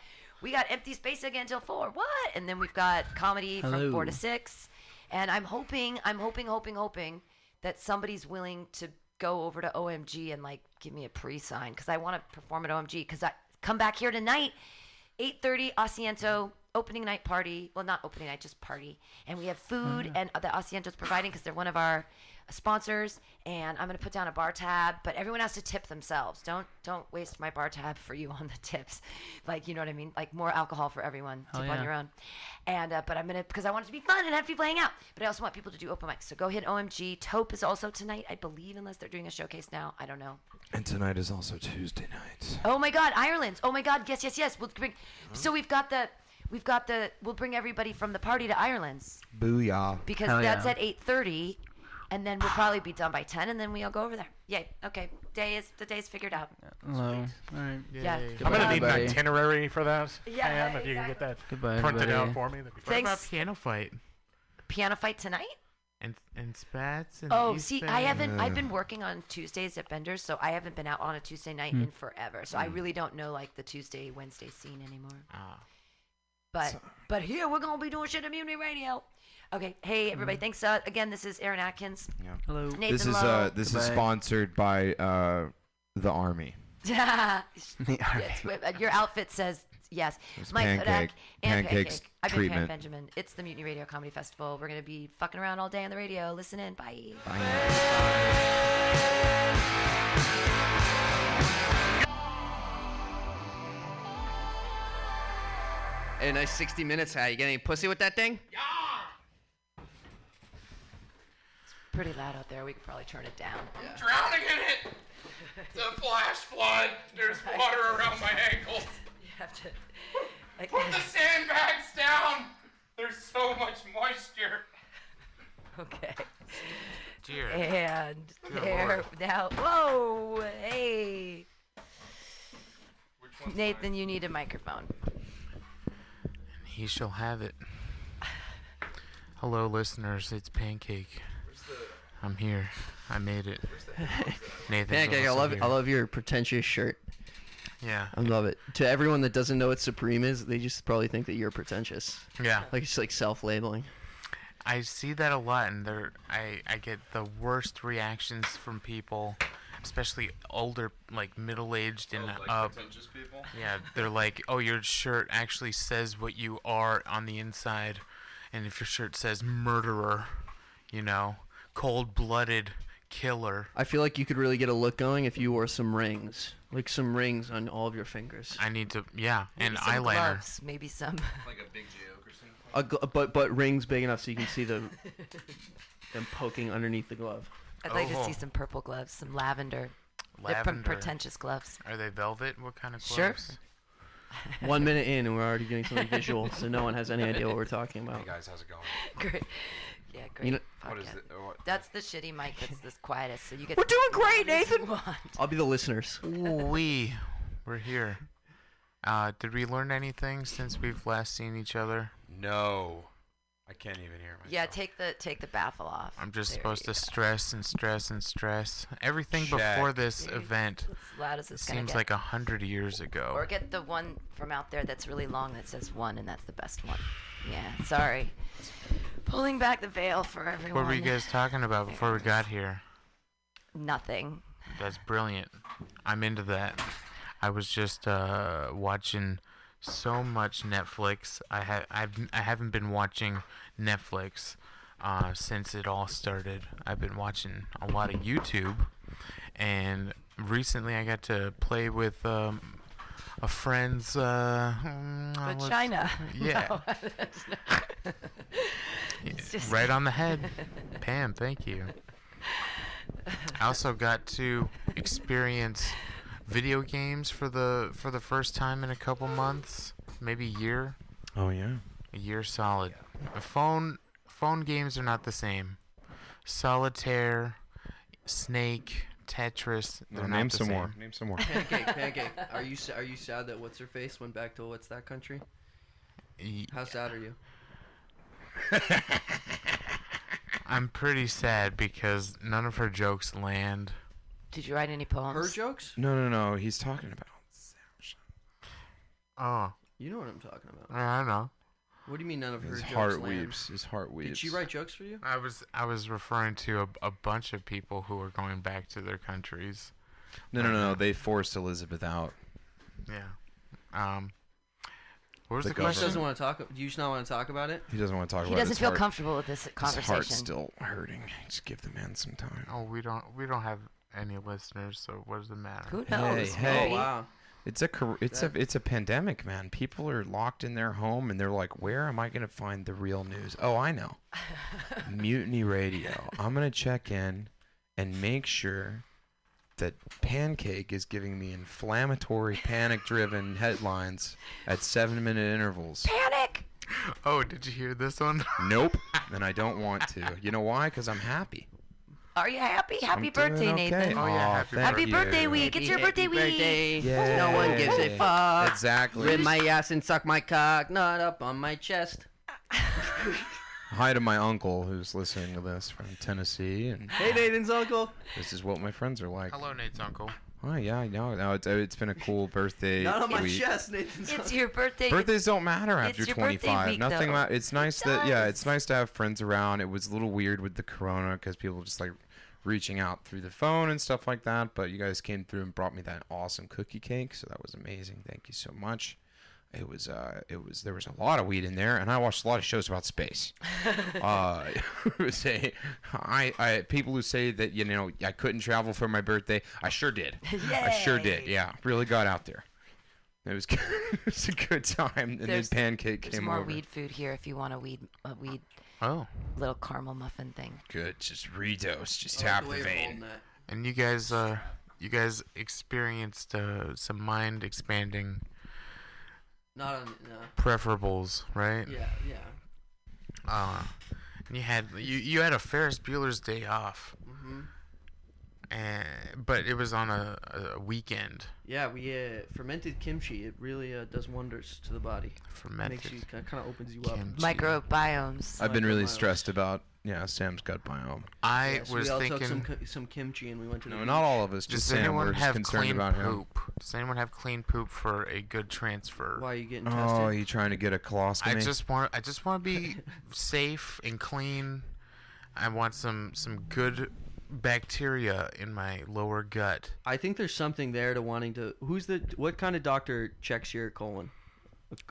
Speaker 10: we got Empty Space again till four. What? And then we've got comedy from four to
Speaker 17: Hello.
Speaker 10: six. And I'm hoping, I'm hoping, hoping, hoping that somebody's willing to go over to OMG and like give me a pre-sign because I want to perform at OMG because I come back here tonight, 8:30 Asiento opening night party. Well, not opening night, just party. And we have food
Speaker 17: Mm-hmm.
Speaker 10: and the Asiento's providing because they're one of our sponsors. And I'm gonna put down a bar tab, but everyone has to tip themselves. Don't don't waste my bar tab for you on the tips. Like you know what I mean? Like more alcohol for everyone.
Speaker 17: Hell
Speaker 10: tip on
Speaker 17: yeah.
Speaker 10: your own. And uh, but I'm gonna because I want it to be fun and have people hang out. But I also want people to do open mics. So go hit OMG. Taupe is also tonight, I believe, unless they're doing a showcase now. I don't know.
Speaker 15: And tonight is also Tuesday night.
Speaker 10: Oh my God, Ireland! Oh my God, yes, yes, yes. We'll bring. So we've got the, we've got the. We'll bring everybody from the party to Ireland's
Speaker 15: Booyah.
Speaker 10: because that's at eight thirty, and then we'll probably be done by ten, and then we all go over there. Yay. Okay. Day is the day's figured out.
Speaker 12: Hello. All right.
Speaker 10: Yeah. Yay.
Speaker 13: I'm gonna
Speaker 12: Goodbye,
Speaker 13: need an
Speaker 12: everybody.
Speaker 13: itinerary for that.
Speaker 10: Yeah,
Speaker 13: Pam, if you can get that
Speaker 12: Goodbye,
Speaker 13: printed
Speaker 12: everybody.
Speaker 13: out for me, that'd be
Speaker 12: What
Speaker 13: great.
Speaker 12: about
Speaker 10: Thanks.
Speaker 12: piano fight
Speaker 10: Piano fight tonight.
Speaker 12: and and spats and
Speaker 10: Oh,
Speaker 12: East
Speaker 10: see,
Speaker 12: Bay?
Speaker 10: I haven't. I've been working on Tuesdays at Bender's, so I haven't been out on a Tuesday night
Speaker 12: Hmm.
Speaker 10: in forever. So I
Speaker 12: Hmm.
Speaker 10: really don't know like the Tuesday Wednesday scene anymore.
Speaker 12: Ah.
Speaker 10: But but here we're gonna be doing shit on Mutiny Radio. Okay, hey everybody, thanks. Uh, again, this is Aaron Atkins.
Speaker 15: Hmm. Yeah.
Speaker 10: Hello. Nathan
Speaker 15: this is
Speaker 10: Lowe.
Speaker 15: uh, this is sponsored by uh, the Army.
Speaker 10: It's- uh, your outfit says yes.
Speaker 15: It's
Speaker 10: Mike
Speaker 15: pancake-
Speaker 10: Kodak and
Speaker 15: pancakes
Speaker 10: Pancake. I've been Pam
Speaker 15: treatment.
Speaker 10: Benjamin. It's the Mutiny Radio Comedy Festival. We're gonna be fucking around all day on the radio. Listen in. Bye.
Speaker 16: Hey, nice 60 minutes, How You get any pussy with that thing?
Speaker 10: Pretty loud out there. We could probably turn it down.
Speaker 18: Drowning in it. The flash flood. There's water around my ankles.
Speaker 10: You have to.
Speaker 18: Put the sandbags down. There's so much moisture.
Speaker 10: Okay.
Speaker 18: Dear.
Speaker 10: And
Speaker 18: Dear
Speaker 10: there
Speaker 18: Lord.
Speaker 10: now. Whoa! Hey.
Speaker 12: one's
Speaker 10: Nathan, you need a microphone.
Speaker 12: He shall have it. Hello, listeners. It's Pancake. I'm here. I made it. Nathan's
Speaker 16: Pancake, I
Speaker 12: also
Speaker 16: love
Speaker 12: here.
Speaker 16: I love your pretentious shirt.
Speaker 12: Yeah.
Speaker 16: I love it. To everyone that doesn't know what Supreme is, they just probably think that you're pretentious.
Speaker 12: Yeah.
Speaker 16: Like it's like self-labeling.
Speaker 12: I see that a lot, and there I I get the worst reactions from people, especially older, like middle aged and
Speaker 15: like,
Speaker 12: up.
Speaker 15: pretentious people?
Speaker 12: Yeah, they're like, "Oh, your shirt actually says what you are on the inside, and if your shirt says murderer, you know, cold blooded killer."
Speaker 16: I feel like you could really get a look going if you wore some rings, like some rings on all of your fingers.
Speaker 12: I need to, yeah, and
Speaker 10: Some
Speaker 12: eyeliner.
Speaker 10: gloves, maybe some.
Speaker 15: Like a big joke or something.
Speaker 16: A gl- but but rings big enough so you can see the them poking underneath the glove.
Speaker 10: I'd like to
Speaker 12: Oh.
Speaker 10: see some purple gloves, some lavender. They're pre-
Speaker 12: Lavender.
Speaker 10: pretentious gloves.
Speaker 12: Are they velvet? What kind of gloves?
Speaker 10: Sure.
Speaker 16: One minute in and we're already getting something visual, so no one has any idea what we're talking about.
Speaker 15: Hey guys, how's it going?
Speaker 10: Great. Yeah, great.
Speaker 16: You know-
Speaker 10: podcast.
Speaker 16: What is it- or what-
Speaker 10: That's the shitty mic that's the quietest. So you get
Speaker 16: We're
Speaker 10: to-
Speaker 16: doing great, Nathan.
Speaker 10: What?
Speaker 16: I'll be the listeners.
Speaker 12: we we're here. Uh, did we learn anything since we've last seen each other?
Speaker 15: No, Oh, I can't even hear myself.
Speaker 10: Yeah, take the take the baffle off.
Speaker 12: I'm just
Speaker 10: There
Speaker 12: supposed
Speaker 10: you
Speaker 12: to stress and stress and stress. Everything before
Speaker 15: Check.
Speaker 12: this
Speaker 10: Yeah,
Speaker 12: event
Speaker 10: as loud as it's gonna
Speaker 12: seems
Speaker 10: get.
Speaker 12: like a hundred years
Speaker 10: go.
Speaker 12: ago.
Speaker 10: Or get the one from out there that's really long that says one, and that's the best one. Yeah, sorry. Pulling back the veil for
Speaker 12: what
Speaker 10: everyone.
Speaker 12: were you guys talking about before we got here?
Speaker 10: Nothing.
Speaker 12: That's brilliant. I'm into that. I was just uh, watching so much Netflix. I have I've I haven't been watching Netflix uh, since it all started. I've been watching a lot of YouTube, and recently I got to play with um, a friend's uh, mm, uh, what's-
Speaker 10: Vagina.
Speaker 12: Yeah.
Speaker 10: It's just-
Speaker 12: Eh, right on the head. Pam, thank you. I also got to experience video games for the for the first time in a couple months, maybe year.
Speaker 15: Oh yeah.
Speaker 12: A year solid. Uh, Phone phone games are not the same. Solitaire, Snake, Tetris.
Speaker 15: No,
Speaker 12: They're not
Speaker 15: name
Speaker 12: the
Speaker 15: some
Speaker 12: same.
Speaker 15: more. Name some more.
Speaker 16: pancake, pancake. Are you s- are you sad that what's her face went back to what's that country? How sad are you?
Speaker 12: I'm pretty sad because none of her jokes land.
Speaker 10: Did you write any poems?
Speaker 16: Her jokes?
Speaker 15: No, no, no. He's talking about.
Speaker 12: Oh,
Speaker 16: You know what I'm talking about.
Speaker 12: I don't know.
Speaker 16: What do you mean none of her
Speaker 15: His
Speaker 16: jokes
Speaker 15: heart
Speaker 16: land?
Speaker 15: weeps. His heart weeps.
Speaker 16: Did she write jokes for you?
Speaker 12: I was I was referring to a, a bunch of people who were going back to their countries.
Speaker 15: No, no, no, no. They forced Elizabeth out.
Speaker 12: Yeah. Um. What was
Speaker 15: The
Speaker 12: the,
Speaker 16: He doesn't
Speaker 12: question?
Speaker 16: want to talk. Do you just not want to talk about it?
Speaker 15: He doesn't want to talk
Speaker 10: He
Speaker 15: about.
Speaker 10: doesn't
Speaker 15: his
Speaker 10: feel
Speaker 15: heart.
Speaker 10: comfortable with this
Speaker 15: His heart's
Speaker 10: conversation.
Speaker 15: still hurting. Just give the man some time.
Speaker 12: Oh, we don't we don't have any listeners, so what does it matter?
Speaker 10: Who
Speaker 15: Hey, hey.
Speaker 16: Oh, wow.
Speaker 15: It's a cor- it's a it's a pandemic, man. People are locked in their home and they're like, "Where am I going to find the real news?" Oh, I know. Mutiny Radio. I'm going to check in and make sure that Pancake is giving me inflammatory, panic-driven headlines at 7-minute intervals.
Speaker 10: Panic.
Speaker 12: Oh, did you hear this one?
Speaker 15: Nope. And I don't want to. You know why? Cuz I'm happy.
Speaker 10: Are you happy? Happy
Speaker 15: I'm doing
Speaker 10: birthday,
Speaker 15: okay.
Speaker 10: Nathan.
Speaker 15: Oh, yeah, happy
Speaker 10: happy
Speaker 15: birthday.
Speaker 10: birthday
Speaker 15: Happy,
Speaker 10: week. it's your birthday,
Speaker 16: happy
Speaker 10: week.
Speaker 15: Yeah.
Speaker 16: No one gives a fuck.
Speaker 15: Exactly.
Speaker 16: Rip my ass and suck my cock, not up on my chest.
Speaker 15: Hi to my uncle who's listening to this from Tennessee, and
Speaker 16: Hey, Nathan's uncle.
Speaker 15: this is what my friends are like.
Speaker 12: Hello, Nate's uncle.
Speaker 15: Oh yeah, I know. No, it's, it's been a cool birthday
Speaker 16: Not on my
Speaker 15: week.
Speaker 16: chest, Nathan's
Speaker 10: It's
Speaker 16: uncle.
Speaker 10: your birthday.
Speaker 15: Birthdays don't matter after
Speaker 10: it's your birthday
Speaker 15: 25.
Speaker 10: week,
Speaker 15: Nothing.
Speaker 10: though.
Speaker 15: Ma- it's nice that yeah, it's nice to have friends around. It was a little weird with the corona because people just like reaching out through the phone and stuff like that. But you guys came through and brought me that awesome cookie cake, so that was amazing. Thank you so much. It was uh, it was there was a lot of weed in there, and I watched a lot of shows about space. uh, say, I, I people who say that you know I couldn't travel for my birthday, I sure did. I sure did. Yeah, really got out there. It was it was a good time. And
Speaker 10: There's-
Speaker 15: then pancake
Speaker 10: there's
Speaker 15: came
Speaker 10: more
Speaker 15: over.
Speaker 10: weed food here if you want a weed a weed
Speaker 12: Oh.
Speaker 10: little caramel muffin thing.
Speaker 15: Good, just redose, just
Speaker 16: I like
Speaker 15: tap
Speaker 16: the
Speaker 15: the
Speaker 16: way you're
Speaker 15: vein.
Speaker 16: holding that.
Speaker 12: And you guys, uh, you guys experienced uh, some mind expanding
Speaker 16: Not on. No.
Speaker 12: preferables, right?
Speaker 16: Yeah, yeah.
Speaker 12: Uh, and you had you, you had a Ferris Bueller's Day Off,
Speaker 16: hmm
Speaker 12: and but it was on a, a weekend.
Speaker 16: Yeah, we uh, fermented kimchi. It really uh, does wonders to the body.
Speaker 12: Fermented
Speaker 16: Makes you kind of opens you up.
Speaker 10: Microbiomes.
Speaker 15: I've been really
Speaker 16: Microbiomes.
Speaker 15: stressed about yeah Sam's gut biome.
Speaker 12: I
Speaker 16: Yeah, so
Speaker 12: was
Speaker 16: we all took some
Speaker 12: thinking.
Speaker 16: ki- some kimchi and we went to the
Speaker 15: No, not all of us.
Speaker 12: Does
Speaker 15: Just Sam.
Speaker 12: anyone
Speaker 15: We're just
Speaker 12: have
Speaker 15: concerned
Speaker 12: clean
Speaker 15: about him.
Speaker 12: poop? Does anyone have clean poop for a good transfer?
Speaker 16: Why are you getting tested?
Speaker 15: Oh, you trying to get a colostomy?
Speaker 12: I just want I just want to be safe and clean. I want some some good bacteria in my lower gut.
Speaker 16: I think there's something there to wanting to. Who's the? What kind of doctor checks your colon?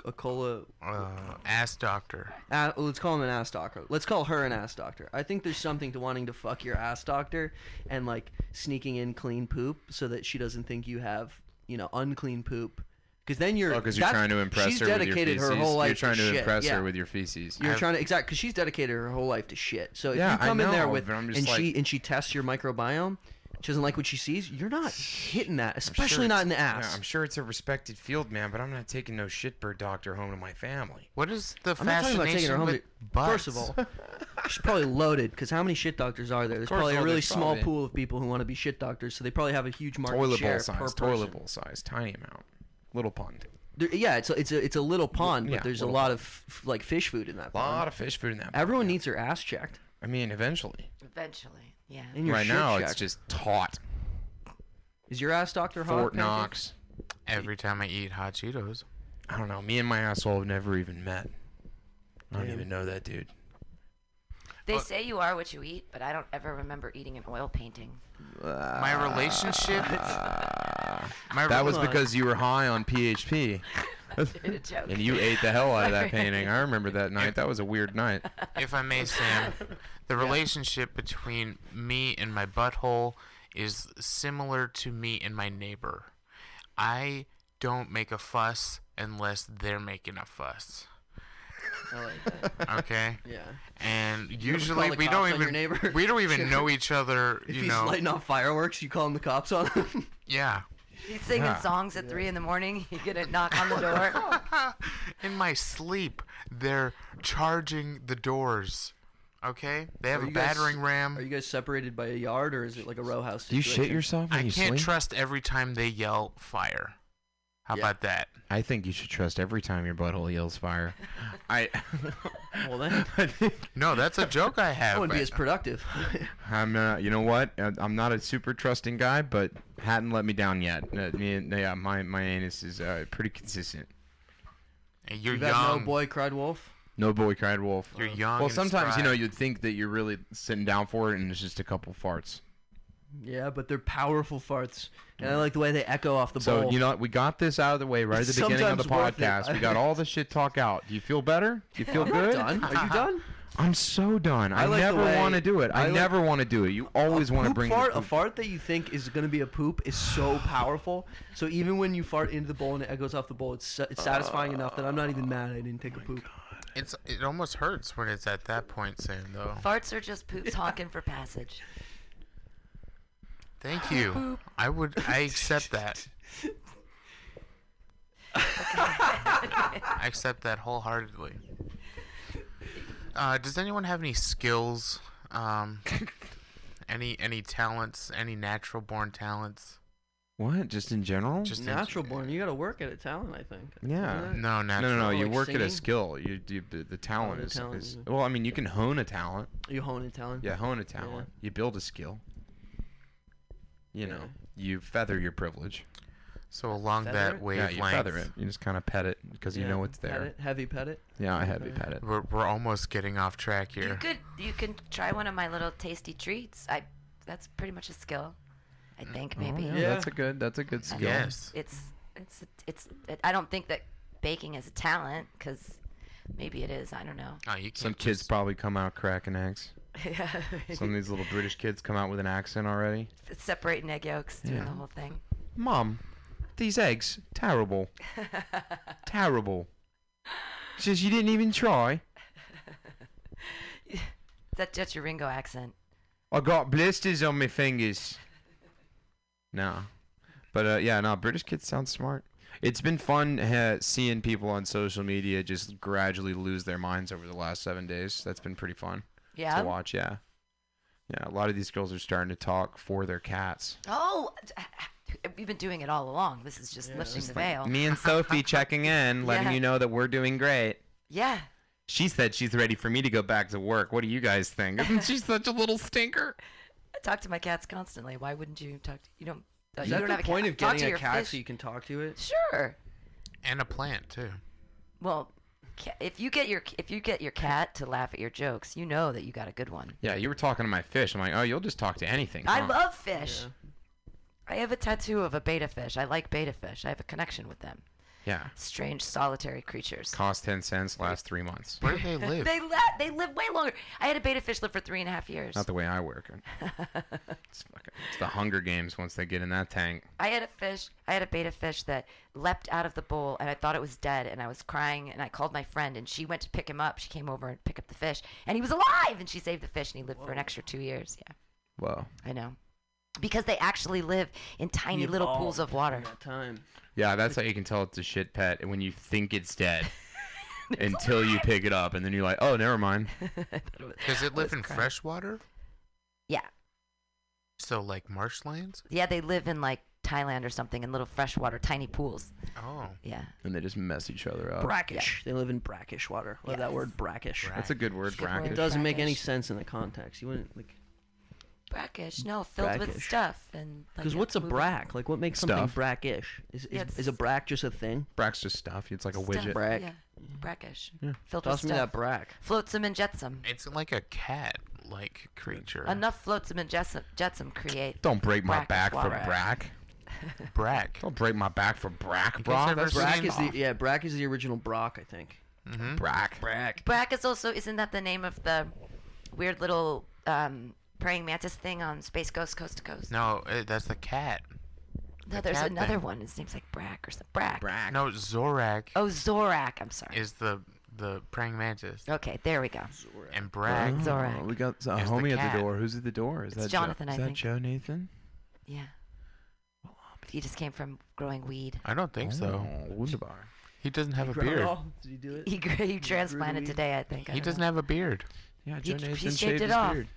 Speaker 16: A, a cola.
Speaker 12: Uh, ass doctor.
Speaker 16: Uh, let's call him an ass doctor. Let's call her an ass doctor. I think there's something to wanting to fuck your ass doctor and like sneaking in clean poop so that she doesn't think you have you know unclean poop. Because then you're
Speaker 15: Oh, because you're
Speaker 16: that's-
Speaker 15: trying to impress
Speaker 16: she's
Speaker 15: her with your
Speaker 16: dedicated
Speaker 15: feces.
Speaker 16: her whole life.
Speaker 15: you're trying to,
Speaker 16: shit,
Speaker 15: impress
Speaker 16: yeah.
Speaker 15: her with your feces.
Speaker 16: You're trying to exact because she's dedicated her whole life to shit. So if
Speaker 15: Yeah,
Speaker 16: you
Speaker 15: I
Speaker 16: come in there
Speaker 15: know,
Speaker 16: with
Speaker 15: but I'm just
Speaker 16: and she
Speaker 15: like-
Speaker 16: and she tests your microbiome, she doesn't like what she sees. You're not hitting that, especially not in the ass.
Speaker 15: I'm sure it's a respected field, man, but I'm not taking no shitbird doctor home to my family.
Speaker 12: What is the
Speaker 16: I'm not talking
Speaker 12: fascination
Speaker 16: about taking her home.
Speaker 12: with
Speaker 16: to- First of
Speaker 12: butts?
Speaker 16: all, she's probably loaded because how many shit doctors are there? There's
Speaker 15: course,
Speaker 16: probably a
Speaker 15: oh,
Speaker 16: really
Speaker 15: there's
Speaker 16: small
Speaker 15: probably-
Speaker 16: pool of people who want to be shit doctors, so they probably have a huge market
Speaker 15: toilet
Speaker 16: share
Speaker 15: bowl
Speaker 16: per
Speaker 15: size,
Speaker 16: person.
Speaker 15: toilet bowl size, tiny amount, little pond.
Speaker 16: There- yeah, it's a, it's a it's a little pond,
Speaker 15: yeah,
Speaker 16: but there's a
Speaker 15: little
Speaker 16: lot of f- like fish food in that.
Speaker 15: A lot
Speaker 16: pond.
Speaker 15: of fish food in that. pond.
Speaker 16: Everyone needs their ass checked.
Speaker 15: I mean, eventually.
Speaker 10: Eventually, yeah.
Speaker 16: And your
Speaker 15: right
Speaker 16: shit
Speaker 15: now, it's
Speaker 16: checked.
Speaker 15: just taut.
Speaker 16: is your ass doctor hot?
Speaker 15: Fort
Speaker 16: Pancake?
Speaker 15: Knox.
Speaker 12: Every time I eat hot Cheetos.
Speaker 15: I don't know. Me and my asshole have never even met. I don't
Speaker 16: Damn.
Speaker 15: even know that dude. uh,
Speaker 10: They say you are what you eat, but I don't ever remember eating an oil painting.
Speaker 12: My
Speaker 16: Uh,
Speaker 12: relationship. my
Speaker 15: that was
Speaker 12: rela-
Speaker 15: because you were high on PHP.
Speaker 10: Made a joke.
Speaker 15: and you ate the hell out of that
Speaker 10: Sorry.
Speaker 15: painting. I remember that night. That was a weird night.
Speaker 12: if I may, Sam, the relationship between me and my butthole is similar to me and my neighbor. I don't make a fuss unless they're making a fuss. Okay.
Speaker 16: Yeah.
Speaker 12: And
Speaker 16: You ever
Speaker 12: usually
Speaker 16: call the
Speaker 12: we
Speaker 16: cops
Speaker 12: don't
Speaker 16: on your
Speaker 12: even
Speaker 16: neighbor?
Speaker 12: we don't even know each other.
Speaker 16: If
Speaker 12: You
Speaker 16: he's
Speaker 12: know.
Speaker 16: lighting off fireworks, you calling the cops on him.
Speaker 12: Yeah.
Speaker 10: He's singing
Speaker 12: Yeah.
Speaker 10: songs at three in the morning. You're gonna knock on the door.
Speaker 12: In my sleep, they're charging the doors. Okay. They have
Speaker 16: Are
Speaker 12: a
Speaker 16: you guys-
Speaker 12: battering ram.
Speaker 16: Are you guys separated by a yard or is it like a row house?
Speaker 15: Do you shit
Speaker 16: situation?
Speaker 15: yourself when
Speaker 12: I
Speaker 15: you
Speaker 12: can't
Speaker 15: sleep?
Speaker 12: trust every time they yell fire. How about that?
Speaker 15: I think you should trust every time your butthole yells fire. I.
Speaker 16: well then.
Speaker 12: no, that's a joke I have.
Speaker 16: That wouldn't be
Speaker 15: but-
Speaker 16: as productive.
Speaker 15: I'm not. You know what? Uh, I'm not a super trusting guy, but hadn't let me down yet. Uh, me- yeah, my my anus is uh, pretty consistent.
Speaker 12: You're
Speaker 16: You've had no boy cried wolf.
Speaker 15: No boy cried wolf.
Speaker 12: You're young.
Speaker 15: Well,
Speaker 12: and
Speaker 15: sometimes you
Speaker 12: spry.
Speaker 15: know you'd think that you're really sitting down for it, and it's just a couple farts.
Speaker 16: Yeah, but they're powerful farts, and I like the way they echo off the
Speaker 15: so
Speaker 16: bowl.
Speaker 15: you know what? We got this out of the way right at the
Speaker 16: It's
Speaker 15: beginning of the
Speaker 16: sometimes worth it.
Speaker 15: podcast. we got all the shit talk out. Do you feel better? Do you feel
Speaker 16: I'm not
Speaker 15: good?
Speaker 16: done. Are you done?
Speaker 15: I'm so done. I,
Speaker 16: I like the
Speaker 15: never
Speaker 16: way-
Speaker 15: want to do it. I,
Speaker 16: I like-
Speaker 15: never want to do it. You always want to
Speaker 16: Poop
Speaker 15: bring the
Speaker 16: fart, a
Speaker 15: poop.
Speaker 16: fart that you think is going to be a poop is so powerful. So even when you fart into the bowl and it echoes off the bowl, it's, sa- it's satisfying enough that I'm not even mad I didn't
Speaker 12: Oh
Speaker 16: take a poop.
Speaker 12: It's it almost hurts when it's at that point, Sam. Though.
Speaker 10: Farts are just poops honking for passage.
Speaker 12: Thank you. I would. I accept that. I accept that wholeheartedly. Uh, does anyone have any skills? Um, any any talents? Any natural born talents?
Speaker 15: What? Just in general?
Speaker 12: Just in-
Speaker 16: Natural born, you got to work at a talent, I think.
Speaker 15: Yeah.
Speaker 16: Isn't it?
Speaker 12: No,
Speaker 15: no, no, no.
Speaker 16: natural.
Speaker 15: You
Speaker 16: Like
Speaker 15: work at a
Speaker 16: singing? Oh,
Speaker 15: skill. You, you the, the talent,
Speaker 16: the
Speaker 15: is,
Speaker 16: talent,
Speaker 15: is
Speaker 16: yeah.
Speaker 15: well. I mean, you can hone a talent.
Speaker 16: You hone a talent.
Speaker 15: Yeah, hone a talent. You build a skill. You know, you feather your privilege.
Speaker 12: So along
Speaker 16: Feather that it?
Speaker 15: yeah, you feather
Speaker 12: wavelength.
Speaker 15: it. You just kind of pet it because you
Speaker 16: Yeah,
Speaker 15: know it's
Speaker 16: pet
Speaker 15: there.
Speaker 16: it. Heavy pet it.
Speaker 15: Yeah, I heavy pet it.
Speaker 12: We're we're almost getting off track here.
Speaker 10: Good. You can try one of my little tasty treats. I. That's pretty much a skill. I think maybe.
Speaker 15: Mm. Oh, yeah, that's a good. That's a good
Speaker 10: I
Speaker 15: skill.
Speaker 10: don't- It's it's it's. It, I don't think that baking is a talent because maybe it is. I don't know.
Speaker 12: Oh, you
Speaker 15: Some kids probably come out cracking eggs.
Speaker 10: Yeah.
Speaker 15: Some of these little British kids come out with an accent already.
Speaker 10: Separating egg yolks, doing
Speaker 15: Yeah.
Speaker 10: the whole thing.
Speaker 15: Mom, these eggs terrible, terrible. She says you didn't even try.
Speaker 10: That, that's your Ringo accent.
Speaker 15: I got blisters on my fingers. No. But uh, yeah, no, British kids sound smart. It's been fun uh, seeing people on social media just gradually lose their minds over the last seven days. That's been pretty fun
Speaker 10: Yeah?
Speaker 15: to watch. Yeah. Yeah, a lot of these girls are starting to talk for their cats.
Speaker 10: Oh, we've been doing it all along. This is just lifting the veil.
Speaker 15: Me and Sophie checking in, letting
Speaker 10: Yeah.
Speaker 15: you know that we're doing great.
Speaker 10: yeah.
Speaker 15: She said she's ready for me to go back to work. What do you guys think?
Speaker 10: She's
Speaker 15: such a little stinker.
Speaker 10: I talk to my cats constantly. Why wouldn't you talk? To, you don't. uh,
Speaker 16: Is
Speaker 10: you
Speaker 16: that
Speaker 10: don't
Speaker 16: the
Speaker 10: have a
Speaker 16: point
Speaker 10: cat.
Speaker 16: of
Speaker 10: Talk
Speaker 16: getting
Speaker 10: to
Speaker 16: a
Speaker 10: your
Speaker 16: cat
Speaker 10: fish.
Speaker 16: so you can talk to it?
Speaker 10: Sure.
Speaker 12: And a plant too.
Speaker 10: Well, ca- if you get your if you get your cat to laugh at your jokes, you know that you got a good one.
Speaker 15: Yeah, you were talking to my fish. I'm like, oh, you'll just talk to anything.
Speaker 10: I
Speaker 15: huh?"
Speaker 10: love fish. I have a tattoo of a beta fish. I like beta fish. I have a connection with them.
Speaker 15: Yeah.
Speaker 10: Strange, solitary creatures.
Speaker 15: Cost 10 cents, last three months.
Speaker 12: Where do they
Speaker 10: they li- they live way longer. I had a beta fish live for three and a half years.
Speaker 15: Not the way I work. it's, fucking, it's the Hunger Games once they get in that tank.
Speaker 10: I had a fish. I had a beta fish that leapt out of the bowl, and I thought it was dead. And I was crying, and I called my friend, and she went to pick him up. She came over and picked up the fish, and he was alive. And she saved the fish, and he lived for an extra two years. Yeah,
Speaker 15: Whoa.
Speaker 10: I know, because they actually live in tiny little pools of water.
Speaker 16: Time.
Speaker 15: Yeah, that's how you can tell it's a shit pet and when you think it's dead until you pick it up and then you're like, oh, never mind.
Speaker 12: Does it live in
Speaker 10: crying.
Speaker 12: fresh water?
Speaker 10: Yeah,
Speaker 12: So like marshlands?
Speaker 10: yeah, they live in like Thailand or something in little freshwater tiny pools.
Speaker 12: Oh.
Speaker 10: Yeah.
Speaker 15: And they just mess each other up.
Speaker 16: Brackish. They live in brackish water. Love that word, Oh. brackish.
Speaker 15: That's a good word, brackish.
Speaker 16: It doesn't make any sense in the context. You wouldn't like
Speaker 10: Brackish, no, filled with
Speaker 16: Brackish.
Speaker 10: stuff and. like,
Speaker 16: because what's a
Speaker 10: moving-
Speaker 16: brack? Like what makes something
Speaker 15: Stuff.
Speaker 16: brackish? Is
Speaker 10: Yeah,
Speaker 16: is,
Speaker 10: it's-
Speaker 16: is a brack just a thing?
Speaker 15: Brack's just stuff. It's like a
Speaker 10: Stuff,
Speaker 15: widget.
Speaker 10: Yeah. Brackish.
Speaker 15: Yeah.
Speaker 10: Filled
Speaker 16: Toss
Speaker 10: with
Speaker 16: me
Speaker 10: stuff.
Speaker 16: that brack.
Speaker 10: Floatsam and jetsam.
Speaker 12: It's like a cat like creature.
Speaker 10: Enough floatsam and jetsam, jetsam create.
Speaker 15: Don't break my
Speaker 10: brackish
Speaker 15: back for
Speaker 10: water.
Speaker 15: brack.
Speaker 12: Brack.
Speaker 15: Don't break my back for brack,
Speaker 16: You
Speaker 15: bro.
Speaker 16: guys ever brack is the yeah brack is the original Brock I think.
Speaker 12: Mm-hmm.
Speaker 15: Brack.
Speaker 16: Brack.
Speaker 10: Brack is also isn't that the name of the weird little um, praying mantis thing on Space Ghost Coast to Coast?
Speaker 12: No, eh, that's the cat.
Speaker 10: No,
Speaker 12: the
Speaker 10: there's
Speaker 12: cat
Speaker 10: another
Speaker 12: thing.
Speaker 10: one. His name's like Brack or something. Brack.
Speaker 15: Brack.
Speaker 12: No, Zorak
Speaker 10: Oh, Zorak. I'm sorry.
Speaker 12: is the the praying mantis.
Speaker 10: Okay, there we go.
Speaker 12: And Bragg.
Speaker 10: Zorak.
Speaker 15: Oh, We got a
Speaker 12: is the
Speaker 15: homie at
Speaker 12: cat.
Speaker 15: the door. Who's at the door? Is
Speaker 10: It's
Speaker 15: that
Speaker 10: Jonathan,
Speaker 15: Joe?
Speaker 10: I
Speaker 15: Is that
Speaker 10: think.
Speaker 15: Joe Nathan?
Speaker 10: Yeah. He just came from growing weed.
Speaker 12: I don't think so.
Speaker 15: Oh, Wunderbar.
Speaker 12: He doesn't have a
Speaker 16: grow it
Speaker 12: beard.
Speaker 16: all? Did he do it?
Speaker 10: He, grew, he
Speaker 16: the
Speaker 10: transplanted
Speaker 16: weed?
Speaker 10: today, I think. I
Speaker 12: He
Speaker 10: don't
Speaker 12: doesn't
Speaker 10: know.
Speaker 12: have a beard.
Speaker 15: Yeah,
Speaker 10: He- Joe he Nathan shaved shaved it his off. beard.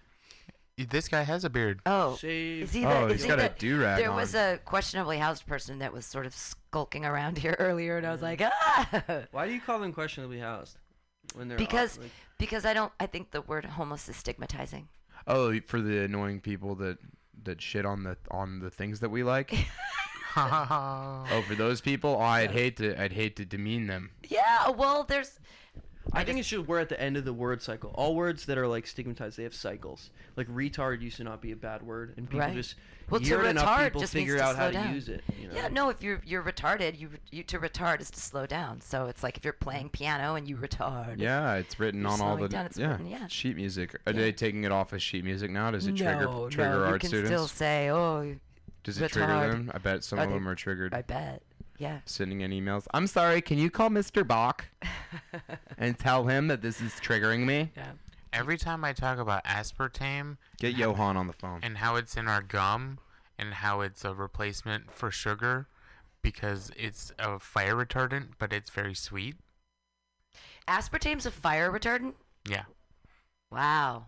Speaker 12: This guy has a beard.
Speaker 10: Oh,
Speaker 16: Shave.
Speaker 10: is he the,
Speaker 12: Oh,
Speaker 10: is
Speaker 12: he's
Speaker 10: he
Speaker 12: got a
Speaker 10: the-
Speaker 12: do-rag
Speaker 10: There was
Speaker 12: on.
Speaker 10: a questionably housed person that was sort of skulking around here earlier, and I was like, ah,
Speaker 16: Why do you call them questionably housed? When they're
Speaker 10: because
Speaker 16: off, like-
Speaker 10: because I don't. I think the word homeless is stigmatizing.
Speaker 15: Oh, for the annoying people that that shit on the on the things that we like. oh, for those people, I'd hate to I'd hate to demean them.
Speaker 10: Yeah, well, there's.
Speaker 16: I think it should. We're at the end of the word cycle. All words that are like stigmatized, they have cycles. Like retard used to not be a bad word, and people
Speaker 10: Right.
Speaker 16: just
Speaker 10: Well, to
Speaker 16: year and enough
Speaker 10: retard
Speaker 16: people
Speaker 10: just means
Speaker 16: figure
Speaker 10: to
Speaker 16: out
Speaker 10: slow
Speaker 16: how
Speaker 10: down.
Speaker 16: to use it. You know?
Speaker 10: Yeah, no. If you're you're retarded, you you to retard is to slow down. So it's like if you're playing piano and you retard.
Speaker 15: Yeah, it's written
Speaker 10: You're
Speaker 15: on all
Speaker 10: slowing
Speaker 15: the
Speaker 10: down, it's
Speaker 15: yeah,
Speaker 10: written, yeah.
Speaker 15: sheet music. Are they taking it off as sheet music now? Does it
Speaker 10: No,
Speaker 15: trigger trigger
Speaker 10: no,
Speaker 15: art
Speaker 10: you can
Speaker 15: students?
Speaker 10: still say, oh.
Speaker 15: Does it trigger
Speaker 10: retard.
Speaker 15: them? I bet some of
Speaker 10: they-
Speaker 15: them are triggered.
Speaker 10: I bet. Yeah.
Speaker 15: Sending in emails. I'm sorry. Can you call Mr. Bach and tell him that this is triggering me?
Speaker 10: Yeah.
Speaker 12: Every time I talk about aspartame
Speaker 15: Get Johan on the phone.
Speaker 12: and how it's in our gum and how it's a replacement for sugar because it's a fire retardant, but it's very sweet.
Speaker 10: Aspartame's a fire retardant.
Speaker 12: Yeah.
Speaker 10: Wow.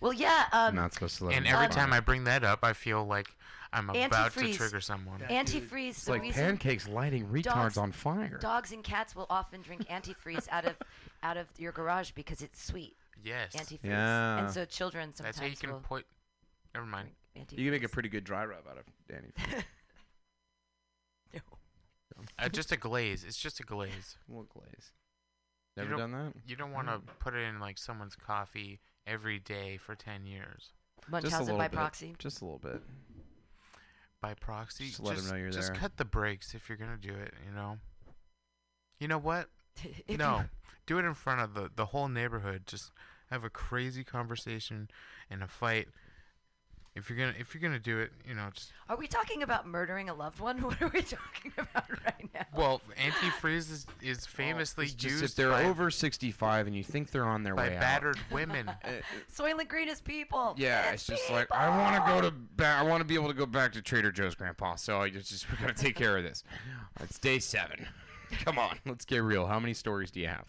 Speaker 10: Well, yeah. Um,
Speaker 15: Not supposed to let
Speaker 12: And
Speaker 15: him
Speaker 12: every
Speaker 15: on.
Speaker 12: time I bring that up, I feel like I'm about to
Speaker 10: Antifreeze.
Speaker 12: trigger someone.
Speaker 10: Antifreeze.
Speaker 15: It's
Speaker 10: the
Speaker 15: like
Speaker 10: reason
Speaker 15: pancakes lighting retards
Speaker 10: dogs-
Speaker 15: on fire.
Speaker 10: Dogs and cats will often drink antifreeze out of out of your garage because it's sweet.
Speaker 12: Yes.
Speaker 10: Antifreeze.
Speaker 15: Yeah.
Speaker 10: And so children sometimes
Speaker 12: That's how you can
Speaker 10: will.
Speaker 12: point. Never mind.
Speaker 15: You can make a pretty good dry rub out of Danny.
Speaker 12: Uh, just a glaze. It's just a glaze.
Speaker 15: What glaze?
Speaker 12: You
Speaker 15: Never
Speaker 12: don't-
Speaker 15: done that?
Speaker 12: You don't want to
Speaker 10: Mm.
Speaker 12: put it in like someone's coffee every day for ten years
Speaker 15: Just a
Speaker 10: Munchausen
Speaker 15: little
Speaker 10: by
Speaker 15: bit.
Speaker 10: proxy.
Speaker 15: Just a little bit.
Speaker 12: by proxy.
Speaker 15: Just let 'em know you're
Speaker 12: just
Speaker 15: there.
Speaker 12: cut the brakes if you're gonna do it. You know. You know what?
Speaker 10: If you-
Speaker 12: no, do it in front of the the whole neighborhood. Just have a crazy conversation and a fight. If you're gonna if you're gonna do it, you know, just
Speaker 10: Are we talking about murdering a loved one? What are we talking about right now?
Speaker 12: well, antifreeze is, is famously
Speaker 15: Oh, It's just
Speaker 12: used
Speaker 15: if they're
Speaker 12: by,
Speaker 15: over 65 and you think they're on their
Speaker 12: by
Speaker 15: way
Speaker 12: battered
Speaker 15: out. eh,
Speaker 12: women.
Speaker 10: Soylent Green is people.
Speaker 15: Yeah, it's just like I want to go to ba- I want to be able to go back to Trader Joe's, Grandpa. So I just, just we gotta take care of this. It's day seven. Come on, let's get real. How many stories do you have?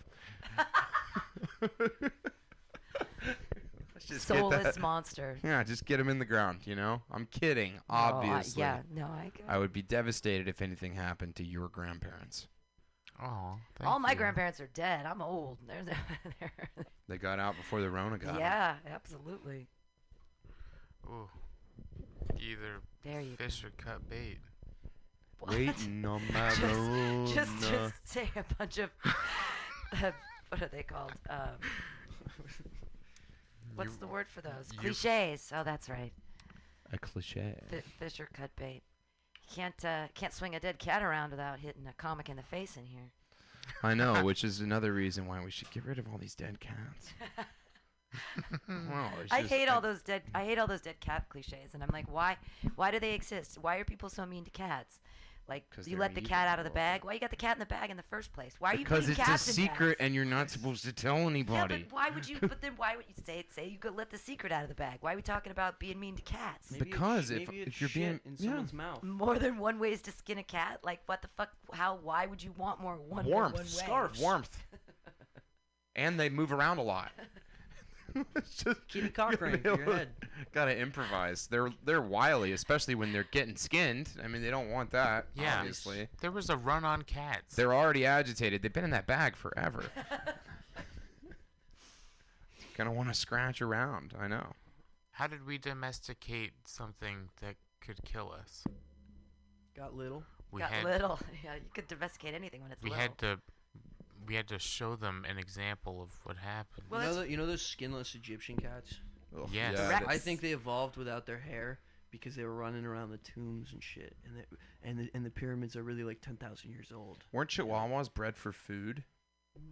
Speaker 15: let's get
Speaker 10: Soulless
Speaker 15: that-
Speaker 10: monster.
Speaker 15: Yeah, just get him in the ground. You know, I'm kidding.
Speaker 10: No, I-
Speaker 15: Obviously.
Speaker 10: yeah, no, I get
Speaker 15: I would be devastated if anything happened to your grandparents.
Speaker 12: Oh,
Speaker 10: All my grandparents are dead. I'm old. They're, they're,
Speaker 15: They got out before the Rona got. 'em.
Speaker 10: yeah, absolutely.
Speaker 12: Ooh. Either
Speaker 10: There you
Speaker 12: fish or cut bait.
Speaker 15: Waiting on my
Speaker 10: just,
Speaker 15: Rona.
Speaker 10: just, just say a bunch of uh, what are they called? Um, what's the word for those?
Speaker 15: you-
Speaker 10: Cliches. Oh, that's right.
Speaker 15: A cliche.
Speaker 10: Fi fish or cut bait. Can't uh, can't swing a dead cat around without hitting a comic in the face in here.
Speaker 15: I know, which is another reason why we should get rid of all these dead cats. Wow, it's
Speaker 10: I
Speaker 15: just-
Speaker 10: hate all those dead. I hate all those dead cat cliches, and I'm like, why? Why do they exist? Why are people so mean to cats? Like,
Speaker 15: 'Cause
Speaker 10: you
Speaker 15: they're
Speaker 10: let the
Speaker 15: evil,
Speaker 10: cat out of the bag. Why you got the cat in the bag in the first place? Why are you
Speaker 15: because
Speaker 10: putting
Speaker 15: it's a
Speaker 10: cats in bags?
Speaker 15: secret and you're not supposed to tell anybody.
Speaker 10: Yeah, but why would you? But then why would you say say you could let the secret out of the bag? Why are we talking about being mean to cats?
Speaker 16: Maybe it's
Speaker 15: because
Speaker 16: sh-
Speaker 15: if,
Speaker 16: maybe it's
Speaker 15: if you're being
Speaker 16: shit in someone's mouth.
Speaker 10: More than one ways to skin a cat. Like what the fuck? How? Why would you want more one? than
Speaker 15: warmth,
Speaker 10: one way?
Speaker 15: warmth, and they move around a lot.
Speaker 16: Keep the cock ring to your head.
Speaker 15: Gotta improvise. They're they're wily, especially when they're getting skinned. I mean, they don't want that.
Speaker 12: Yeah.
Speaker 15: obviously.
Speaker 12: There was a run on cats.
Speaker 15: They're already agitated. They've been in that bag forever. Gonna want to scratch around. I know.
Speaker 12: How did we domesticate something that could kill us?
Speaker 16: Got little.
Speaker 12: We
Speaker 10: Got
Speaker 12: had
Speaker 10: little. Yeah, you could domesticate anything when it's
Speaker 12: we
Speaker 10: little.
Speaker 12: had to we had to show them an example of what happened.
Speaker 16: you, know the, you know those skinless Egyptian cats?
Speaker 12: Ugh, Yes.
Speaker 10: Uh,
Speaker 12: yeah,
Speaker 16: I
Speaker 12: that's-
Speaker 16: think they evolved without their hair because they were running around the tombs and shit. And the, and the, and the pyramids are really like 10,000 years old.
Speaker 15: Weren't chihuahuas bred for food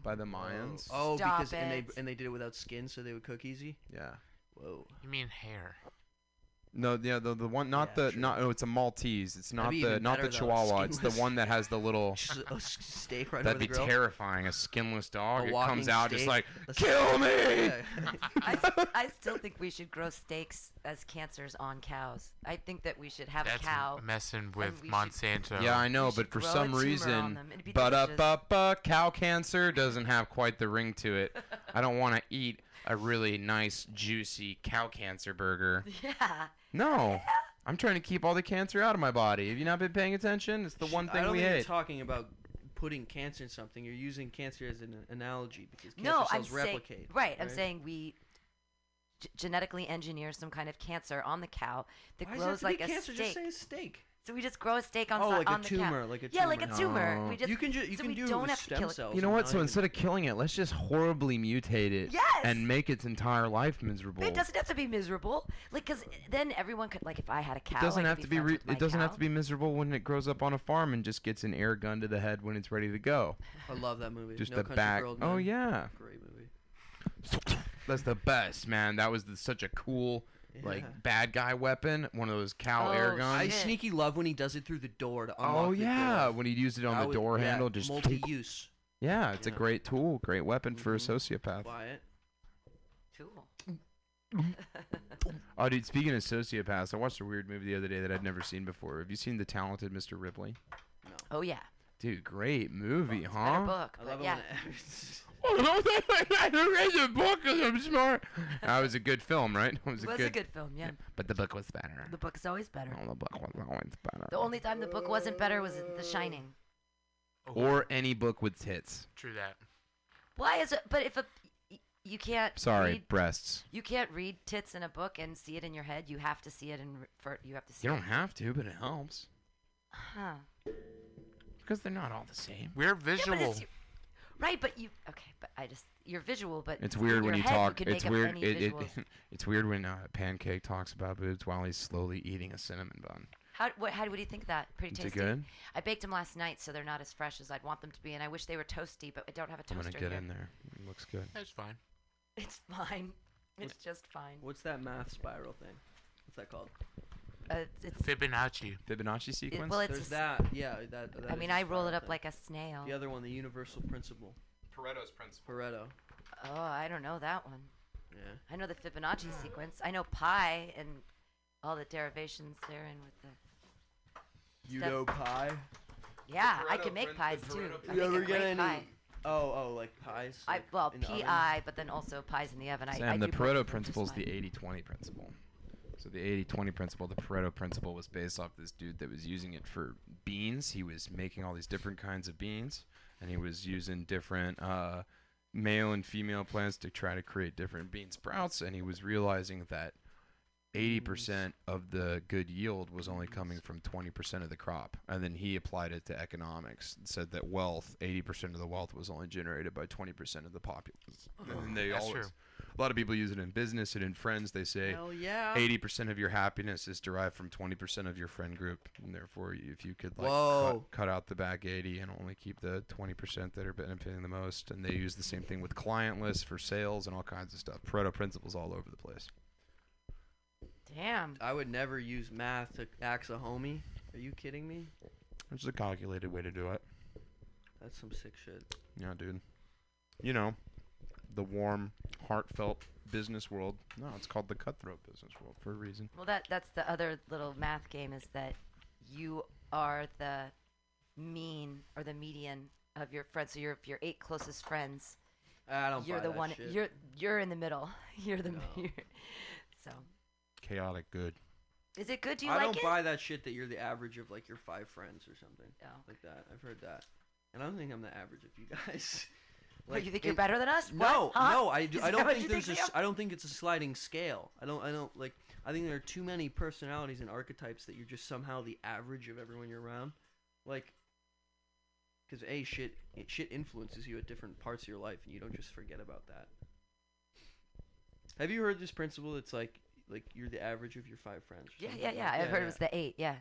Speaker 15: by the Mayans?
Speaker 16: Oh,
Speaker 10: Stop
Speaker 16: because and they
Speaker 10: it.
Speaker 16: and they did it without skin so they would cook easy?
Speaker 15: Yeah.
Speaker 16: Whoa.
Speaker 12: You mean hair?
Speaker 15: No, yeah, the, the one, not the, not, no, it's a Maltese. It's not
Speaker 16: be
Speaker 15: the,
Speaker 16: even
Speaker 15: not the
Speaker 16: better, though,
Speaker 15: Chihuahua. It's the
Speaker 16: skinless.
Speaker 15: one that has the little.
Speaker 16: a s- steak right
Speaker 15: That'd
Speaker 16: over the
Speaker 15: be
Speaker 16: grill.
Speaker 15: terrifying. A skinless dog.
Speaker 16: A
Speaker 15: it
Speaker 16: walking
Speaker 15: comes out just
Speaker 16: steak.
Speaker 15: like,
Speaker 16: That's-
Speaker 15: kill me.
Speaker 10: I, s- I still think we should grow steaks as cancers on cows. I think that we should have
Speaker 12: That's
Speaker 10: a cow.
Speaker 12: messing with
Speaker 10: we should-
Speaker 12: Monsanto.
Speaker 15: Yeah, I know, but for
Speaker 10: grow a
Speaker 15: some
Speaker 10: tumor on
Speaker 15: reason,
Speaker 10: them. It'd be
Speaker 15: but up,
Speaker 10: delicious.
Speaker 15: up, up, cow cancer doesn't have quite the ring to it. I don't want to eat a really nice, juicy cow cancer burger.
Speaker 10: Yeah.
Speaker 15: No, I'm trying to keep all the cancer out of my body. Have you not been paying attention? It's the one
Speaker 16: I
Speaker 15: thing
Speaker 16: don't
Speaker 15: we
Speaker 16: think
Speaker 15: hate.
Speaker 16: you're talking about putting cancer in something. You're using cancer as an analogy because cancer
Speaker 10: no,
Speaker 16: cells
Speaker 10: I'm
Speaker 16: replicate.
Speaker 10: saying right. I'm saying we g- genetically engineer some kind of cancer on the cow that
Speaker 16: Why does it have
Speaker 10: grows
Speaker 16: to
Speaker 10: like
Speaker 16: be
Speaker 10: a
Speaker 16: cancer?
Speaker 10: steak.
Speaker 16: Just say a steak.
Speaker 10: so we just grow a steak on
Speaker 16: Oh,
Speaker 10: so-
Speaker 16: like a
Speaker 10: on the cow.
Speaker 16: tumor, like a
Speaker 10: Yeah, like a
Speaker 15: tumor.
Speaker 10: tumor.
Speaker 15: No.
Speaker 10: We just
Speaker 16: You can ju- you
Speaker 10: so
Speaker 16: can
Speaker 10: we
Speaker 16: do
Speaker 10: don't have
Speaker 16: stem
Speaker 10: to kill it.
Speaker 16: cells.
Speaker 15: You know what?
Speaker 16: Not
Speaker 15: So
Speaker 16: even-
Speaker 15: instead of killing it, let's just horribly mutate it
Speaker 10: Yes!
Speaker 15: and make its entire life miserable.
Speaker 10: But it doesn't have to be miserable. Like, cause then everyone could like, if I had a cow,
Speaker 15: It doesn't
Speaker 10: I could
Speaker 15: have to be.
Speaker 10: friends
Speaker 15: Re-
Speaker 10: with my
Speaker 15: it doesn't have
Speaker 10: cow.
Speaker 15: to be miserable when it grows up on a farm and just gets an air gun to the head when it's ready to go.
Speaker 16: I love that movie.
Speaker 15: Just
Speaker 16: no
Speaker 15: the
Speaker 16: Country
Speaker 15: back.
Speaker 16: For Old
Speaker 15: Oh
Speaker 16: Men.
Speaker 15: yeah.
Speaker 16: Great movie.
Speaker 15: That's the best, man. That was the, such a cool,
Speaker 16: Yeah.
Speaker 15: like bad guy weapon. One of those cow air guns.
Speaker 16: I sneaky love when he does it through the door to unlock
Speaker 15: Um, oh
Speaker 16: the
Speaker 15: yeah,
Speaker 16: door.
Speaker 15: when he used it on
Speaker 16: That
Speaker 15: the
Speaker 16: was-
Speaker 15: door
Speaker 16: yeah,
Speaker 15: handle, just
Speaker 16: multi-use.
Speaker 15: Yeah, it's a
Speaker 16: Yeah.
Speaker 15: great tool, great weapon for a sociopath.
Speaker 16: Buy it.
Speaker 15: Oh, dude, speaking of sociopaths, I watched a weird movie the other day that I'd never seen before. Have you seen The Talented Mr. Ripley?
Speaker 10: Oh yeah.
Speaker 15: Dude, great movie,
Speaker 10: Better
Speaker 15: huh?
Speaker 10: book. but yeah.
Speaker 15: I read the book 'cause I'm smart. That was a good film, right? It was,
Speaker 10: It was a good film, yeah.
Speaker 15: But the book was better.
Speaker 10: The book is always better.
Speaker 15: Oh, the book was always better.
Speaker 10: The only time the book wasn't better was The Shining.
Speaker 15: or any book with tits.
Speaker 12: True that.
Speaker 10: Why is it? But if a y- you can't
Speaker 15: Sorry,
Speaker 10: read,
Speaker 15: breasts.
Speaker 10: you can't read tits in a book and see it in your head. You have to see it in re- for you have to see.
Speaker 15: You
Speaker 10: it.
Speaker 15: don't have to, but it helps
Speaker 10: Huh.
Speaker 15: because they're not all the same.
Speaker 12: We're
Speaker 10: Yeah, but
Speaker 12: visual.
Speaker 10: it's you- right, but you okay? But I just you're visual, but
Speaker 15: It's
Speaker 10: in
Speaker 15: weird
Speaker 10: your
Speaker 15: when you
Speaker 10: head
Speaker 15: talk.
Speaker 10: can
Speaker 15: it's
Speaker 10: make up
Speaker 15: weird.
Speaker 10: any
Speaker 15: It, it,
Speaker 10: visuals.
Speaker 15: it's weird when uh, Pancake talks about boobs while he's slowly eating a cinnamon bun.
Speaker 10: How what? How do you think of that? Pretty
Speaker 15: Is it
Speaker 10: tasty.
Speaker 15: good?
Speaker 10: I baked them last night, so they're not as fresh as I'd want them to be, and I wish they were toasty, but I don't have a
Speaker 15: I'm
Speaker 10: toaster
Speaker 15: gonna get
Speaker 10: here.
Speaker 15: in there. It looks good.
Speaker 12: That's fine.
Speaker 10: It's fine. It's just fine.
Speaker 16: What's that math spiral thing? What's that called?
Speaker 10: Uh, it's
Speaker 12: Fibonacci.
Speaker 15: Fibonacci sequence.
Speaker 10: well, it's
Speaker 16: There's
Speaker 10: a s-
Speaker 16: that. Yeah, that. that
Speaker 10: I
Speaker 16: is
Speaker 10: mean,
Speaker 16: a
Speaker 10: I roll
Speaker 16: spiral
Speaker 10: it up
Speaker 16: thing.
Speaker 10: like a snail.
Speaker 16: The other one, the universal principle.
Speaker 15: Pareto's principle.
Speaker 16: Pareto.
Speaker 10: Oh, I don't know that one.
Speaker 16: Yeah.
Speaker 10: I know the Fibonacci sequence. I know pi and all the derivations therein with the.
Speaker 16: You
Speaker 10: Step-
Speaker 16: know pi.
Speaker 10: Yeah, I
Speaker 16: Pareto
Speaker 10: can make
Speaker 16: prin-
Speaker 10: pies
Speaker 16: the
Speaker 10: too.
Speaker 16: Pareto
Speaker 10: I make
Speaker 16: You
Speaker 10: a
Speaker 16: ever get
Speaker 10: great
Speaker 16: any?
Speaker 10: pie.
Speaker 16: Oh, oh, like pies.
Speaker 10: I,
Speaker 16: like,
Speaker 10: well,
Speaker 16: in the oven?
Speaker 10: PI, but then also pies in the oven. I,
Speaker 15: Sam,
Speaker 10: I
Speaker 15: the
Speaker 10: do both of
Speaker 15: Pareto
Speaker 10: them
Speaker 15: principle is
Speaker 10: just
Speaker 15: the 80-20 principle. So the 80-20 principle, the Pareto principle was based off this dude that was using it for beans. He was making all these different kinds of beans, and he was using different uh, male and female plants to try to create different bean sprouts. And he was realizing that 80% of the good yield was only coming from 20% of the crop. And then he applied it to economics and said that wealth, 80% of the wealth was only generated by 20% of the populace. And then they
Speaker 12: That's
Speaker 15: always,
Speaker 12: true.
Speaker 15: a lot of people use it in business and in friends. They say
Speaker 16: Hell yeah.
Speaker 15: 80% of your happiness is derived from 20% of your friend group. And therefore, you- if you could like cut,
Speaker 16: Whoa.
Speaker 15: cut out the back 80 and only keep the 20% that are benefiting the most. And they use the same thing with client lists for sales and all kinds of stuff. Pareto principles all over the place.
Speaker 10: Damn.
Speaker 16: I would never use math to axe a homie. Are you kidding me?
Speaker 15: Which is a calculated way to do it.
Speaker 16: That's some sick shit.
Speaker 15: Yeah, dude. You know, the warm, heartfelt business world. No, it's called the cutthroat business world for a reason.
Speaker 10: Well, that that's the other little math game is that you are the mean or the median of your friends. So you're if your eight closest friends.
Speaker 16: I don't
Speaker 10: You're
Speaker 16: buy
Speaker 10: the
Speaker 16: that
Speaker 10: one.
Speaker 16: shit.
Speaker 10: You're you're in the middle. You're the. You're, so
Speaker 15: Chaotic good.
Speaker 10: is it good? Do you
Speaker 16: I
Speaker 10: like
Speaker 16: don't
Speaker 10: it?
Speaker 16: buy that shit that you're the average of like your five friends or something
Speaker 10: Oh.
Speaker 16: like that. I've heard that, and I don't think I'm the average of you guys.
Speaker 10: What, you think you're better than us? What?
Speaker 16: No,
Speaker 10: Huh?
Speaker 16: no, I, do,
Speaker 10: Is
Speaker 16: I
Speaker 10: that
Speaker 16: don't
Speaker 10: what
Speaker 16: think
Speaker 10: you think
Speaker 16: there's a,
Speaker 10: we
Speaker 16: s-
Speaker 10: are?
Speaker 16: I don't think it's a sliding scale. I don't I don't like I think there are too many personalities and archetypes that you're just somehow the average of everyone you're around. Like cuz a shit it, shit influences you at different parts of your life and you don't just forget about that. Have you heard this principle that's like like you're the average of your five friends? or
Speaker 10: Yeah,
Speaker 16: something
Speaker 10: yeah,
Speaker 16: like
Speaker 10: yeah.
Speaker 16: that?
Speaker 10: I've heard it was the eight. Yeah,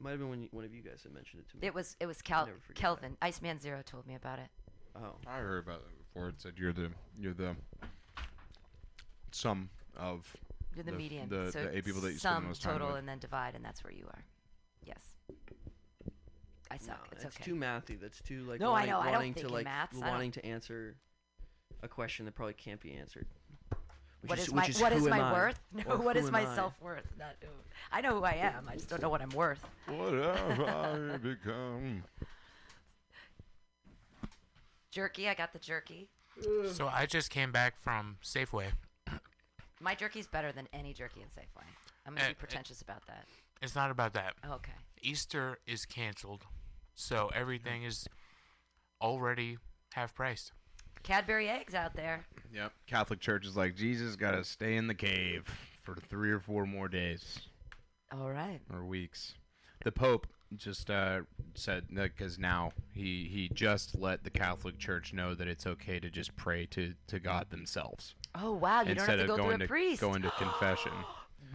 Speaker 16: Might have been when you, one of you guys had mentioned it to me.
Speaker 10: it was. It was
Speaker 16: I'll
Speaker 10: Cal-
Speaker 16: never forget that.
Speaker 10: Kelvin. Iceman Zero told me about it.
Speaker 16: Oh.
Speaker 15: I heard about that before. It said you're the you're the sum of
Speaker 10: You're the,
Speaker 11: The f-
Speaker 10: median.
Speaker 11: the-
Speaker 10: so
Speaker 11: the eight people that you spend
Speaker 10: sum
Speaker 11: most time
Speaker 10: total
Speaker 11: with.
Speaker 10: and then divide, and that's where you are. Yes. I suck. it's
Speaker 16: That's
Speaker 10: okay.
Speaker 16: too mathy. That's too like
Speaker 10: No, I
Speaker 16: wanting,
Speaker 10: know, I don't
Speaker 16: wanting
Speaker 10: think
Speaker 16: to
Speaker 10: in
Speaker 16: like
Speaker 10: maths, I don't-
Speaker 16: wanting to answer a question that probably can't be answered. Which
Speaker 10: What
Speaker 16: is
Speaker 10: is my
Speaker 16: which is
Speaker 10: what
Speaker 16: who
Speaker 10: is
Speaker 16: am
Speaker 10: my
Speaker 16: I?
Speaker 10: worth? No,
Speaker 16: Or
Speaker 10: what
Speaker 16: who
Speaker 10: is
Speaker 16: am
Speaker 10: my
Speaker 16: I?
Speaker 10: self worth? Not who I know who I am. I just don't know what I'm worth.
Speaker 11: What have I become?
Speaker 10: Jerky, I got the jerky.
Speaker 12: So I just came back from Safeway.
Speaker 10: My jerky's better than any jerky in Safeway. I'm gonna
Speaker 12: Uh,
Speaker 10: be
Speaker 12: it-
Speaker 10: pretentious about that. Oh,
Speaker 12: It's not about that.
Speaker 10: Okay.
Speaker 12: Easter is canceled, so everything is already half priced.
Speaker 10: Cadbury eggs out there.
Speaker 15: Yep. Catholic Church is like Jesus got to stay in the cave for three or four more days.
Speaker 10: All right.
Speaker 15: Or weeks. The Pope just uh, said because now he he just let the Catholic Church know that it's okay to just pray to to God themselves.
Speaker 10: Oh wow, you don't have
Speaker 15: instead
Speaker 10: to
Speaker 15: of
Speaker 10: go through
Speaker 15: going
Speaker 10: a priest.
Speaker 15: Going to confession.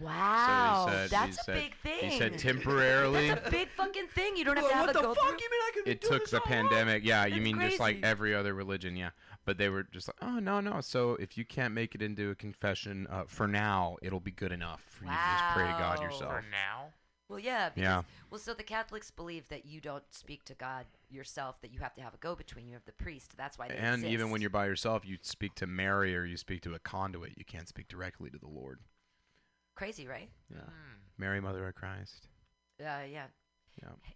Speaker 10: Wow,
Speaker 15: so he said, he
Speaker 10: that's a
Speaker 15: said-
Speaker 10: big thing.
Speaker 15: He said temporarily.
Speaker 10: That's a big fucking thing. You don't have to have
Speaker 16: what
Speaker 10: a
Speaker 16: the
Speaker 10: go
Speaker 16: fuck
Speaker 10: through.
Speaker 16: you mean I could
Speaker 15: it took the pandemic. Yeah, you mean just like
Speaker 16: crazy.
Speaker 15: every other religion, yeah. But they were just like, oh no, no. So if you can't make it into a confession, uh, for now, it'll be good enough for you to just pray to God
Speaker 10: Wow.
Speaker 15: yourself.
Speaker 10: For
Speaker 12: now.
Speaker 10: Well, yeah. Because,
Speaker 15: Yeah.
Speaker 10: Well, so the Catholics believe that you don't speak to God yourself; that you have to have a go-between. You have the priest. That's why they
Speaker 15: And
Speaker 10: exist.
Speaker 15: even when you're by yourself, you speak to Mary or you speak to a conduit. You can't speak directly to the Lord.
Speaker 10: crazy, right?
Speaker 15: Yeah,
Speaker 10: Hmm.
Speaker 15: Mary, Mother of Christ.
Speaker 10: Uh, yeah.
Speaker 15: Yeah.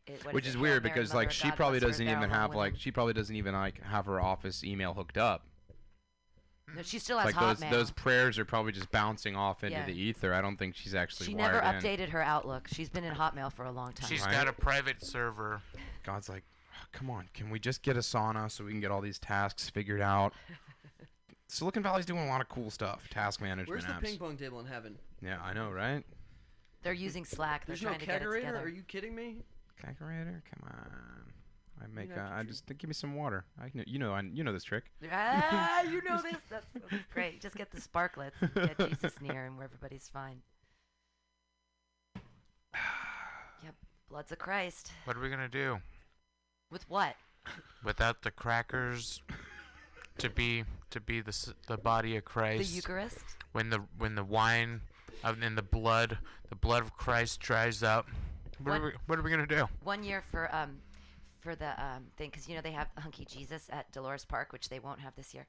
Speaker 10: It- what
Speaker 15: Which
Speaker 10: it?
Speaker 15: is
Speaker 10: Hail
Speaker 15: weird
Speaker 10: Mary,
Speaker 15: because
Speaker 10: Mother
Speaker 15: like
Speaker 10: of
Speaker 15: she
Speaker 10: God,
Speaker 15: probably
Speaker 10: blessed are
Speaker 15: doesn't
Speaker 10: thou
Speaker 15: even
Speaker 10: among
Speaker 15: have like
Speaker 10: women.
Speaker 15: she probably doesn't even like have her office email hooked up.
Speaker 10: No, she still has
Speaker 15: like those
Speaker 10: Hotmail.
Speaker 15: those prayers are probably just bouncing off into
Speaker 10: Yeah.
Speaker 15: the ether. I don't think she's actually
Speaker 10: she
Speaker 15: wired
Speaker 10: never
Speaker 15: in.
Speaker 10: updated her Outlook. She's been in Hotmail for a long time.
Speaker 12: She's got a private server.
Speaker 15: God's like, "Oh, come on, can we just get a sauna so we can get all these tasks figured out? Silicon Valley's doing a lot of cool stuff, task management
Speaker 16: Where's the
Speaker 15: apps.
Speaker 16: ping pong table in heaven?
Speaker 15: yeah, I know, right?
Speaker 10: They're using Slack. They're
Speaker 16: There's no
Speaker 10: trying to get it
Speaker 16: kegerator.
Speaker 10: together.
Speaker 16: Are you kidding me?
Speaker 15: Kegerator, come on. I make.
Speaker 16: know,
Speaker 15: uh, I just give me some water. I kn- you know. I, you know this trick.
Speaker 10: ah, you know this. That's, that's great. Just get the sparklets. and Get Jesus near, and everybody's fine. Yep. Bloods of Christ.
Speaker 12: What are we gonna do
Speaker 10: With what?
Speaker 12: without the crackers? To be to be the s- the body of Christ.
Speaker 10: Eucharist?
Speaker 12: When the when the wine of and the blood the blood of Christ dries up. What, are we,
Speaker 10: What-
Speaker 12: what are we gonna do?
Speaker 10: One year for um for the um thing because you know they have Hunky Jesus at Dolores Park, which they won't have this year.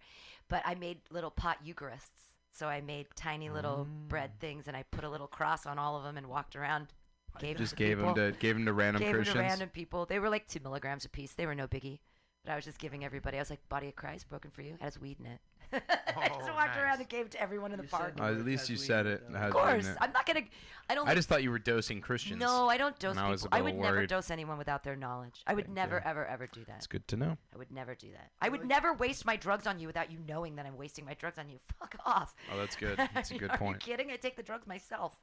Speaker 10: But I made little pot Eucharists. So I made tiny little
Speaker 15: Mm.
Speaker 10: bread things, and I put a little cross on all of them and walked around. Gave
Speaker 15: Just
Speaker 10: to
Speaker 15: gave 'em
Speaker 10: people.
Speaker 15: to- gave 'em to random
Speaker 10: Gave 'em
Speaker 15: Christians?
Speaker 10: to random people. They were like two milligrams a piece. They were no biggie. But I was just giving everybody. I was like, "Body of Christ, broken for you." It has weed in it. I just
Speaker 15: Oh,
Speaker 10: walked around and gave to everyone in the park.
Speaker 15: Uh, at least you said it.
Speaker 10: Of course, I'm not gonna. I don't.
Speaker 15: I
Speaker 10: like-
Speaker 15: just thought you were dosing Christians.
Speaker 10: No, I don't dose
Speaker 15: and I was
Speaker 10: people.
Speaker 15: a
Speaker 10: I
Speaker 15: little
Speaker 10: would never
Speaker 15: worried.
Speaker 10: dose anyone without their knowledge. I would never, ever, ever do that.
Speaker 15: It's good to know.
Speaker 10: I would never do that. I would never waste my drugs on you without you knowing that I'm wasting my drugs on you. Fuck off.
Speaker 15: Oh, that's good. That's a good
Speaker 10: Are
Speaker 15: point.
Speaker 10: you kidding? I take the drugs myself.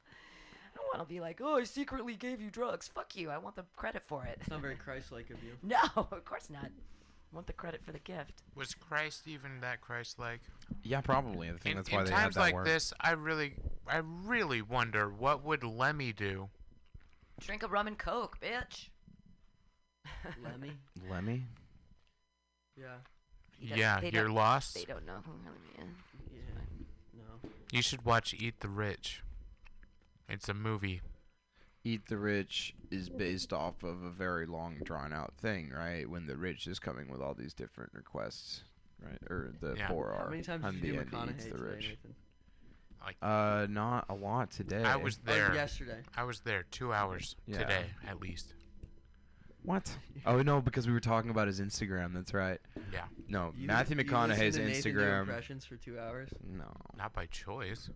Speaker 10: I don't want to be like, oh, I secretly gave you drugs. Fuck you. I want the credit for it.
Speaker 16: It's not very Christ-like of you.
Speaker 10: no, of course not. I want the credit for the gift.
Speaker 12: Was Christ even that Christ-like?
Speaker 15: Yeah, probably. I think
Speaker 12: In,
Speaker 15: that's
Speaker 12: in
Speaker 15: why they had
Speaker 12: times
Speaker 15: that
Speaker 12: like
Speaker 15: word.
Speaker 12: this, I really, I really wonder what would Lemmy do.
Speaker 10: Drink a rum and coke, bitch.
Speaker 16: Lemmy.
Speaker 15: Lemmy.
Speaker 16: Yeah.
Speaker 10: He doesn't-
Speaker 12: Yeah,
Speaker 10: they
Speaker 12: you're
Speaker 10: don't-
Speaker 12: lost.
Speaker 10: They don't know who Lemmy is.
Speaker 16: Yeah. No.
Speaker 12: You should watch Eat the Rich. It's a movie.
Speaker 15: Eat the Rich is based off of a very long, drawn out thing, right? When the rich is coming with all these different requests, right? Or the
Speaker 12: Yeah.
Speaker 15: poor
Speaker 16: How
Speaker 15: are.
Speaker 16: many times
Speaker 15: and
Speaker 16: did you do
Speaker 15: the end
Speaker 16: McConaughey
Speaker 15: eats the
Speaker 16: today,
Speaker 15: rich.
Speaker 16: Nathan?
Speaker 15: Uh, not a lot today.
Speaker 12: I
Speaker 11: Oh,
Speaker 12: was there
Speaker 16: yesterday.
Speaker 12: I was there two hours
Speaker 15: Yeah.
Speaker 12: today at least.
Speaker 15: What? Oh no, because we were talking about his Instagram. That's right.
Speaker 12: Yeah.
Speaker 15: No,
Speaker 16: You-
Speaker 15: Matthew
Speaker 16: you listened
Speaker 15: McConaughey's
Speaker 16: to Nathan do
Speaker 15: Instagram.
Speaker 16: impressions for two hours.
Speaker 15: No.
Speaker 12: Not by choice.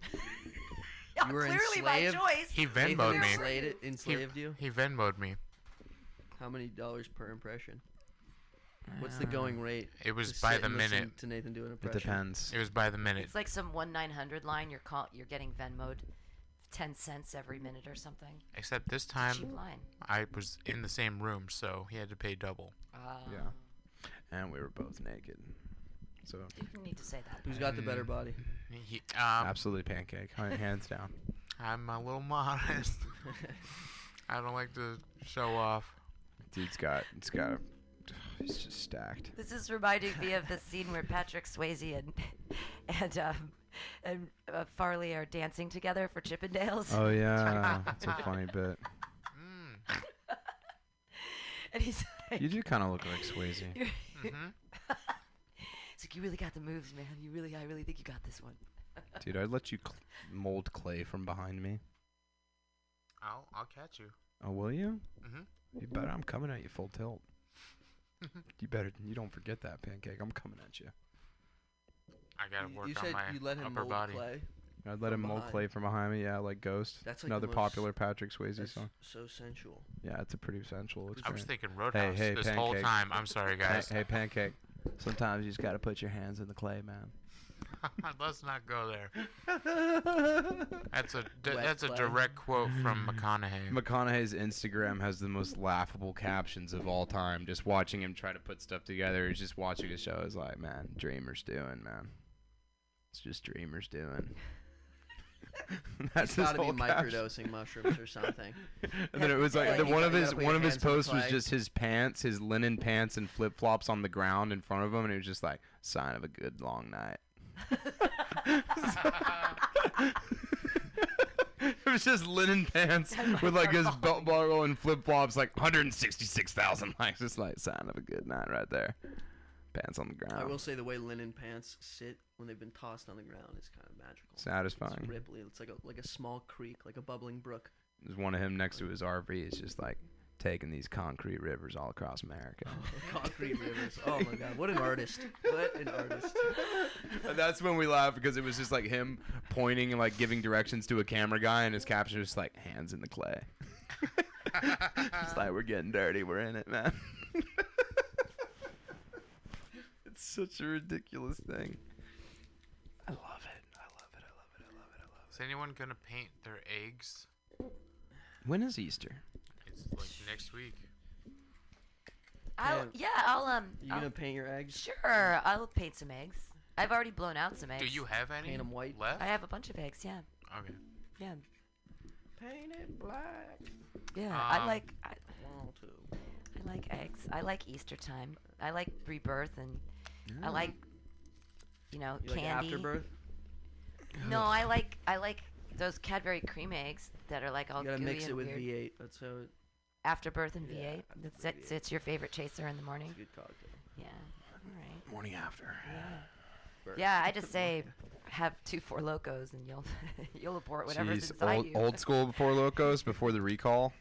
Speaker 16: you were
Speaker 10: clearly by
Speaker 16: enslaved.
Speaker 10: choice.
Speaker 12: He
Speaker 16: Nathan
Speaker 12: Venmoed me.
Speaker 16: Enslaved,
Speaker 12: He-
Speaker 16: enslaved you.
Speaker 12: He Venmoed me.
Speaker 16: How many dollars per impression? What's the going rate?
Speaker 12: It was
Speaker 16: to
Speaker 12: by
Speaker 16: sit
Speaker 12: the
Speaker 16: and listen
Speaker 12: minute.
Speaker 16: To Nathan do an
Speaker 15: Uh, It
Speaker 16: impression.
Speaker 15: depends.
Speaker 12: It was by the minute.
Speaker 10: It's like some one nine hundred line. You're call, you're getting Venmoed, ten cents every minute or something.
Speaker 12: Except this
Speaker 10: cheap
Speaker 12: time,
Speaker 10: line.
Speaker 12: I was in the same room, so he had to pay double.
Speaker 15: Yeah. And we were both naked. So
Speaker 10: You didn't need to say that.
Speaker 16: Who's got the better
Speaker 12: Mm.
Speaker 16: body?
Speaker 12: He, um,
Speaker 15: absolutely pancake, hi- hands down.
Speaker 12: I'm a little modest. I don't like to show off.
Speaker 15: Dude's got. It's got. A, he's just stacked.
Speaker 10: This is reminding me of the scene where Patrick Swayze and and um, and uh, Farley are dancing together for Chippendales.
Speaker 15: Oh yeah, it's a funny bit.
Speaker 12: Mm,
Speaker 10: and he's like,
Speaker 15: You do kind of look like Swayze.
Speaker 10: You're- it's like you really got the moves, man. You really, I really think you got this one.
Speaker 15: Dude, I'd let you cl- mold clay from behind me.
Speaker 12: I'll I'll catch you.
Speaker 15: Oh, will you?
Speaker 12: Mhm.
Speaker 16: Mm-hmm.
Speaker 15: You better. I'm coming at you full tilt. you better. You don't forget that pancake. I'm coming at you.
Speaker 12: I gotta work
Speaker 16: you
Speaker 12: on
Speaker 16: said
Speaker 12: my
Speaker 16: you let him
Speaker 12: upper
Speaker 16: mold
Speaker 12: body.
Speaker 16: clay.
Speaker 15: I'd let
Speaker 16: From
Speaker 15: him mold
Speaker 16: behind.
Speaker 15: clay from behind me. Yeah, like Ghost.
Speaker 16: That's like the
Speaker 15: another
Speaker 16: most-
Speaker 15: popular Patrick Swayze
Speaker 16: that's
Speaker 15: song.
Speaker 16: So sensual.
Speaker 15: Yeah, it's a pretty sensual.
Speaker 12: I was
Speaker 15: experience.
Speaker 12: thinking Roadhouse this whole time. I'm sorry,
Speaker 15: Hey-
Speaker 12: guys.
Speaker 15: Hey, pancake. Sometimes you just gotta put your hands in the clay, man.
Speaker 12: Let's not go there. That's a d-
Speaker 13: Wet
Speaker 12: that's a
Speaker 13: clay.
Speaker 12: direct quote from McConaughey.
Speaker 15: McConaughey's Instagram has the most laughable captions of all time. Just watching him try to put stuff together, he's just watching a show. Is like, man, dreamers doing, man. It's just dreamers doing. That's
Speaker 16: He's
Speaker 15: his
Speaker 16: gotta be
Speaker 15: whole caption.
Speaker 16: microdosing mushrooms or something.
Speaker 15: And then it was like
Speaker 16: Yeah,
Speaker 15: the,
Speaker 16: you
Speaker 15: one
Speaker 16: gotta-
Speaker 15: of
Speaker 16: you
Speaker 15: his
Speaker 16: gotta put
Speaker 15: one
Speaker 16: your
Speaker 15: of his
Speaker 16: hands in the
Speaker 15: posts was
Speaker 16: clay.
Speaker 15: just his pants, his linen pants and flip flops on the ground in front of him, and it was just like sign of a good long night. it was just linen pants with like his belt buckle and flip flops, like 166,000 likes. It's like sign of a good night right there. Pants on the ground.
Speaker 16: I will say the way linen pants sit when they've been tossed on the ground is kind of magical.
Speaker 15: Satisfying.
Speaker 16: It's ripply. It's like a like a small creek, like a bubbling brook.
Speaker 15: There's one of him next to his RV. It's just like taking these concrete rivers all across America.
Speaker 16: Concrete rivers. Oh my god, what an artist! What an artist!
Speaker 15: And that's when we laughed because it was just like him pointing and like giving directions to a camera guy, and his caption was just like hands in the clay. it's like we're getting dirty, we're in it, man. it's such a ridiculous thing. I love it.
Speaker 12: Is anyone gonna paint their eggs?
Speaker 15: When is Easter?
Speaker 12: It's like next week.
Speaker 10: I'll, yeah, I'll um.
Speaker 16: You
Speaker 10: I'll-
Speaker 16: gonna paint your eggs?
Speaker 10: Sure, I'll paint some eggs. I've already blown out some eggs.
Speaker 12: Do you have any
Speaker 16: Paint 'em white.
Speaker 12: left?
Speaker 10: I have a bunch of eggs. Yeah,
Speaker 12: Okay.
Speaker 10: yeah,
Speaker 16: Paint it black.
Speaker 10: yeah. I
Speaker 16: Um,
Speaker 10: like I,
Speaker 16: Want to.
Speaker 10: I like eggs. I like Easter time. I like rebirth and I
Speaker 16: Mm.
Speaker 10: like you know
Speaker 16: You like
Speaker 10: candy.
Speaker 16: afterbirth?
Speaker 10: No, I like I like those Cadbury cream eggs that are like all
Speaker 16: You gotta
Speaker 10: gooey
Speaker 16: mix it
Speaker 10: and
Speaker 16: with
Speaker 10: weird.
Speaker 16: V8. That's how it.
Speaker 10: Afterbirth and
Speaker 16: Yeah,
Speaker 10: V8. That's, that's it's your favorite chaser in the morning.
Speaker 16: Good cocktail.
Speaker 10: Yeah. All right.
Speaker 15: Morning after.
Speaker 10: Yeah. Yeah, I just say have two four locos and you'll you'll abort whatever's
Speaker 15: Jeez,
Speaker 10: inside
Speaker 15: old,
Speaker 10: you.
Speaker 15: old school before Locos, before the recall.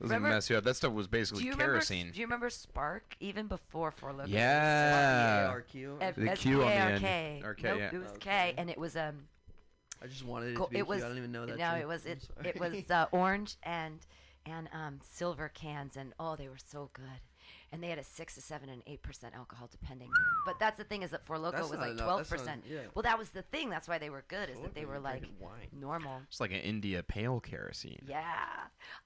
Speaker 15: Those would
Speaker 10: Remember-
Speaker 15: mess you up. That stuff was
Speaker 10: do
Speaker 15: basically
Speaker 10: you remember?
Speaker 15: kerosene.
Speaker 10: Do you remember Spark even before Four Locos? E
Speaker 15: Yeah.
Speaker 16: P-A-R-Q?
Speaker 10: F-
Speaker 15: The
Speaker 10: S-
Speaker 15: Q on the end.
Speaker 10: P-A-R-K.
Speaker 15: RK,
Speaker 10: Nope,
Speaker 15: yeah.
Speaker 10: It was
Speaker 16: Oh, Okay.
Speaker 10: K, and it was um.
Speaker 16: I just wanted it
Speaker 10: Go-
Speaker 16: to be.
Speaker 10: it was
Speaker 16: I don't even know that.
Speaker 10: no
Speaker 16: term.
Speaker 10: it was
Speaker 16: I'm
Speaker 10: it,
Speaker 16: sorry.
Speaker 10: it was uh, orange and and um, silver cans and oh they were so good and they had a six to seven and eight percent alcohol depending but that's the thing is that four loco
Speaker 16: That's
Speaker 10: was
Speaker 16: not
Speaker 10: like
Speaker 16: enough.
Speaker 10: twelve
Speaker 16: That's not-
Speaker 10: percent
Speaker 16: yeah.
Speaker 10: well that was the thing that's why they were good is
Speaker 16: Four
Speaker 10: that they
Speaker 16: Loko,
Speaker 10: were
Speaker 16: you're
Speaker 10: like
Speaker 16: drinking wine.
Speaker 10: normal
Speaker 15: It's like an India pale kerosene.
Speaker 10: yeah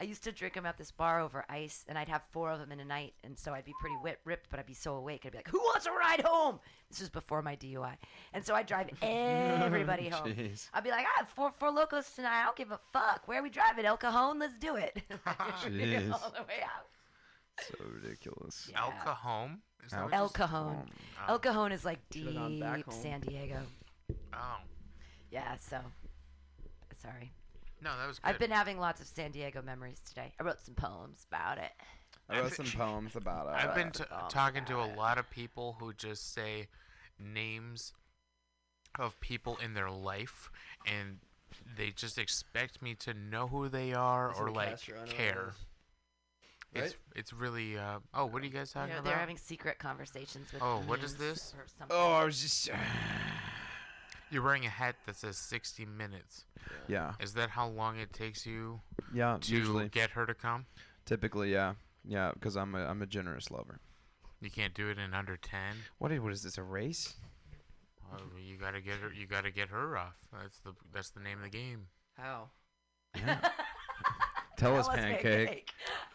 Speaker 10: I used to drink them at this bar over ice and I'd have four of them in a night and so I'd be pretty whip, ripped but I'd be so awake I'd be like who wants a ride home this was before my DUI and so I drive everybody home
Speaker 15: Jeez.
Speaker 10: I'd be like, I have four four locos tonight. I don't give a fuck. Where are we driving? El Cajon? Let's do it. Like,
Speaker 15: Jeez.
Speaker 10: All the way out.
Speaker 15: So ridiculous.
Speaker 10: Yeah.
Speaker 12: Al Cajon. Is that what
Speaker 10: El
Speaker 12: you s-
Speaker 10: Cajon.
Speaker 12: Oh.
Speaker 10: El Cajon is like
Speaker 12: Should've
Speaker 10: deep
Speaker 12: gone back home.
Speaker 10: San Diego.
Speaker 12: Oh
Speaker 10: Yeah, so sorry.
Speaker 12: no, that was good.
Speaker 10: I've been having lots of San Diego memories today. I wrote some poems about it.
Speaker 15: I wrote some poems about it.
Speaker 12: I've been t- talking to a lot of people who just say names of people in their life and they just expect me to know who they are
Speaker 16: Isn't
Speaker 12: or
Speaker 16: it
Speaker 12: like
Speaker 16: Castrano
Speaker 12: care.
Speaker 16: it is?
Speaker 12: It's it's really uh, oh what are you guys
Speaker 10: You know,
Speaker 12: talking about?
Speaker 10: they're having secret conversations with
Speaker 12: Oh, what is
Speaker 10: memes
Speaker 12: this?
Speaker 10: or something.
Speaker 15: Oh, I was just.
Speaker 12: You're wearing a hat that says 60 minutes.
Speaker 15: Yeah.
Speaker 12: Is that how long it takes you
Speaker 15: Yeah,
Speaker 12: to
Speaker 15: Um, usually.
Speaker 12: get her to come?
Speaker 15: Typically, yeah, yeah, because I'm a I'm a generous lover.
Speaker 12: You can't do it in under 10.
Speaker 15: What is, what is this a race?
Speaker 12: Well, you got to get her you got to get her off. That's the that's the name of the game.
Speaker 16: How?
Speaker 15: Tell us, pancake.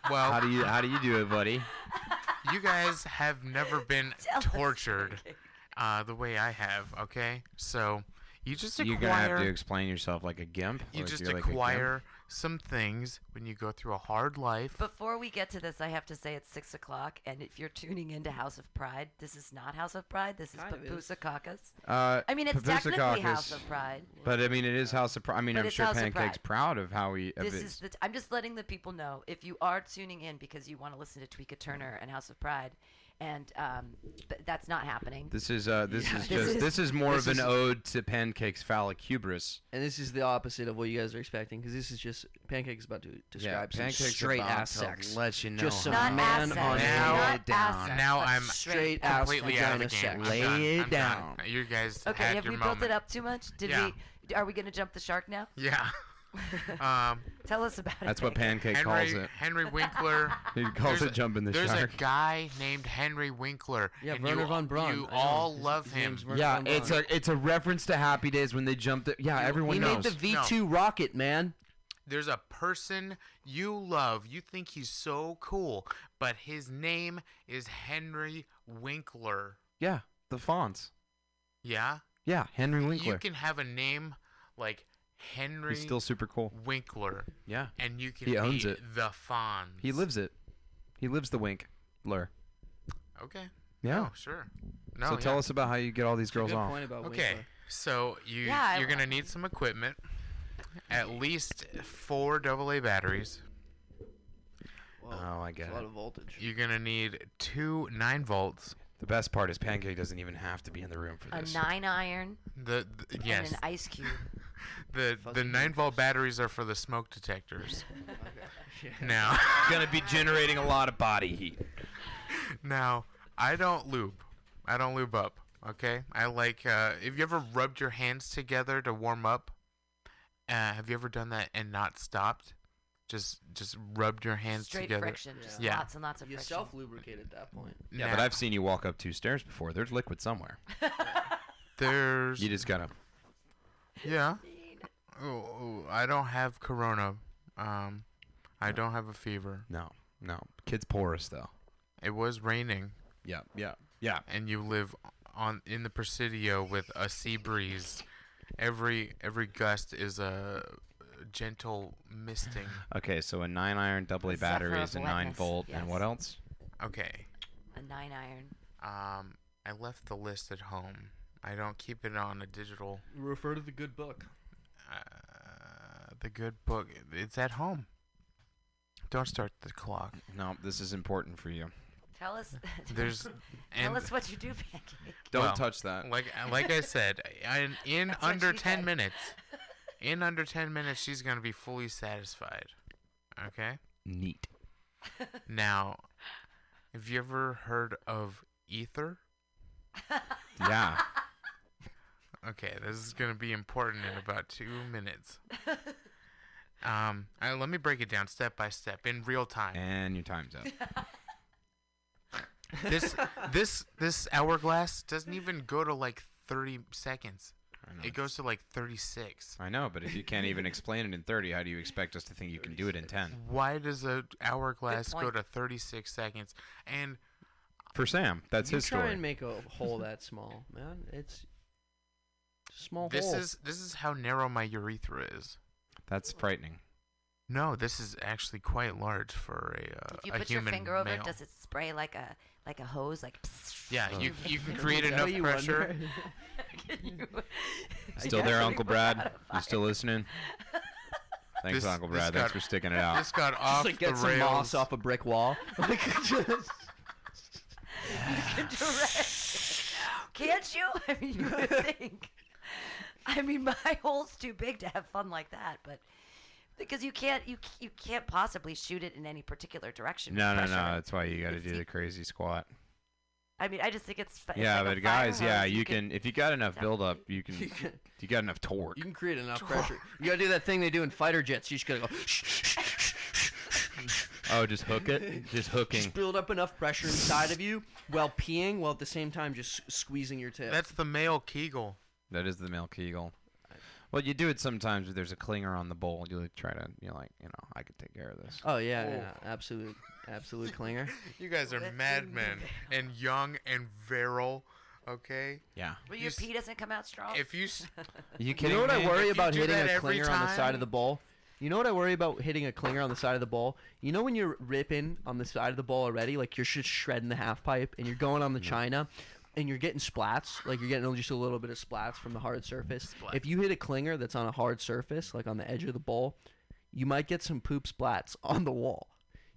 Speaker 12: Well,
Speaker 15: how do you how do you do it, buddy?
Speaker 12: you guys have never been tortured uh, the way I have, okay? So You just
Speaker 15: You're gonna have to
Speaker 12: acquire-
Speaker 15: explain yourself like a gimp.
Speaker 12: You
Speaker 15: Like,
Speaker 12: just
Speaker 15: you're like a gimp?
Speaker 12: acquire some things when you go through a hard life.
Speaker 10: Before we get to this, I have to say it's six o'clock, and if you're tuning into House of Pride, this is not House of Pride. This is
Speaker 16: Kind of is.
Speaker 10: Papusa Caucus.
Speaker 15: Uh,
Speaker 10: I mean, it's technically
Speaker 15: Papoosakakis.
Speaker 10: House of Pride.
Speaker 15: But I mean, it is House of Pride. I mean,
Speaker 10: But
Speaker 15: I'm
Speaker 10: it's
Speaker 15: sure
Speaker 10: House of
Speaker 15: Pancake's
Speaker 10: Pride.
Speaker 15: proud of how he. Of
Speaker 10: This
Speaker 15: his-
Speaker 10: is the. T- I'm just letting the people know if you are tuning in because you want to listen to Tweeka Turner and House of Pride, and um, but that's not happening.
Speaker 15: This is uh, this
Speaker 10: Yeah.
Speaker 15: is
Speaker 10: This
Speaker 15: just
Speaker 10: is-
Speaker 15: this is more
Speaker 16: This
Speaker 15: of an
Speaker 16: is-
Speaker 15: ode to Pancake's phallic hubris.
Speaker 16: And this is the opposite of what you guys are expecting because this is just Pancake's about to describe some
Speaker 15: Pancake's
Speaker 16: straight
Speaker 15: about
Speaker 16: ass
Speaker 15: to
Speaker 16: sex.
Speaker 15: let you know
Speaker 16: just some
Speaker 15: how- Not ass
Speaker 16: man
Speaker 15: sex,
Speaker 16: on
Speaker 15: Now-
Speaker 16: his way
Speaker 15: not ass
Speaker 16: down.
Speaker 15: sex, Now but I'm
Speaker 16: straight ass
Speaker 12: completely out of
Speaker 16: vagina
Speaker 12: the game.
Speaker 16: sex.
Speaker 12: I'm done. I'm done. You guys
Speaker 10: Okay,
Speaker 12: had
Speaker 10: have
Speaker 12: your
Speaker 10: we
Speaker 12: moment.
Speaker 10: built it up too much? Did
Speaker 12: Yeah.
Speaker 10: we? Are we going to jump the shark now?
Speaker 12: Yeah. um,
Speaker 10: Tell us about it.
Speaker 15: That's what Pancake
Speaker 12: Henry,
Speaker 15: calls it.
Speaker 12: Henry Winkler.
Speaker 15: He calls
Speaker 12: There's
Speaker 15: it
Speaker 12: a-
Speaker 15: jumping the
Speaker 12: there's
Speaker 15: shark.
Speaker 12: a guy named Henry Winkler.
Speaker 16: Yeah,
Speaker 12: and
Speaker 16: Werner
Speaker 12: you,
Speaker 16: von Braun.
Speaker 12: You
Speaker 16: I know.
Speaker 12: all
Speaker 16: His-
Speaker 12: love
Speaker 16: his
Speaker 12: him.
Speaker 16: name's Werner
Speaker 19: Yeah,
Speaker 16: Von
Speaker 19: it's
Speaker 16: Braun.
Speaker 19: a it's a reference to Happy Days when they jumped. The, yeah, everyone
Speaker 16: he
Speaker 19: knows.
Speaker 16: made the V2 rocket, man.
Speaker 12: There's a person you love. You think he's so cool, but his name is Henry Winkler.
Speaker 19: Yeah, the fonts.
Speaker 12: Yeah.
Speaker 19: Yeah, Henry
Speaker 12: You
Speaker 19: Winkler.
Speaker 12: can have a name like Henry.
Speaker 15: He's still super cool.
Speaker 12: Winkler.
Speaker 15: Yeah.
Speaker 12: And you can
Speaker 15: He owns
Speaker 12: be
Speaker 15: it.
Speaker 12: the Fonz.
Speaker 15: He lives it. He lives the wink, lure.
Speaker 12: Okay.
Speaker 15: Yeah.
Speaker 12: No, sure. No.
Speaker 15: so tell
Speaker 12: yeah.
Speaker 15: us about how you get all these girls off.
Speaker 12: okay. So you
Speaker 10: Yeah, I-
Speaker 12: you're gonna need some equipment. At least four AA batteries.
Speaker 15: oh, I get
Speaker 16: a lot of voltage.
Speaker 12: You're gonna need two nine volts.
Speaker 15: The best part is Pancake doesn't even have to be in the room for
Speaker 10: A
Speaker 15: this.
Speaker 10: nine iron
Speaker 12: The, the yes.
Speaker 10: and an ice cube.
Speaker 12: the the nine volt batteries are for the smoke detectors. Now.
Speaker 15: Gonna be generating a lot of body heat.
Speaker 12: Now, I don't lube. I don't lube up. Okay. I like. Uh, have you ever rubbed your hands together to warm up? Uh, have you ever done that and not stopped? Just just rubbed your hands
Speaker 10: Straight
Speaker 12: together.
Speaker 10: friction, just
Speaker 12: yeah.
Speaker 10: lots and lots of
Speaker 16: You
Speaker 10: friction.
Speaker 16: self lubricate at that point.
Speaker 15: Yeah, but I've seen you walk up two stairs before. There's liquid somewhere.
Speaker 12: There's.
Speaker 15: You just gotta.
Speaker 12: Yeah. Oh, oh, I don't have corona. Um, I don't have a fever.
Speaker 15: No, no. Kids porous though.
Speaker 12: It was raining.
Speaker 15: Yeah, yeah, yeah.
Speaker 12: And you live on in the Presidio with a sea breeze. Every every gust is a gentle misting.
Speaker 15: Okay, so a nine iron double A
Speaker 10: A sufferer
Speaker 15: battery
Speaker 10: of
Speaker 15: is a nine
Speaker 10: wetness,
Speaker 15: volt, and what
Speaker 10: yes.
Speaker 15: else?
Speaker 12: Okay.
Speaker 10: A nine iron.
Speaker 12: Um, I left the list at home. I don't keep it on a digital.
Speaker 16: Refer to the good book.
Speaker 12: Uh, the good book. It's at home. Don't start the clock.
Speaker 15: No, this is important for you.
Speaker 10: Tell us.
Speaker 12: There's-
Speaker 10: tell
Speaker 12: and-
Speaker 10: us what you do, Pancake.
Speaker 15: Don't touch that.
Speaker 12: Like uh, like I said, I- in, in
Speaker 10: That's what
Speaker 12: under
Speaker 10: she
Speaker 12: ten
Speaker 10: said.
Speaker 12: minutes, in under ten minutes, she's gonna be fully satisfied. Okay.
Speaker 15: Neat.
Speaker 12: Now, have you ever heard of ether?
Speaker 15: Yeah.
Speaker 12: Okay, this is gonna be important in about two minutes. Um, uh, let me break it down step by step in real time.
Speaker 15: And your time's up.
Speaker 12: this this this hourglass doesn't even go to like 30 seconds. It goes to like 36.
Speaker 15: I know, but if you can't even explain it in 30, how do you expect us to think you can do it in 10?
Speaker 12: Why does a hourglass go
Speaker 16: point.
Speaker 12: to 36 seconds? And
Speaker 15: For Sam, that's
Speaker 16: you
Speaker 15: his
Speaker 16: try
Speaker 15: story.
Speaker 16: and make a hole that small, man. It's a small
Speaker 12: this
Speaker 16: hole.
Speaker 12: is this is how narrow my urethra is.
Speaker 15: That's frightening.
Speaker 12: No, this is actually quite large for a uh,
Speaker 10: If you
Speaker 12: a
Speaker 10: put your
Speaker 12: human
Speaker 10: finger over
Speaker 12: male.
Speaker 10: it, does it spray like a like a hose? Like. psst?
Speaker 12: Yeah, you, you can
Speaker 10: Is
Speaker 12: create
Speaker 10: that
Speaker 12: enough
Speaker 10: what you
Speaker 12: pressure.
Speaker 10: wonder? Can you-
Speaker 15: Still there, Uncle Brad? You still listening? Thanks,
Speaker 12: This-
Speaker 15: Uncle
Speaker 12: this
Speaker 15: Brad. Thanks
Speaker 12: got-
Speaker 15: for sticking it out.
Speaker 12: This got
Speaker 16: Just,
Speaker 12: off
Speaker 16: like,
Speaker 12: the
Speaker 16: get
Speaker 12: rails.
Speaker 16: some moss off a brick wall. Like, just-
Speaker 10: Direct. Can't you? I mean, you would think. I mean, my hole's too big to have fun like that, but because you can't, you c- you can't possibly shoot it in any particular direction. with
Speaker 15: No, no, no.
Speaker 10: pressure.
Speaker 15: That's why you got to
Speaker 10: It's
Speaker 15: do
Speaker 10: the-
Speaker 15: the crazy squat.
Speaker 10: I mean, I just think it's. fu- it's
Speaker 15: Yeah,
Speaker 10: like a
Speaker 15: but
Speaker 10: fire
Speaker 15: guys, yeah,
Speaker 10: hose.
Speaker 15: you can if you got enough build up, you can
Speaker 16: You can-
Speaker 15: you got enough torque.
Speaker 16: you can create enough pressure. You gotta do that thing they do in fighter jets. You just gotta go.
Speaker 15: Oh, just hook it. Just hooking.
Speaker 16: Just build up enough pressure inside of you while peeing, while at the same time just squeezing your tip.
Speaker 12: That's the male Kegel.
Speaker 15: That is the male Kegel. Well, you do it sometimes if there's a clinger on the bowl. You like, try to, you're like, you know, I could take care of this.
Speaker 16: oh yeah, yeah, absolute, absolute clinger.
Speaker 12: You guys are madmen and young and virile. Okay.
Speaker 15: Yeah.
Speaker 10: But your
Speaker 12: s-
Speaker 10: pee doesn't come out strong.
Speaker 12: If you s-
Speaker 15: You
Speaker 16: You
Speaker 15: kidding
Speaker 16: know what
Speaker 15: me?
Speaker 16: I worry
Speaker 15: If you
Speaker 16: about
Speaker 15: do
Speaker 16: hitting a
Speaker 15: that every
Speaker 16: clinger on the side
Speaker 15: time-
Speaker 16: of the ball? You know what I worry about hitting a clinger on the side of the ball? You know when you're ripping on the side of the ball already, like you're just shredding the half pipe and you're going on
Speaker 15: Mm.
Speaker 16: the china and you're getting splats, like you're getting just a little bit of splats from the hard surface. If you hit a clinger that's on a hard surface, like on the edge of the ball, you might get some poop splats on the wall.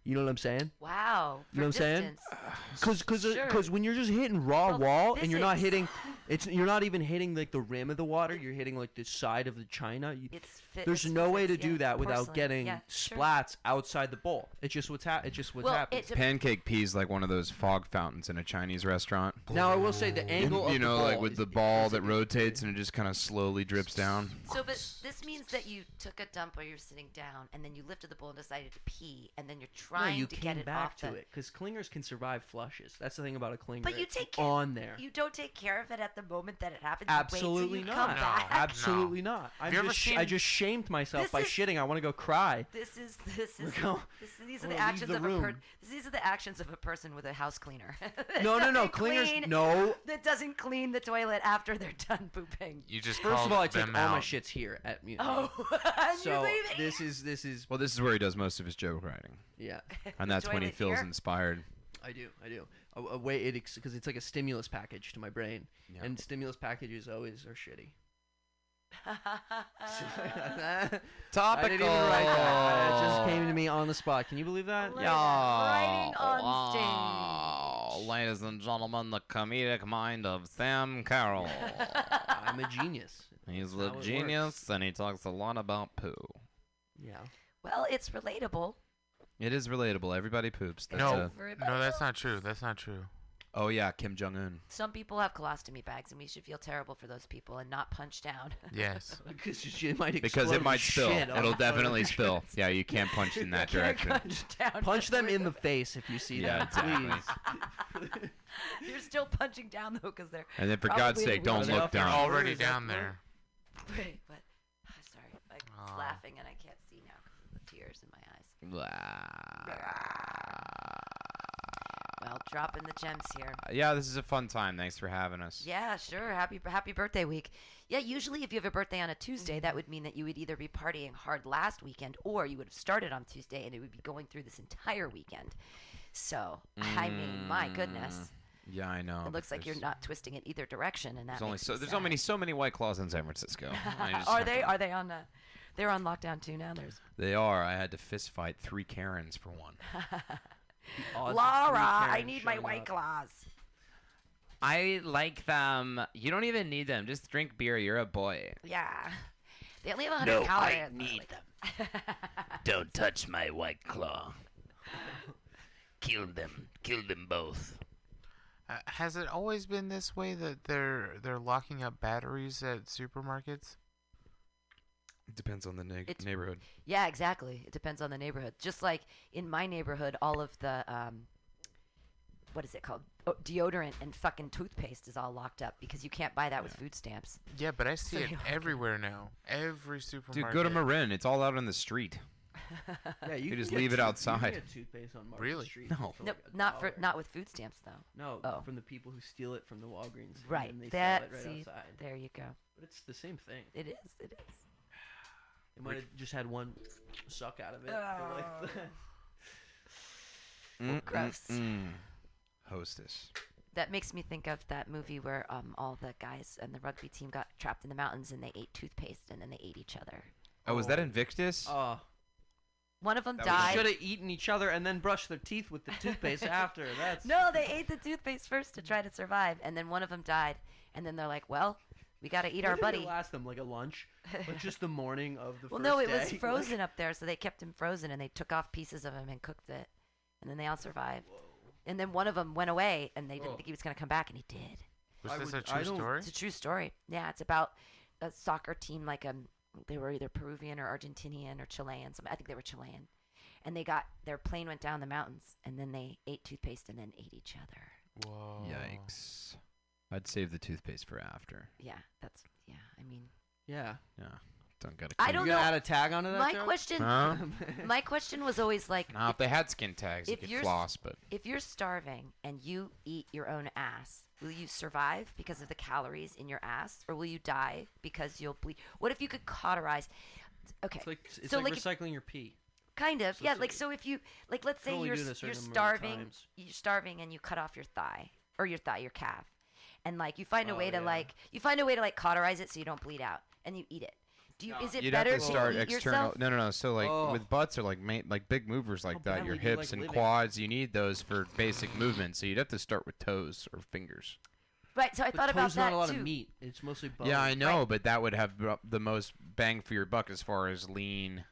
Speaker 16: You know what I'm saying?
Speaker 10: Wow.
Speaker 16: You know what
Speaker 10: for
Speaker 16: I'm saying?
Speaker 10: distance.
Speaker 16: Because cause, uh,
Speaker 10: Sure.
Speaker 16: 'cause when you're just hitting raw wall and you're not
Speaker 10: physics.
Speaker 16: hitting, it's you're not even hitting like the rim of the water. You're hitting like the side of the china. You-
Speaker 10: It's fi-
Speaker 16: there's
Speaker 10: it's
Speaker 16: no way to
Speaker 10: physics,
Speaker 16: do
Speaker 10: yeah.
Speaker 16: that without
Speaker 10: Porcelain,
Speaker 16: getting
Speaker 10: yeah, sure.
Speaker 16: splats outside the bowl. It's just what's hap- It's just what's
Speaker 10: Well,
Speaker 16: happening.
Speaker 10: it dep-
Speaker 15: Pancake peas like one of those fog fountains in a Chinese restaurant.
Speaker 16: Now, I will say the angle of
Speaker 15: you
Speaker 16: the
Speaker 15: know, like
Speaker 16: ball
Speaker 15: with the ball that rotates and it just kind of slowly drips down.
Speaker 10: So, but this means that you took a dump while you were sitting down, and then you lifted the bowl and decided to pee, and then you're trying
Speaker 16: no, you
Speaker 10: to
Speaker 16: came
Speaker 10: get it
Speaker 16: back
Speaker 10: off
Speaker 16: to
Speaker 10: the.
Speaker 16: it because clingers can survive flushes. That's the thing about a clinger.
Speaker 10: But you
Speaker 16: it's
Speaker 10: take care
Speaker 16: on there.
Speaker 10: You don't take care of it at the moment that it happens.
Speaker 16: Absolutely
Speaker 10: you wait till you
Speaker 16: not.
Speaker 10: Come back.
Speaker 16: Absolutely not. I
Speaker 10: Have you
Speaker 16: just,
Speaker 10: ever
Speaker 16: sh- I
Speaker 10: seen-
Speaker 16: just shamed myself
Speaker 10: This
Speaker 16: by
Speaker 10: is-
Speaker 16: shitting. I want to go cry.
Speaker 10: This is this is,
Speaker 16: Go-
Speaker 10: this, these are
Speaker 16: I
Speaker 10: the
Speaker 16: wanna leave
Speaker 10: actions
Speaker 16: the
Speaker 10: of a per-
Speaker 16: room.
Speaker 10: these are the actions of a person with a house cleaner. That
Speaker 16: No, no, no,
Speaker 10: doesn't
Speaker 16: cleaners-
Speaker 10: clean-
Speaker 16: no.
Speaker 10: That doesn't clean the toilet after they're done pooping.
Speaker 12: You just
Speaker 16: First
Speaker 12: called
Speaker 16: of all, I take
Speaker 12: them
Speaker 16: all my
Speaker 12: out.
Speaker 16: shits here at Munich.
Speaker 10: Oh, and
Speaker 16: so
Speaker 10: you're leaving.
Speaker 16: this is this is
Speaker 15: Well, this is where he does most of his joke writing.
Speaker 16: Yeah.
Speaker 15: And that's when he
Speaker 16: Toilet
Speaker 15: feels
Speaker 16: here.
Speaker 15: inspired.
Speaker 16: I do, I do. A, a way it because it's like a stimulus package to my brain, and stimulus packages always are shitty.
Speaker 10: Uh.
Speaker 16: I didn't even write that. It just came to me on the spot. Can you believe
Speaker 10: Oh
Speaker 16: that?
Speaker 15: Look at that, writing
Speaker 10: on stage.
Speaker 15: Oh, ladies and gentlemen, the comedic mind of Sam Carroll.
Speaker 16: I'm a genius.
Speaker 15: He's
Speaker 16: how
Speaker 15: the
Speaker 16: it works.
Speaker 15: genius, and he talks a lot about poo.
Speaker 16: Yeah.
Speaker 10: Well, it's relatable.
Speaker 15: It is relatable. Everybody poops. That's
Speaker 12: No,
Speaker 10: Everybody
Speaker 12: no, that's not true. That's not true.
Speaker 15: a- oh yeah, Kim Jong Un.
Speaker 10: Some people have colostomy bags, and we should feel terrible for those people and not punch down.
Speaker 15: Yes.
Speaker 16: Because it might
Speaker 15: Because
Speaker 16: explode
Speaker 15: it
Speaker 16: with
Speaker 15: might spill.
Speaker 16: shit on
Speaker 15: It'll
Speaker 16: the front of
Speaker 15: definitely
Speaker 16: your
Speaker 15: spill.
Speaker 16: shirts.
Speaker 15: Yeah, you can't punch in that
Speaker 16: You can't
Speaker 15: direction.
Speaker 10: punch down.
Speaker 16: Punch them in the face if you see
Speaker 15: Yeah,
Speaker 16: them,
Speaker 15: exactly.
Speaker 16: please.
Speaker 10: You're still punching down though, because they're.
Speaker 15: And then for God's
Speaker 10: probably
Speaker 15: sake, don't
Speaker 10: really-
Speaker 15: look down.
Speaker 12: Already down there.
Speaker 10: Wait, what? Ah, Sorry, I'm laughing and I can't see now because of the tears in my eyes. Well, dropping the gems here.
Speaker 15: Yeah, this is a fun time. Thanks for having us.
Speaker 10: Yeah, sure. Happy happy birthday week. Yeah, usually if you have a birthday on a Tuesday,
Speaker 15: Mm-hmm.
Speaker 10: that would mean that you would either be partying hard last weekend or you would have started on Tuesday and it would be going through this entire weekend. So, I mean, my goodness.
Speaker 15: Yeah, I know.
Speaker 10: it looks like you're
Speaker 15: Mm, There's-
Speaker 10: not twisting in either direction and that
Speaker 15: There's only
Speaker 10: makes
Speaker 15: so
Speaker 10: me
Speaker 15: there's
Speaker 10: sad.
Speaker 15: so many so many white claws in San Francisco. I just-
Speaker 10: are they are they on uh, they're on lockdown too now. There's
Speaker 15: They are. I had to fist fight three Karens for one.
Speaker 10: Laura,
Speaker 15: of
Speaker 10: I
Speaker 15: Karen
Speaker 10: need my
Speaker 15: showing
Speaker 10: white
Speaker 15: up.
Speaker 10: claws.
Speaker 9: I like them. You don't even need them. Just drink beer. You're a boy.
Speaker 10: Yeah. They only have 100
Speaker 9: No, I
Speaker 10: calories. but,
Speaker 9: need
Speaker 10: like-
Speaker 9: Don't touch my white claw. Kill them. Kill them both.
Speaker 12: Uh, has it always been this way that they're they're locking up batteries at supermarkets?
Speaker 15: Depends on the na-
Speaker 10: It's-
Speaker 15: neighborhood.
Speaker 10: Yeah, exactly. It depends on the neighborhood. Just like in my neighborhood, all of the um, what is it called? Oh, deodorant and fucking toothpaste is all locked up because you can't buy that with food stamps.
Speaker 12: Yeah, but I see
Speaker 10: So
Speaker 12: it
Speaker 10: you don't-
Speaker 12: everywhere now. Every
Speaker 15: Dude,
Speaker 12: supermarket.
Speaker 15: go to Marin. It's all out on the street.
Speaker 16: Yeah, you
Speaker 15: You
Speaker 16: can
Speaker 15: just
Speaker 16: get
Speaker 15: leave it
Speaker 16: tooth- you can
Speaker 15: outside.
Speaker 16: get toothpaste on Market
Speaker 12: Really?
Speaker 16: Street
Speaker 15: No.
Speaker 16: for
Speaker 10: No,
Speaker 16: like a
Speaker 10: not for
Speaker 16: dollar.
Speaker 10: not with food stamps though.
Speaker 16: No,
Speaker 10: Oh.
Speaker 16: from the people who steal it from the Walgreens. and
Speaker 10: Right.
Speaker 16: then they sell
Speaker 10: that
Speaker 16: it right
Speaker 10: see,
Speaker 16: outside.
Speaker 10: there you go.
Speaker 16: But it's the same thing.
Speaker 10: It is. It is.
Speaker 16: They might have just had one suck out of it.
Speaker 10: Oh.
Speaker 15: Mm, mm,
Speaker 10: gross.
Speaker 15: mm. Hostess.
Speaker 10: That makes me think of that movie where um, all the guys and the rugby team got trapped in the mountains and they ate toothpaste and then they ate each other.
Speaker 15: Oh, is that Invictus?
Speaker 16: Oh.
Speaker 10: One of them
Speaker 15: That was-
Speaker 10: died.
Speaker 16: Should have eaten each other and then brushed their teeth with the toothpaste after. That's
Speaker 10: No, they ate the toothpaste first to try to survive, and then one of them died, and then they're like, "Well, we got to eat our buddy."
Speaker 16: Last them like a lunch, but just the morning of the.
Speaker 10: Well,
Speaker 16: first
Speaker 10: no, it was
Speaker 16: day, like-
Speaker 10: frozen up there, so they kept him frozen, and they took off pieces of him and cooked it, and then they all survived. And then one of them went away, and they didn't
Speaker 16: Oh.
Speaker 10: think he was going to come back, and he did.
Speaker 12: Was
Speaker 16: I
Speaker 12: this
Speaker 16: would-
Speaker 12: a true
Speaker 16: I don't-
Speaker 12: story?
Speaker 10: It's a true story. Yeah, it's about a soccer team, like um, they were either Peruvian or Argentinian or Chilean. Some, I think they were Chilean, and they got their plane went down the mountains, and then they ate toothpaste and then ate each other.
Speaker 12: Whoa.
Speaker 15: Yikes. I'd save the toothpaste for after.
Speaker 10: Yeah, that's yeah. I mean,
Speaker 16: Yeah.
Speaker 15: Yeah. Don't get a.
Speaker 10: I don't
Speaker 15: clue.
Speaker 10: know. My question,
Speaker 15: Huh?
Speaker 10: my question was always like,
Speaker 15: No, if they had skin tags, you
Speaker 10: if
Speaker 15: could
Speaker 10: you're s-
Speaker 15: floss, but
Speaker 10: if you're starving and you eat your own ass, will you survive because of the calories in your ass, or will you die because you'll bleed? What if you could cauterize? Okay,
Speaker 16: It's like it's
Speaker 10: so
Speaker 16: like,
Speaker 10: like if-
Speaker 16: recycling your pee.
Speaker 10: Kind of,
Speaker 16: So
Speaker 10: yeah.
Speaker 16: it's
Speaker 10: Like
Speaker 16: like-
Speaker 10: so, if you like, let's
Speaker 16: can
Speaker 10: say
Speaker 16: only
Speaker 10: you're
Speaker 16: do it a
Speaker 10: s- you're
Speaker 16: certain amount of
Speaker 10: starving,
Speaker 16: times.
Speaker 10: you're starving, and you cut off your thigh or your thigh, your calf, and like you find a
Speaker 16: Oh,
Speaker 10: way to
Speaker 16: yeah.
Speaker 10: like you find a way to like cauterize it so you don't bleed out, and you eat it. Do you? Is it
Speaker 15: you'd have
Speaker 10: better
Speaker 15: to start
Speaker 10: eat
Speaker 15: external.
Speaker 10: yourself?
Speaker 15: No, no, no. So like
Speaker 10: Oh.
Speaker 15: with butts or like ma- like big movers like that,
Speaker 10: then
Speaker 15: your
Speaker 10: we do, like,
Speaker 15: hips and
Speaker 10: living.
Speaker 15: quads, you need those for basic movement. So you'd have to start with toes or fingers.
Speaker 10: Right. So I
Speaker 16: But
Speaker 10: thought about
Speaker 16: toe's not
Speaker 10: that
Speaker 16: a lot
Speaker 10: too.
Speaker 16: of meat. It's mostly bone.
Speaker 15: Yeah, I know, but that would have bro- the most bang for your buck as far as lean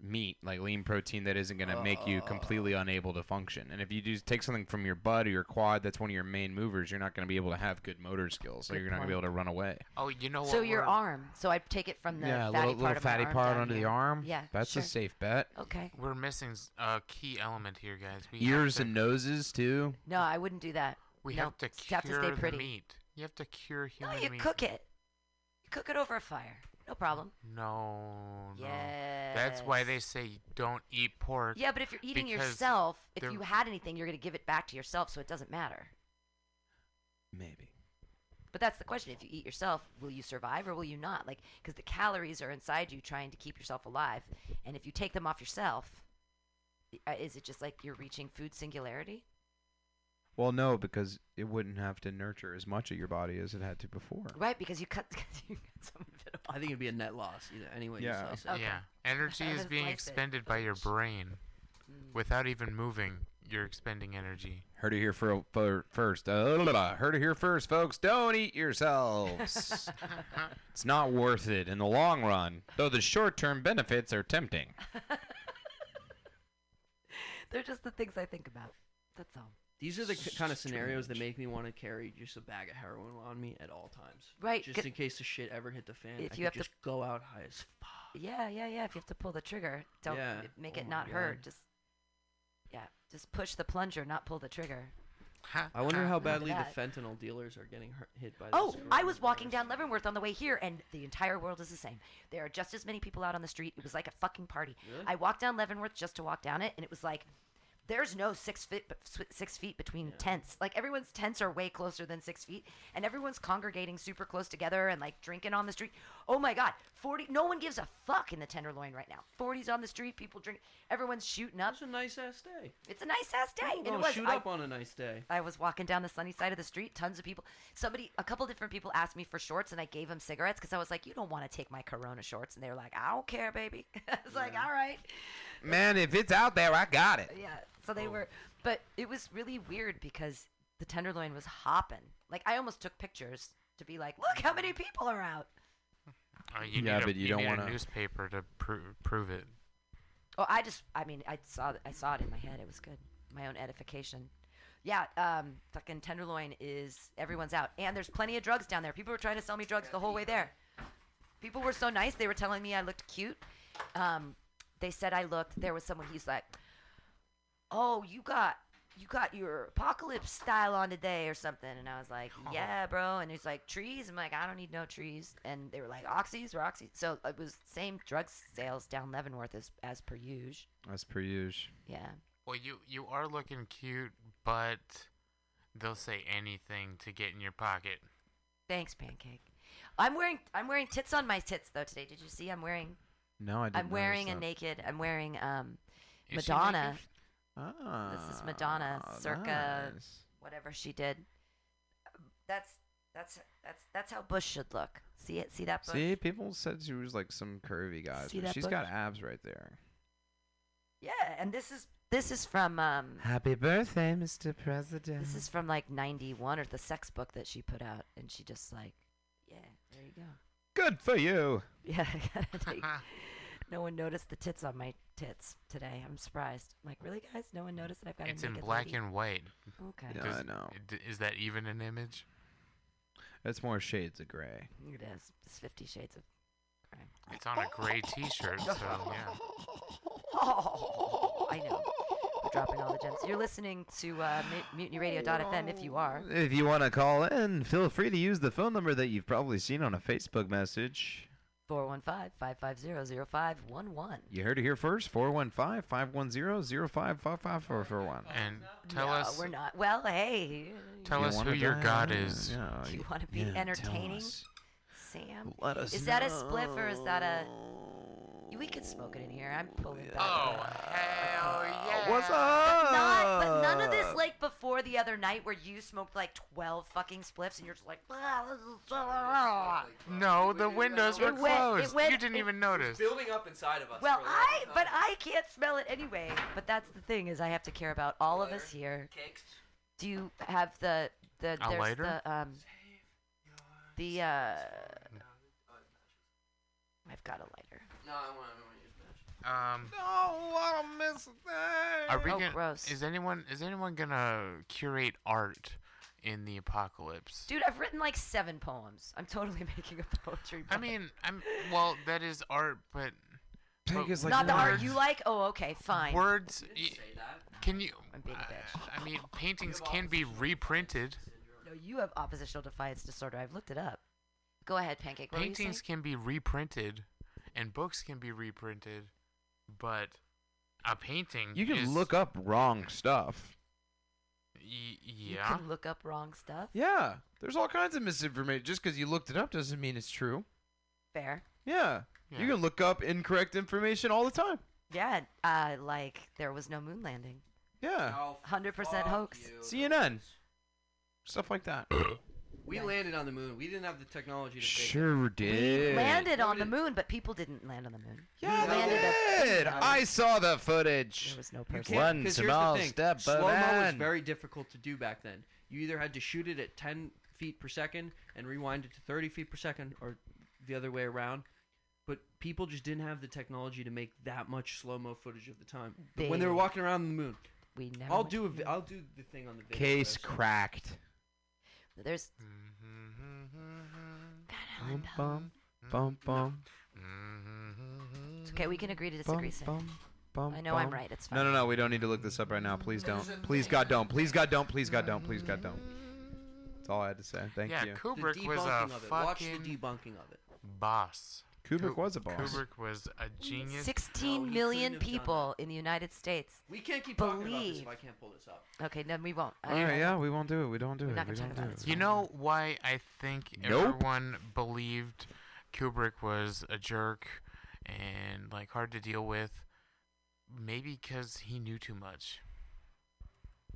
Speaker 15: meat, like lean protein that isn't going to make you completely unable to function. And if you do take something from your butt or your quad, that's one of your main movers, you're not going to be able to have good motor skills, so
Speaker 12: Good
Speaker 15: you're not going to be
Speaker 12: point.
Speaker 15: able to run away.
Speaker 12: Oh, you know what?
Speaker 10: So your
Speaker 12: we're-
Speaker 10: arm. So I take it from the
Speaker 15: yeah, a
Speaker 10: fatty
Speaker 15: little,
Speaker 10: part
Speaker 15: little
Speaker 10: of my
Speaker 15: fatty
Speaker 10: arm
Speaker 15: part
Speaker 10: down
Speaker 15: under the
Speaker 10: here.
Speaker 15: arm.
Speaker 10: Yeah.
Speaker 15: that's
Speaker 10: sure.
Speaker 15: a safe bet.
Speaker 10: Okay.
Speaker 12: We're missing s- a key element here, guys. We have
Speaker 15: Ears
Speaker 12: to-
Speaker 15: and noses too.
Speaker 10: No, I wouldn't do that.
Speaker 12: We
Speaker 10: no.
Speaker 12: have to
Speaker 10: you have to
Speaker 12: cure
Speaker 10: stay
Speaker 12: the
Speaker 10: pretty.
Speaker 12: meat. You have to cure
Speaker 10: No,
Speaker 12: human
Speaker 10: you
Speaker 12: meat.
Speaker 10: cook it. You cook it over a fire. No problem.
Speaker 12: Oh, No, no. That's why they say don't eat pork.
Speaker 10: Yeah, but if you're eating
Speaker 12: because
Speaker 10: yourself, if
Speaker 12: they're-
Speaker 10: you had anything, you're going to give it back to yourself, so it doesn't matter.
Speaker 15: Maybe.
Speaker 10: But that's the question. If you eat yourself, will you survive or will you not? Like, because the calories are inside you trying to keep yourself alive. And if you take them off yourself, i- uh, is it just like you're reaching food singularity?
Speaker 15: Well, no, because it wouldn't have to nurture as much of your body as it had to before.
Speaker 10: Right, because you cut, 'cause you cut some of it off.
Speaker 16: I think it'd be a net loss either anyway.
Speaker 12: Yeah.
Speaker 16: You slice it.
Speaker 12: Yeah. Energy is being
Speaker 10: Slice it. Mm.
Speaker 12: expended by your brain. Without even moving, you're expending energy.
Speaker 15: Heard it here for, for first. Uh, la, la, la. heard it here first, folks. Don't eat yourselves. it's not worth it in the long run, though the short term benefits are tempting.
Speaker 10: They're just the things I think about. That's all.
Speaker 16: These are the k- kind of scenarios that make me want to carry just a bag of heroin on me at all times.
Speaker 10: Right,
Speaker 16: Just
Speaker 10: 'cause-
Speaker 16: in case the shit ever hit the fan.
Speaker 10: If
Speaker 16: I
Speaker 10: you
Speaker 16: could
Speaker 10: have to-
Speaker 16: just go out high as fuck.
Speaker 10: Yeah, yeah, yeah. If you have to pull the trigger, don't
Speaker 16: Yeah.
Speaker 10: m- make
Speaker 16: Oh
Speaker 10: it
Speaker 16: my
Speaker 10: not hurt.
Speaker 16: God.
Speaker 10: Just yeah, just push the plunger, not pull the trigger.
Speaker 16: I wonder how
Speaker 10: Ah, Look at
Speaker 16: badly the
Speaker 10: that.
Speaker 16: fentanyl dealers are getting hurt, hit by this.
Speaker 10: Oh, I
Speaker 16: coronavirus.
Speaker 10: was walking down Leavenworth on the way here, and the entire world is the same. There are just as many people out on the street. It was like a fucking party.
Speaker 16: Really?
Speaker 10: I walked down Leavenworth just to walk down it, and it was like, there's no six feet, six feet between tents. Like everyone's tents are way closer than six feet, and everyone's congregating super close together and like drinking on the street. Oh my God, forty! No one gives a fuck in the Tenderloin right now. Forties on the street, people drink. Everyone's shooting up.
Speaker 16: It's a nice ass day.
Speaker 10: It's a nice ass day.
Speaker 16: People
Speaker 10: and it
Speaker 16: don't
Speaker 10: was.
Speaker 16: shoot
Speaker 10: I-
Speaker 16: up on a nice day.
Speaker 10: I was walking down the sunny side of the street, tons of people. Somebody, a couple different people asked me for shorts, and I gave them cigarettes because I was like, "You don't want to take my Corona shorts," and they were like, "I don't care, baby." I was like, "All right,
Speaker 15: Man, if it's out there, I got it.
Speaker 10: yeah." So they were, but it was really weird because the tenderloin was hopping. Like I almost took pictures to be like, "Look how many people are out."
Speaker 12: Uh, you
Speaker 15: Yeah,
Speaker 12: need a,
Speaker 15: but you don't
Speaker 12: need
Speaker 15: wanna-
Speaker 12: a newspaper to pro- prove it.
Speaker 10: Oh, I just, I mean, I saw, th- I saw it in my head. It was good. My own edification. Yeah, um, fucking tenderloin is everyone's out, and there's plenty of drugs down there. People were trying to sell me drugs the whole way there. People were so nice. They were telling me I looked cute. Um, they said I looked. There was someone. He's like, "Oh, you got." You got your apocalypse style on today or something, and I was like, "Yeah, bro." And he's like, "Trees." I'm like, "I don't need no trees." And they were like, "Oxys, or oxys." So it was same drug sales down Leavenworth as as per usual.
Speaker 15: As per usual.
Speaker 10: Yeah.
Speaker 12: Well, you you are looking cute, but they'll say anything to get in your pocket.
Speaker 10: Thanks, pancake. I'm wearing I'm wearing tits on my tits though today. Did you see? I'm wearing
Speaker 15: No, I didn't.
Speaker 10: I'm wearing a
Speaker 15: notice
Speaker 10: naked. I'm wearing um
Speaker 15: Is she
Speaker 10: Madonna.
Speaker 15: that.
Speaker 10: This is Madonna
Speaker 15: Ah,
Speaker 10: circa
Speaker 15: nice.
Speaker 10: whatever she did. That's that's that's that's how Bush should look. See it? See that bush?
Speaker 15: See, people said she was like some curvy guy.
Speaker 10: See
Speaker 15: but
Speaker 10: that
Speaker 15: She's
Speaker 10: bush?
Speaker 15: got abs right there.
Speaker 10: Yeah, and this is this is from um
Speaker 20: Happy birthday, Mr. President.
Speaker 10: this is from like 91 or the sex book that she put out and she just like yeah, there you go.
Speaker 15: Good for you.
Speaker 10: Yeah, I gotta take. no one noticed the tits on my tits today. I'm surprised. I'm like, really, guys? No one noticed that I've got
Speaker 12: It's
Speaker 10: a
Speaker 12: in
Speaker 10: naked
Speaker 12: black
Speaker 10: lady?
Speaker 12: and white.
Speaker 10: Okay.
Speaker 15: Yeah,
Speaker 12: Does-
Speaker 15: I know.
Speaker 12: d- Is that even an image?
Speaker 15: It's more shades of gray.
Speaker 10: It is. It's Fifty Shades of Grey.
Speaker 12: It's on a gray T-shirt, so yeah.
Speaker 10: I know. We're dropping all the gems. You're listening to uh, mu- MutinyRadio.fm if you are.
Speaker 15: If you want to call in, feel free to use the phone number that you've probably seen on a Facebook message.
Speaker 10: 415-550-0511.
Speaker 15: You heard it here first 415 510 055541.
Speaker 12: And
Speaker 10: no, we're not. Well, hey.
Speaker 12: Tell
Speaker 15: You
Speaker 12: us
Speaker 15: wanna
Speaker 12: who your
Speaker 15: die?
Speaker 12: god is.
Speaker 15: Yeah,
Speaker 10: Do you want to be
Speaker 15: yeah, tell
Speaker 10: entertaining,
Speaker 15: us.
Speaker 10: Sam?
Speaker 15: Let us
Speaker 10: is that a spliff or is that a? We could smoke it in here. I'm pulling back. Oh hell yeah!
Speaker 17: what's
Speaker 10: But, not, but none of this
Speaker 17: up?
Speaker 10: like before the other night where you smoked like 12 fucking spliffs and you're just like. "Ah, this is so- ah."
Speaker 12: No, the windows were
Speaker 10: It went- it
Speaker 12: closed.
Speaker 10: went-
Speaker 12: you didn't
Speaker 10: it-
Speaker 12: even notice.
Speaker 16: Building up inside of us.
Speaker 10: Well,
Speaker 16: for a long
Speaker 10: I
Speaker 16: time.
Speaker 10: but uh, I can't smell it anyway. But that's the thing is I have to care about all of us here. Do you have the the
Speaker 12: A
Speaker 10: there's
Speaker 12: lighter?
Speaker 10: the um the uh I've got a lighter.
Speaker 16: No, I want to
Speaker 12: Um,
Speaker 15: I don't miss that.
Speaker 12: are we
Speaker 10: Oh,
Speaker 12: gonna,
Speaker 10: gross.
Speaker 12: Is anyone is anyone gonna curate art in the apocalypse?
Speaker 10: Dude, I've written like seven poems. I'm totally making a poetry book.
Speaker 12: I mean, I'm well. That is art, but, but
Speaker 10: not the art you
Speaker 12: words-
Speaker 10: like? Oh, okay, fine.
Speaker 12: Words. y- Can you? I'm
Speaker 10: being a
Speaker 12: bitch. I mean, paintings can be reprinted.
Speaker 10: No, you have oppositional defiance disorder. I've looked it up. Go ahead, Pancake. What were you saying?
Speaker 12: Paintings can be reprinted, and books can be reprinted, but a painting.
Speaker 15: You can
Speaker 12: is-
Speaker 15: look up wrong stuff.
Speaker 12: Y-
Speaker 10: You
Speaker 12: yeah.
Speaker 10: can look up wrong stuff.
Speaker 15: Yeah. There's all kinds of misinformation. Just because you looked it up doesn't mean it's true.
Speaker 10: Fair.
Speaker 15: Yeah. You can look up incorrect information all the time.
Speaker 10: Yeah, uh, like there was no moon landing.
Speaker 15: Yeah.
Speaker 16: Oh,
Speaker 10: Hundred percent hoax.
Speaker 15: CNN. Stuff like that.
Speaker 16: We landed on the moon. We didn't have the technology to fake
Speaker 15: sure did.
Speaker 10: Landed on the moon, but people didn't land on the moon.
Speaker 15: Yeah, they did. I saw the footage. There
Speaker 10: was no
Speaker 16: it.
Speaker 15: One
Speaker 16: Because here's
Speaker 15: small
Speaker 16: the thing.
Speaker 15: step of
Speaker 16: Slow mo was
Speaker 15: man.
Speaker 16: very difficult to do back then. You either had to shoot it at 10 feet per second and rewind it to 30 feet per second, or the other way around. But people just didn't have the technology to make that much slow mo footage of the time. But when they were
Speaker 10: They-
Speaker 16: walking around the moon,
Speaker 10: we never.
Speaker 16: I'll
Speaker 10: went
Speaker 16: do a
Speaker 10: to
Speaker 16: vi-
Speaker 10: the
Speaker 16: I'll do the thing on the video.
Speaker 15: Case
Speaker 16: first.
Speaker 15: cracked.
Speaker 10: moon. There's
Speaker 15: Bum Mm-hmm, bum bum bum.
Speaker 12: Mm-hmm,
Speaker 10: it's okay. We can agree to disagree. Sam. I know I'm right. It's fine.
Speaker 15: No, no, no. We don't need to look this up right now. Please don't. Please God, don't. Please God, don't. Please God, don't. Please God, don't. That's all I had to say. Thank
Speaker 12: Yeah,
Speaker 15: you.
Speaker 12: Kubrick
Speaker 16: the
Speaker 12: was a
Speaker 16: debunking of it. Watch the
Speaker 12: fucking-
Speaker 16: debunking of it.
Speaker 12: Boss.
Speaker 15: Kubrick was a boss.
Speaker 12: Kubrick was a genius.
Speaker 10: 16 million people in the United States.
Speaker 16: We can't keep
Speaker 10: believe.
Speaker 16: talking about this if I can't pull this up.
Speaker 10: Okay, no, we won't. I
Speaker 15: All
Speaker 10: don't
Speaker 15: right,
Speaker 10: know.
Speaker 15: yeah, we won't do it. We don't do
Speaker 10: We're
Speaker 15: it.
Speaker 10: not
Speaker 15: we
Speaker 10: gonna
Speaker 15: don't
Speaker 10: talk
Speaker 15: do
Speaker 10: about
Speaker 15: it.
Speaker 12: You know why I think
Speaker 15: Nope.
Speaker 12: everyone believed Kubrick was a jerk and like hard to deal with? Maybe because he knew too much.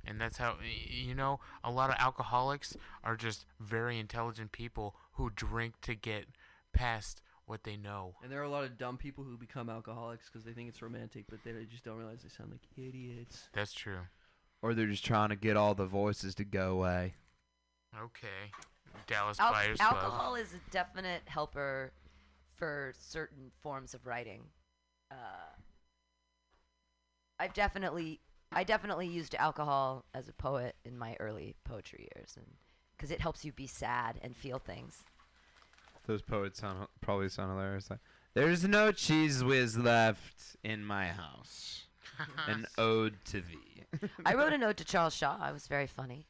Speaker 12: And that's how, y- you know, a lot of alcoholics are just very intelligent people who drink to get past what they know.
Speaker 16: And there are a lot of dumb people who become alcoholics because they think it's romantic, but they just don't realize they sound like idiots.
Speaker 12: That's true.
Speaker 15: Or they're just trying to get all the voices to go away.
Speaker 12: Okay. Dallas
Speaker 10: Al-
Speaker 12: Buyers
Speaker 10: alcohol
Speaker 12: Club.
Speaker 10: is a definite helper for certain forms of writing. Uh, I've definitely, I definitely used alcohol as a poet in my early poetry years, and because it helps you be sad and feel things.
Speaker 15: Those poets sound probably sound hilarious. Like, There's no cheese whiz left in my house. An ode to thee.
Speaker 10: I wrote an ode to Charles Shaw. I was very funny.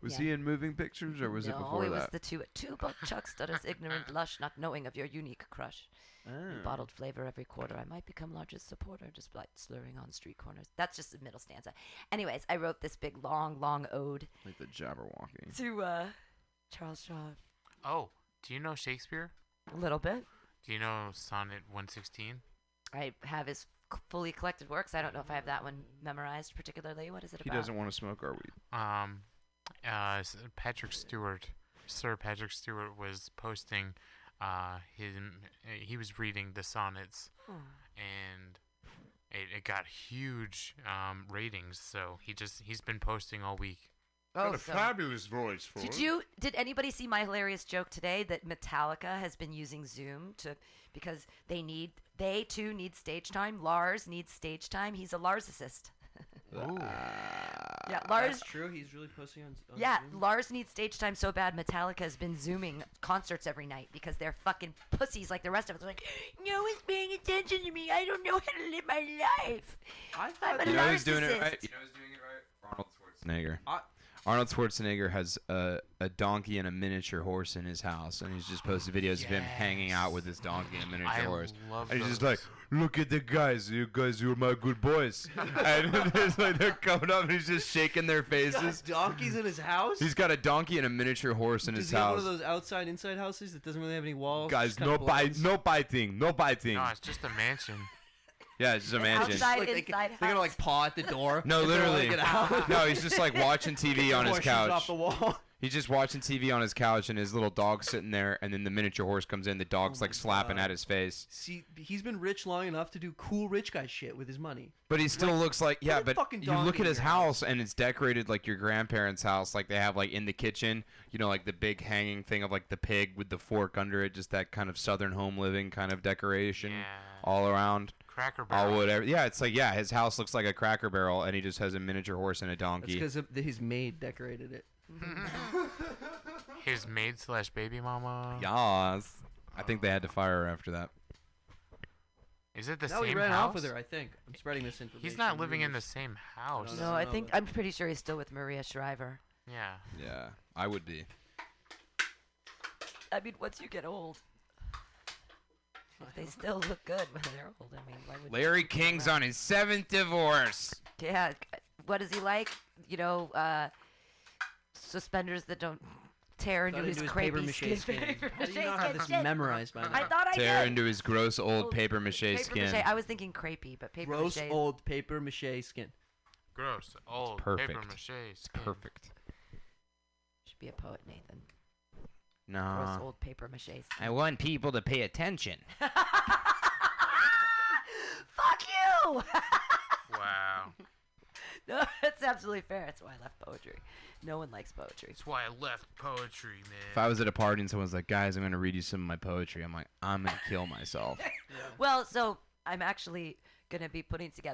Speaker 15: Was
Speaker 10: Yeah.
Speaker 15: he in moving pictures or was
Speaker 10: no,
Speaker 15: it before
Speaker 10: it
Speaker 15: that?
Speaker 10: was the two two buck chuck stutters, ignorant lush, not knowing of your unique crush. In
Speaker 15: Oh.
Speaker 10: Bottled flavor every quarter. I might become largest supporter, despite slurring on street corners. That's just the middle stanza. Anyways, I wrote this big long, long ode
Speaker 15: like the Jabberwocky.
Speaker 10: to uh, Charles Shaw.
Speaker 12: Oh, do you know Shakespeare?
Speaker 10: A little bit.
Speaker 12: Do you know Sonnet 116?
Speaker 10: I have his c- fully collected works. I don't know if I have that one memorized particularly. What is it
Speaker 15: He
Speaker 10: about?
Speaker 15: doesn't want to smoke our weed.
Speaker 12: um, uh, s- Patrick Stewart, Sir Patrick Stewart was posting, uh, him uh, he was reading the sonnets,
Speaker 10: Oh.
Speaker 12: and it, it got huge um ratings. So he just he's been posting all week.
Speaker 10: Oh, so-
Speaker 1: fabulous voice for
Speaker 10: Did
Speaker 1: it.
Speaker 10: you? Did anybody see my hilarious joke today that Metallica has been using Zoom to because they need they too need stage time. Lars needs stage time. He's a Larsicist. yeah, Lars.
Speaker 16: That's true. He's really posting on. on
Speaker 10: Yeah,
Speaker 16: Zoom.
Speaker 10: Lars needs stage time so bad. Metallica has been zooming concerts every night because they're fucking pussies like the rest of us. They're like, no one's paying attention to me. I don't know how to live my life.
Speaker 16: I
Speaker 10: I'm a
Speaker 15: You know he's doing it
Speaker 10: narcissist."
Speaker 15: right. You
Speaker 10: know
Speaker 15: he's doing it right. Arnold Schwarzenegger.
Speaker 16: I-
Speaker 15: Arnold Schwarzenegger has a, a donkey and a miniature horse in his house, and he's just posted videos of him hanging out with his donkey and miniature
Speaker 12: I
Speaker 15: horse.
Speaker 12: love
Speaker 15: and he's just like, look at the guys, you guys, you're my good boys. and there's like they're coming up, and he's just shaking their faces.
Speaker 16: donkeys in his house.
Speaker 15: He's got a donkey and a miniature horse in
Speaker 16: Does
Speaker 15: his
Speaker 16: he have one
Speaker 15: house.
Speaker 16: of those outside inside houses that doesn't really have any walls?
Speaker 15: Guys,
Speaker 16: just kinda
Speaker 15: no bite,
Speaker 16: blinds?
Speaker 15: no biting, no biting.
Speaker 16: No,
Speaker 12: it's just a mansion.
Speaker 15: Yeah, it's just a mansion.
Speaker 16: Outside, Like, they- inside they gotta, like, paw at the door.
Speaker 15: No,
Speaker 16: if they wanna
Speaker 15: literally.
Speaker 16: get out.
Speaker 15: No, he's just like watching
Speaker 16: Get
Speaker 15: TV
Speaker 16: the
Speaker 15: on his
Speaker 16: horses
Speaker 15: couch.
Speaker 16: Off the wall.
Speaker 15: He's just watching TV on his couch, and his little dog's sitting there, and then the miniature horse comes in. The dog's like slapping at his face,
Speaker 16: See, he's been rich long enough to do cool rich guy shit with his money.
Speaker 15: but he still looks like yeah.
Speaker 16: a
Speaker 15: But
Speaker 16: fucking
Speaker 15: you
Speaker 16: dog
Speaker 15: look
Speaker 16: in
Speaker 15: at his
Speaker 16: your
Speaker 15: house, and it's decorated like your grandparents' house. Like they have like in the kitchen, you know, like the big hanging thing of like the pig with the fork under it, just that kind of southern home living kind of decoration all around.
Speaker 12: Cracker
Speaker 15: All
Speaker 12: Barrel.
Speaker 15: Oh, whatever. Yeah, it's like yeah, his house looks like a cracker barrel, and he just has a miniature horse and a
Speaker 16: That's
Speaker 15: donkey.
Speaker 16: because his maid decorated it.
Speaker 12: His maid slash baby mama.
Speaker 15: Yas. I think they had to fire her after that.
Speaker 12: Is it the
Speaker 16: no,
Speaker 12: same
Speaker 16: he ran
Speaker 12: house?
Speaker 16: off with her. I think I'm spreading this information.
Speaker 12: He's not living in the
Speaker 16: rumors.
Speaker 12: same house.
Speaker 10: No, I think I'm pretty sure he's still with Maria Shriver.
Speaker 12: Yeah.
Speaker 15: Yeah, I would be.
Speaker 10: I mean, once you get old, if they still look good when they're old. I mean, why would
Speaker 15: Larry King's on his seventh divorce.
Speaker 10: Yeah, what is he like? You know, uh, suspenders that don't tear into
Speaker 16: Cut
Speaker 10: his,
Speaker 16: into his
Speaker 10: crepey skin.
Speaker 16: papier-mâché skin. How do you
Speaker 10: Papier-mâché
Speaker 16: not have
Speaker 10: skin
Speaker 16: this
Speaker 10: shit.
Speaker 16: memorized by now?
Speaker 10: I thought I
Speaker 15: Tear
Speaker 10: did.
Speaker 15: into his gross old paper mache
Speaker 10: Papier-mâché.
Speaker 15: skin.
Speaker 10: I was thinking crepey, but paper
Speaker 16: Gross
Speaker 10: mache.
Speaker 16: old paper mache skin.
Speaker 12: Gross. Old paper
Speaker 15: perfect.
Speaker 12: mache.
Speaker 15: It's
Speaker 12: skin.
Speaker 15: perfect.
Speaker 10: Should be a poet, Nathan. Gross
Speaker 15: No.
Speaker 10: old paper mache. skin.
Speaker 21: I want people to pay attention.
Speaker 10: Fuck you!
Speaker 12: Wow.
Speaker 10: no, that's absolutely fair. That's why I left poetry. No one likes poetry.
Speaker 12: That's why I left poetry, man.
Speaker 15: If I was at a party and someone's like, "Guys, I'm gonna read you some of my poetry," I'm like, "I'm gonna kill myself."
Speaker 10: Well, so I'm actually going to be putting together.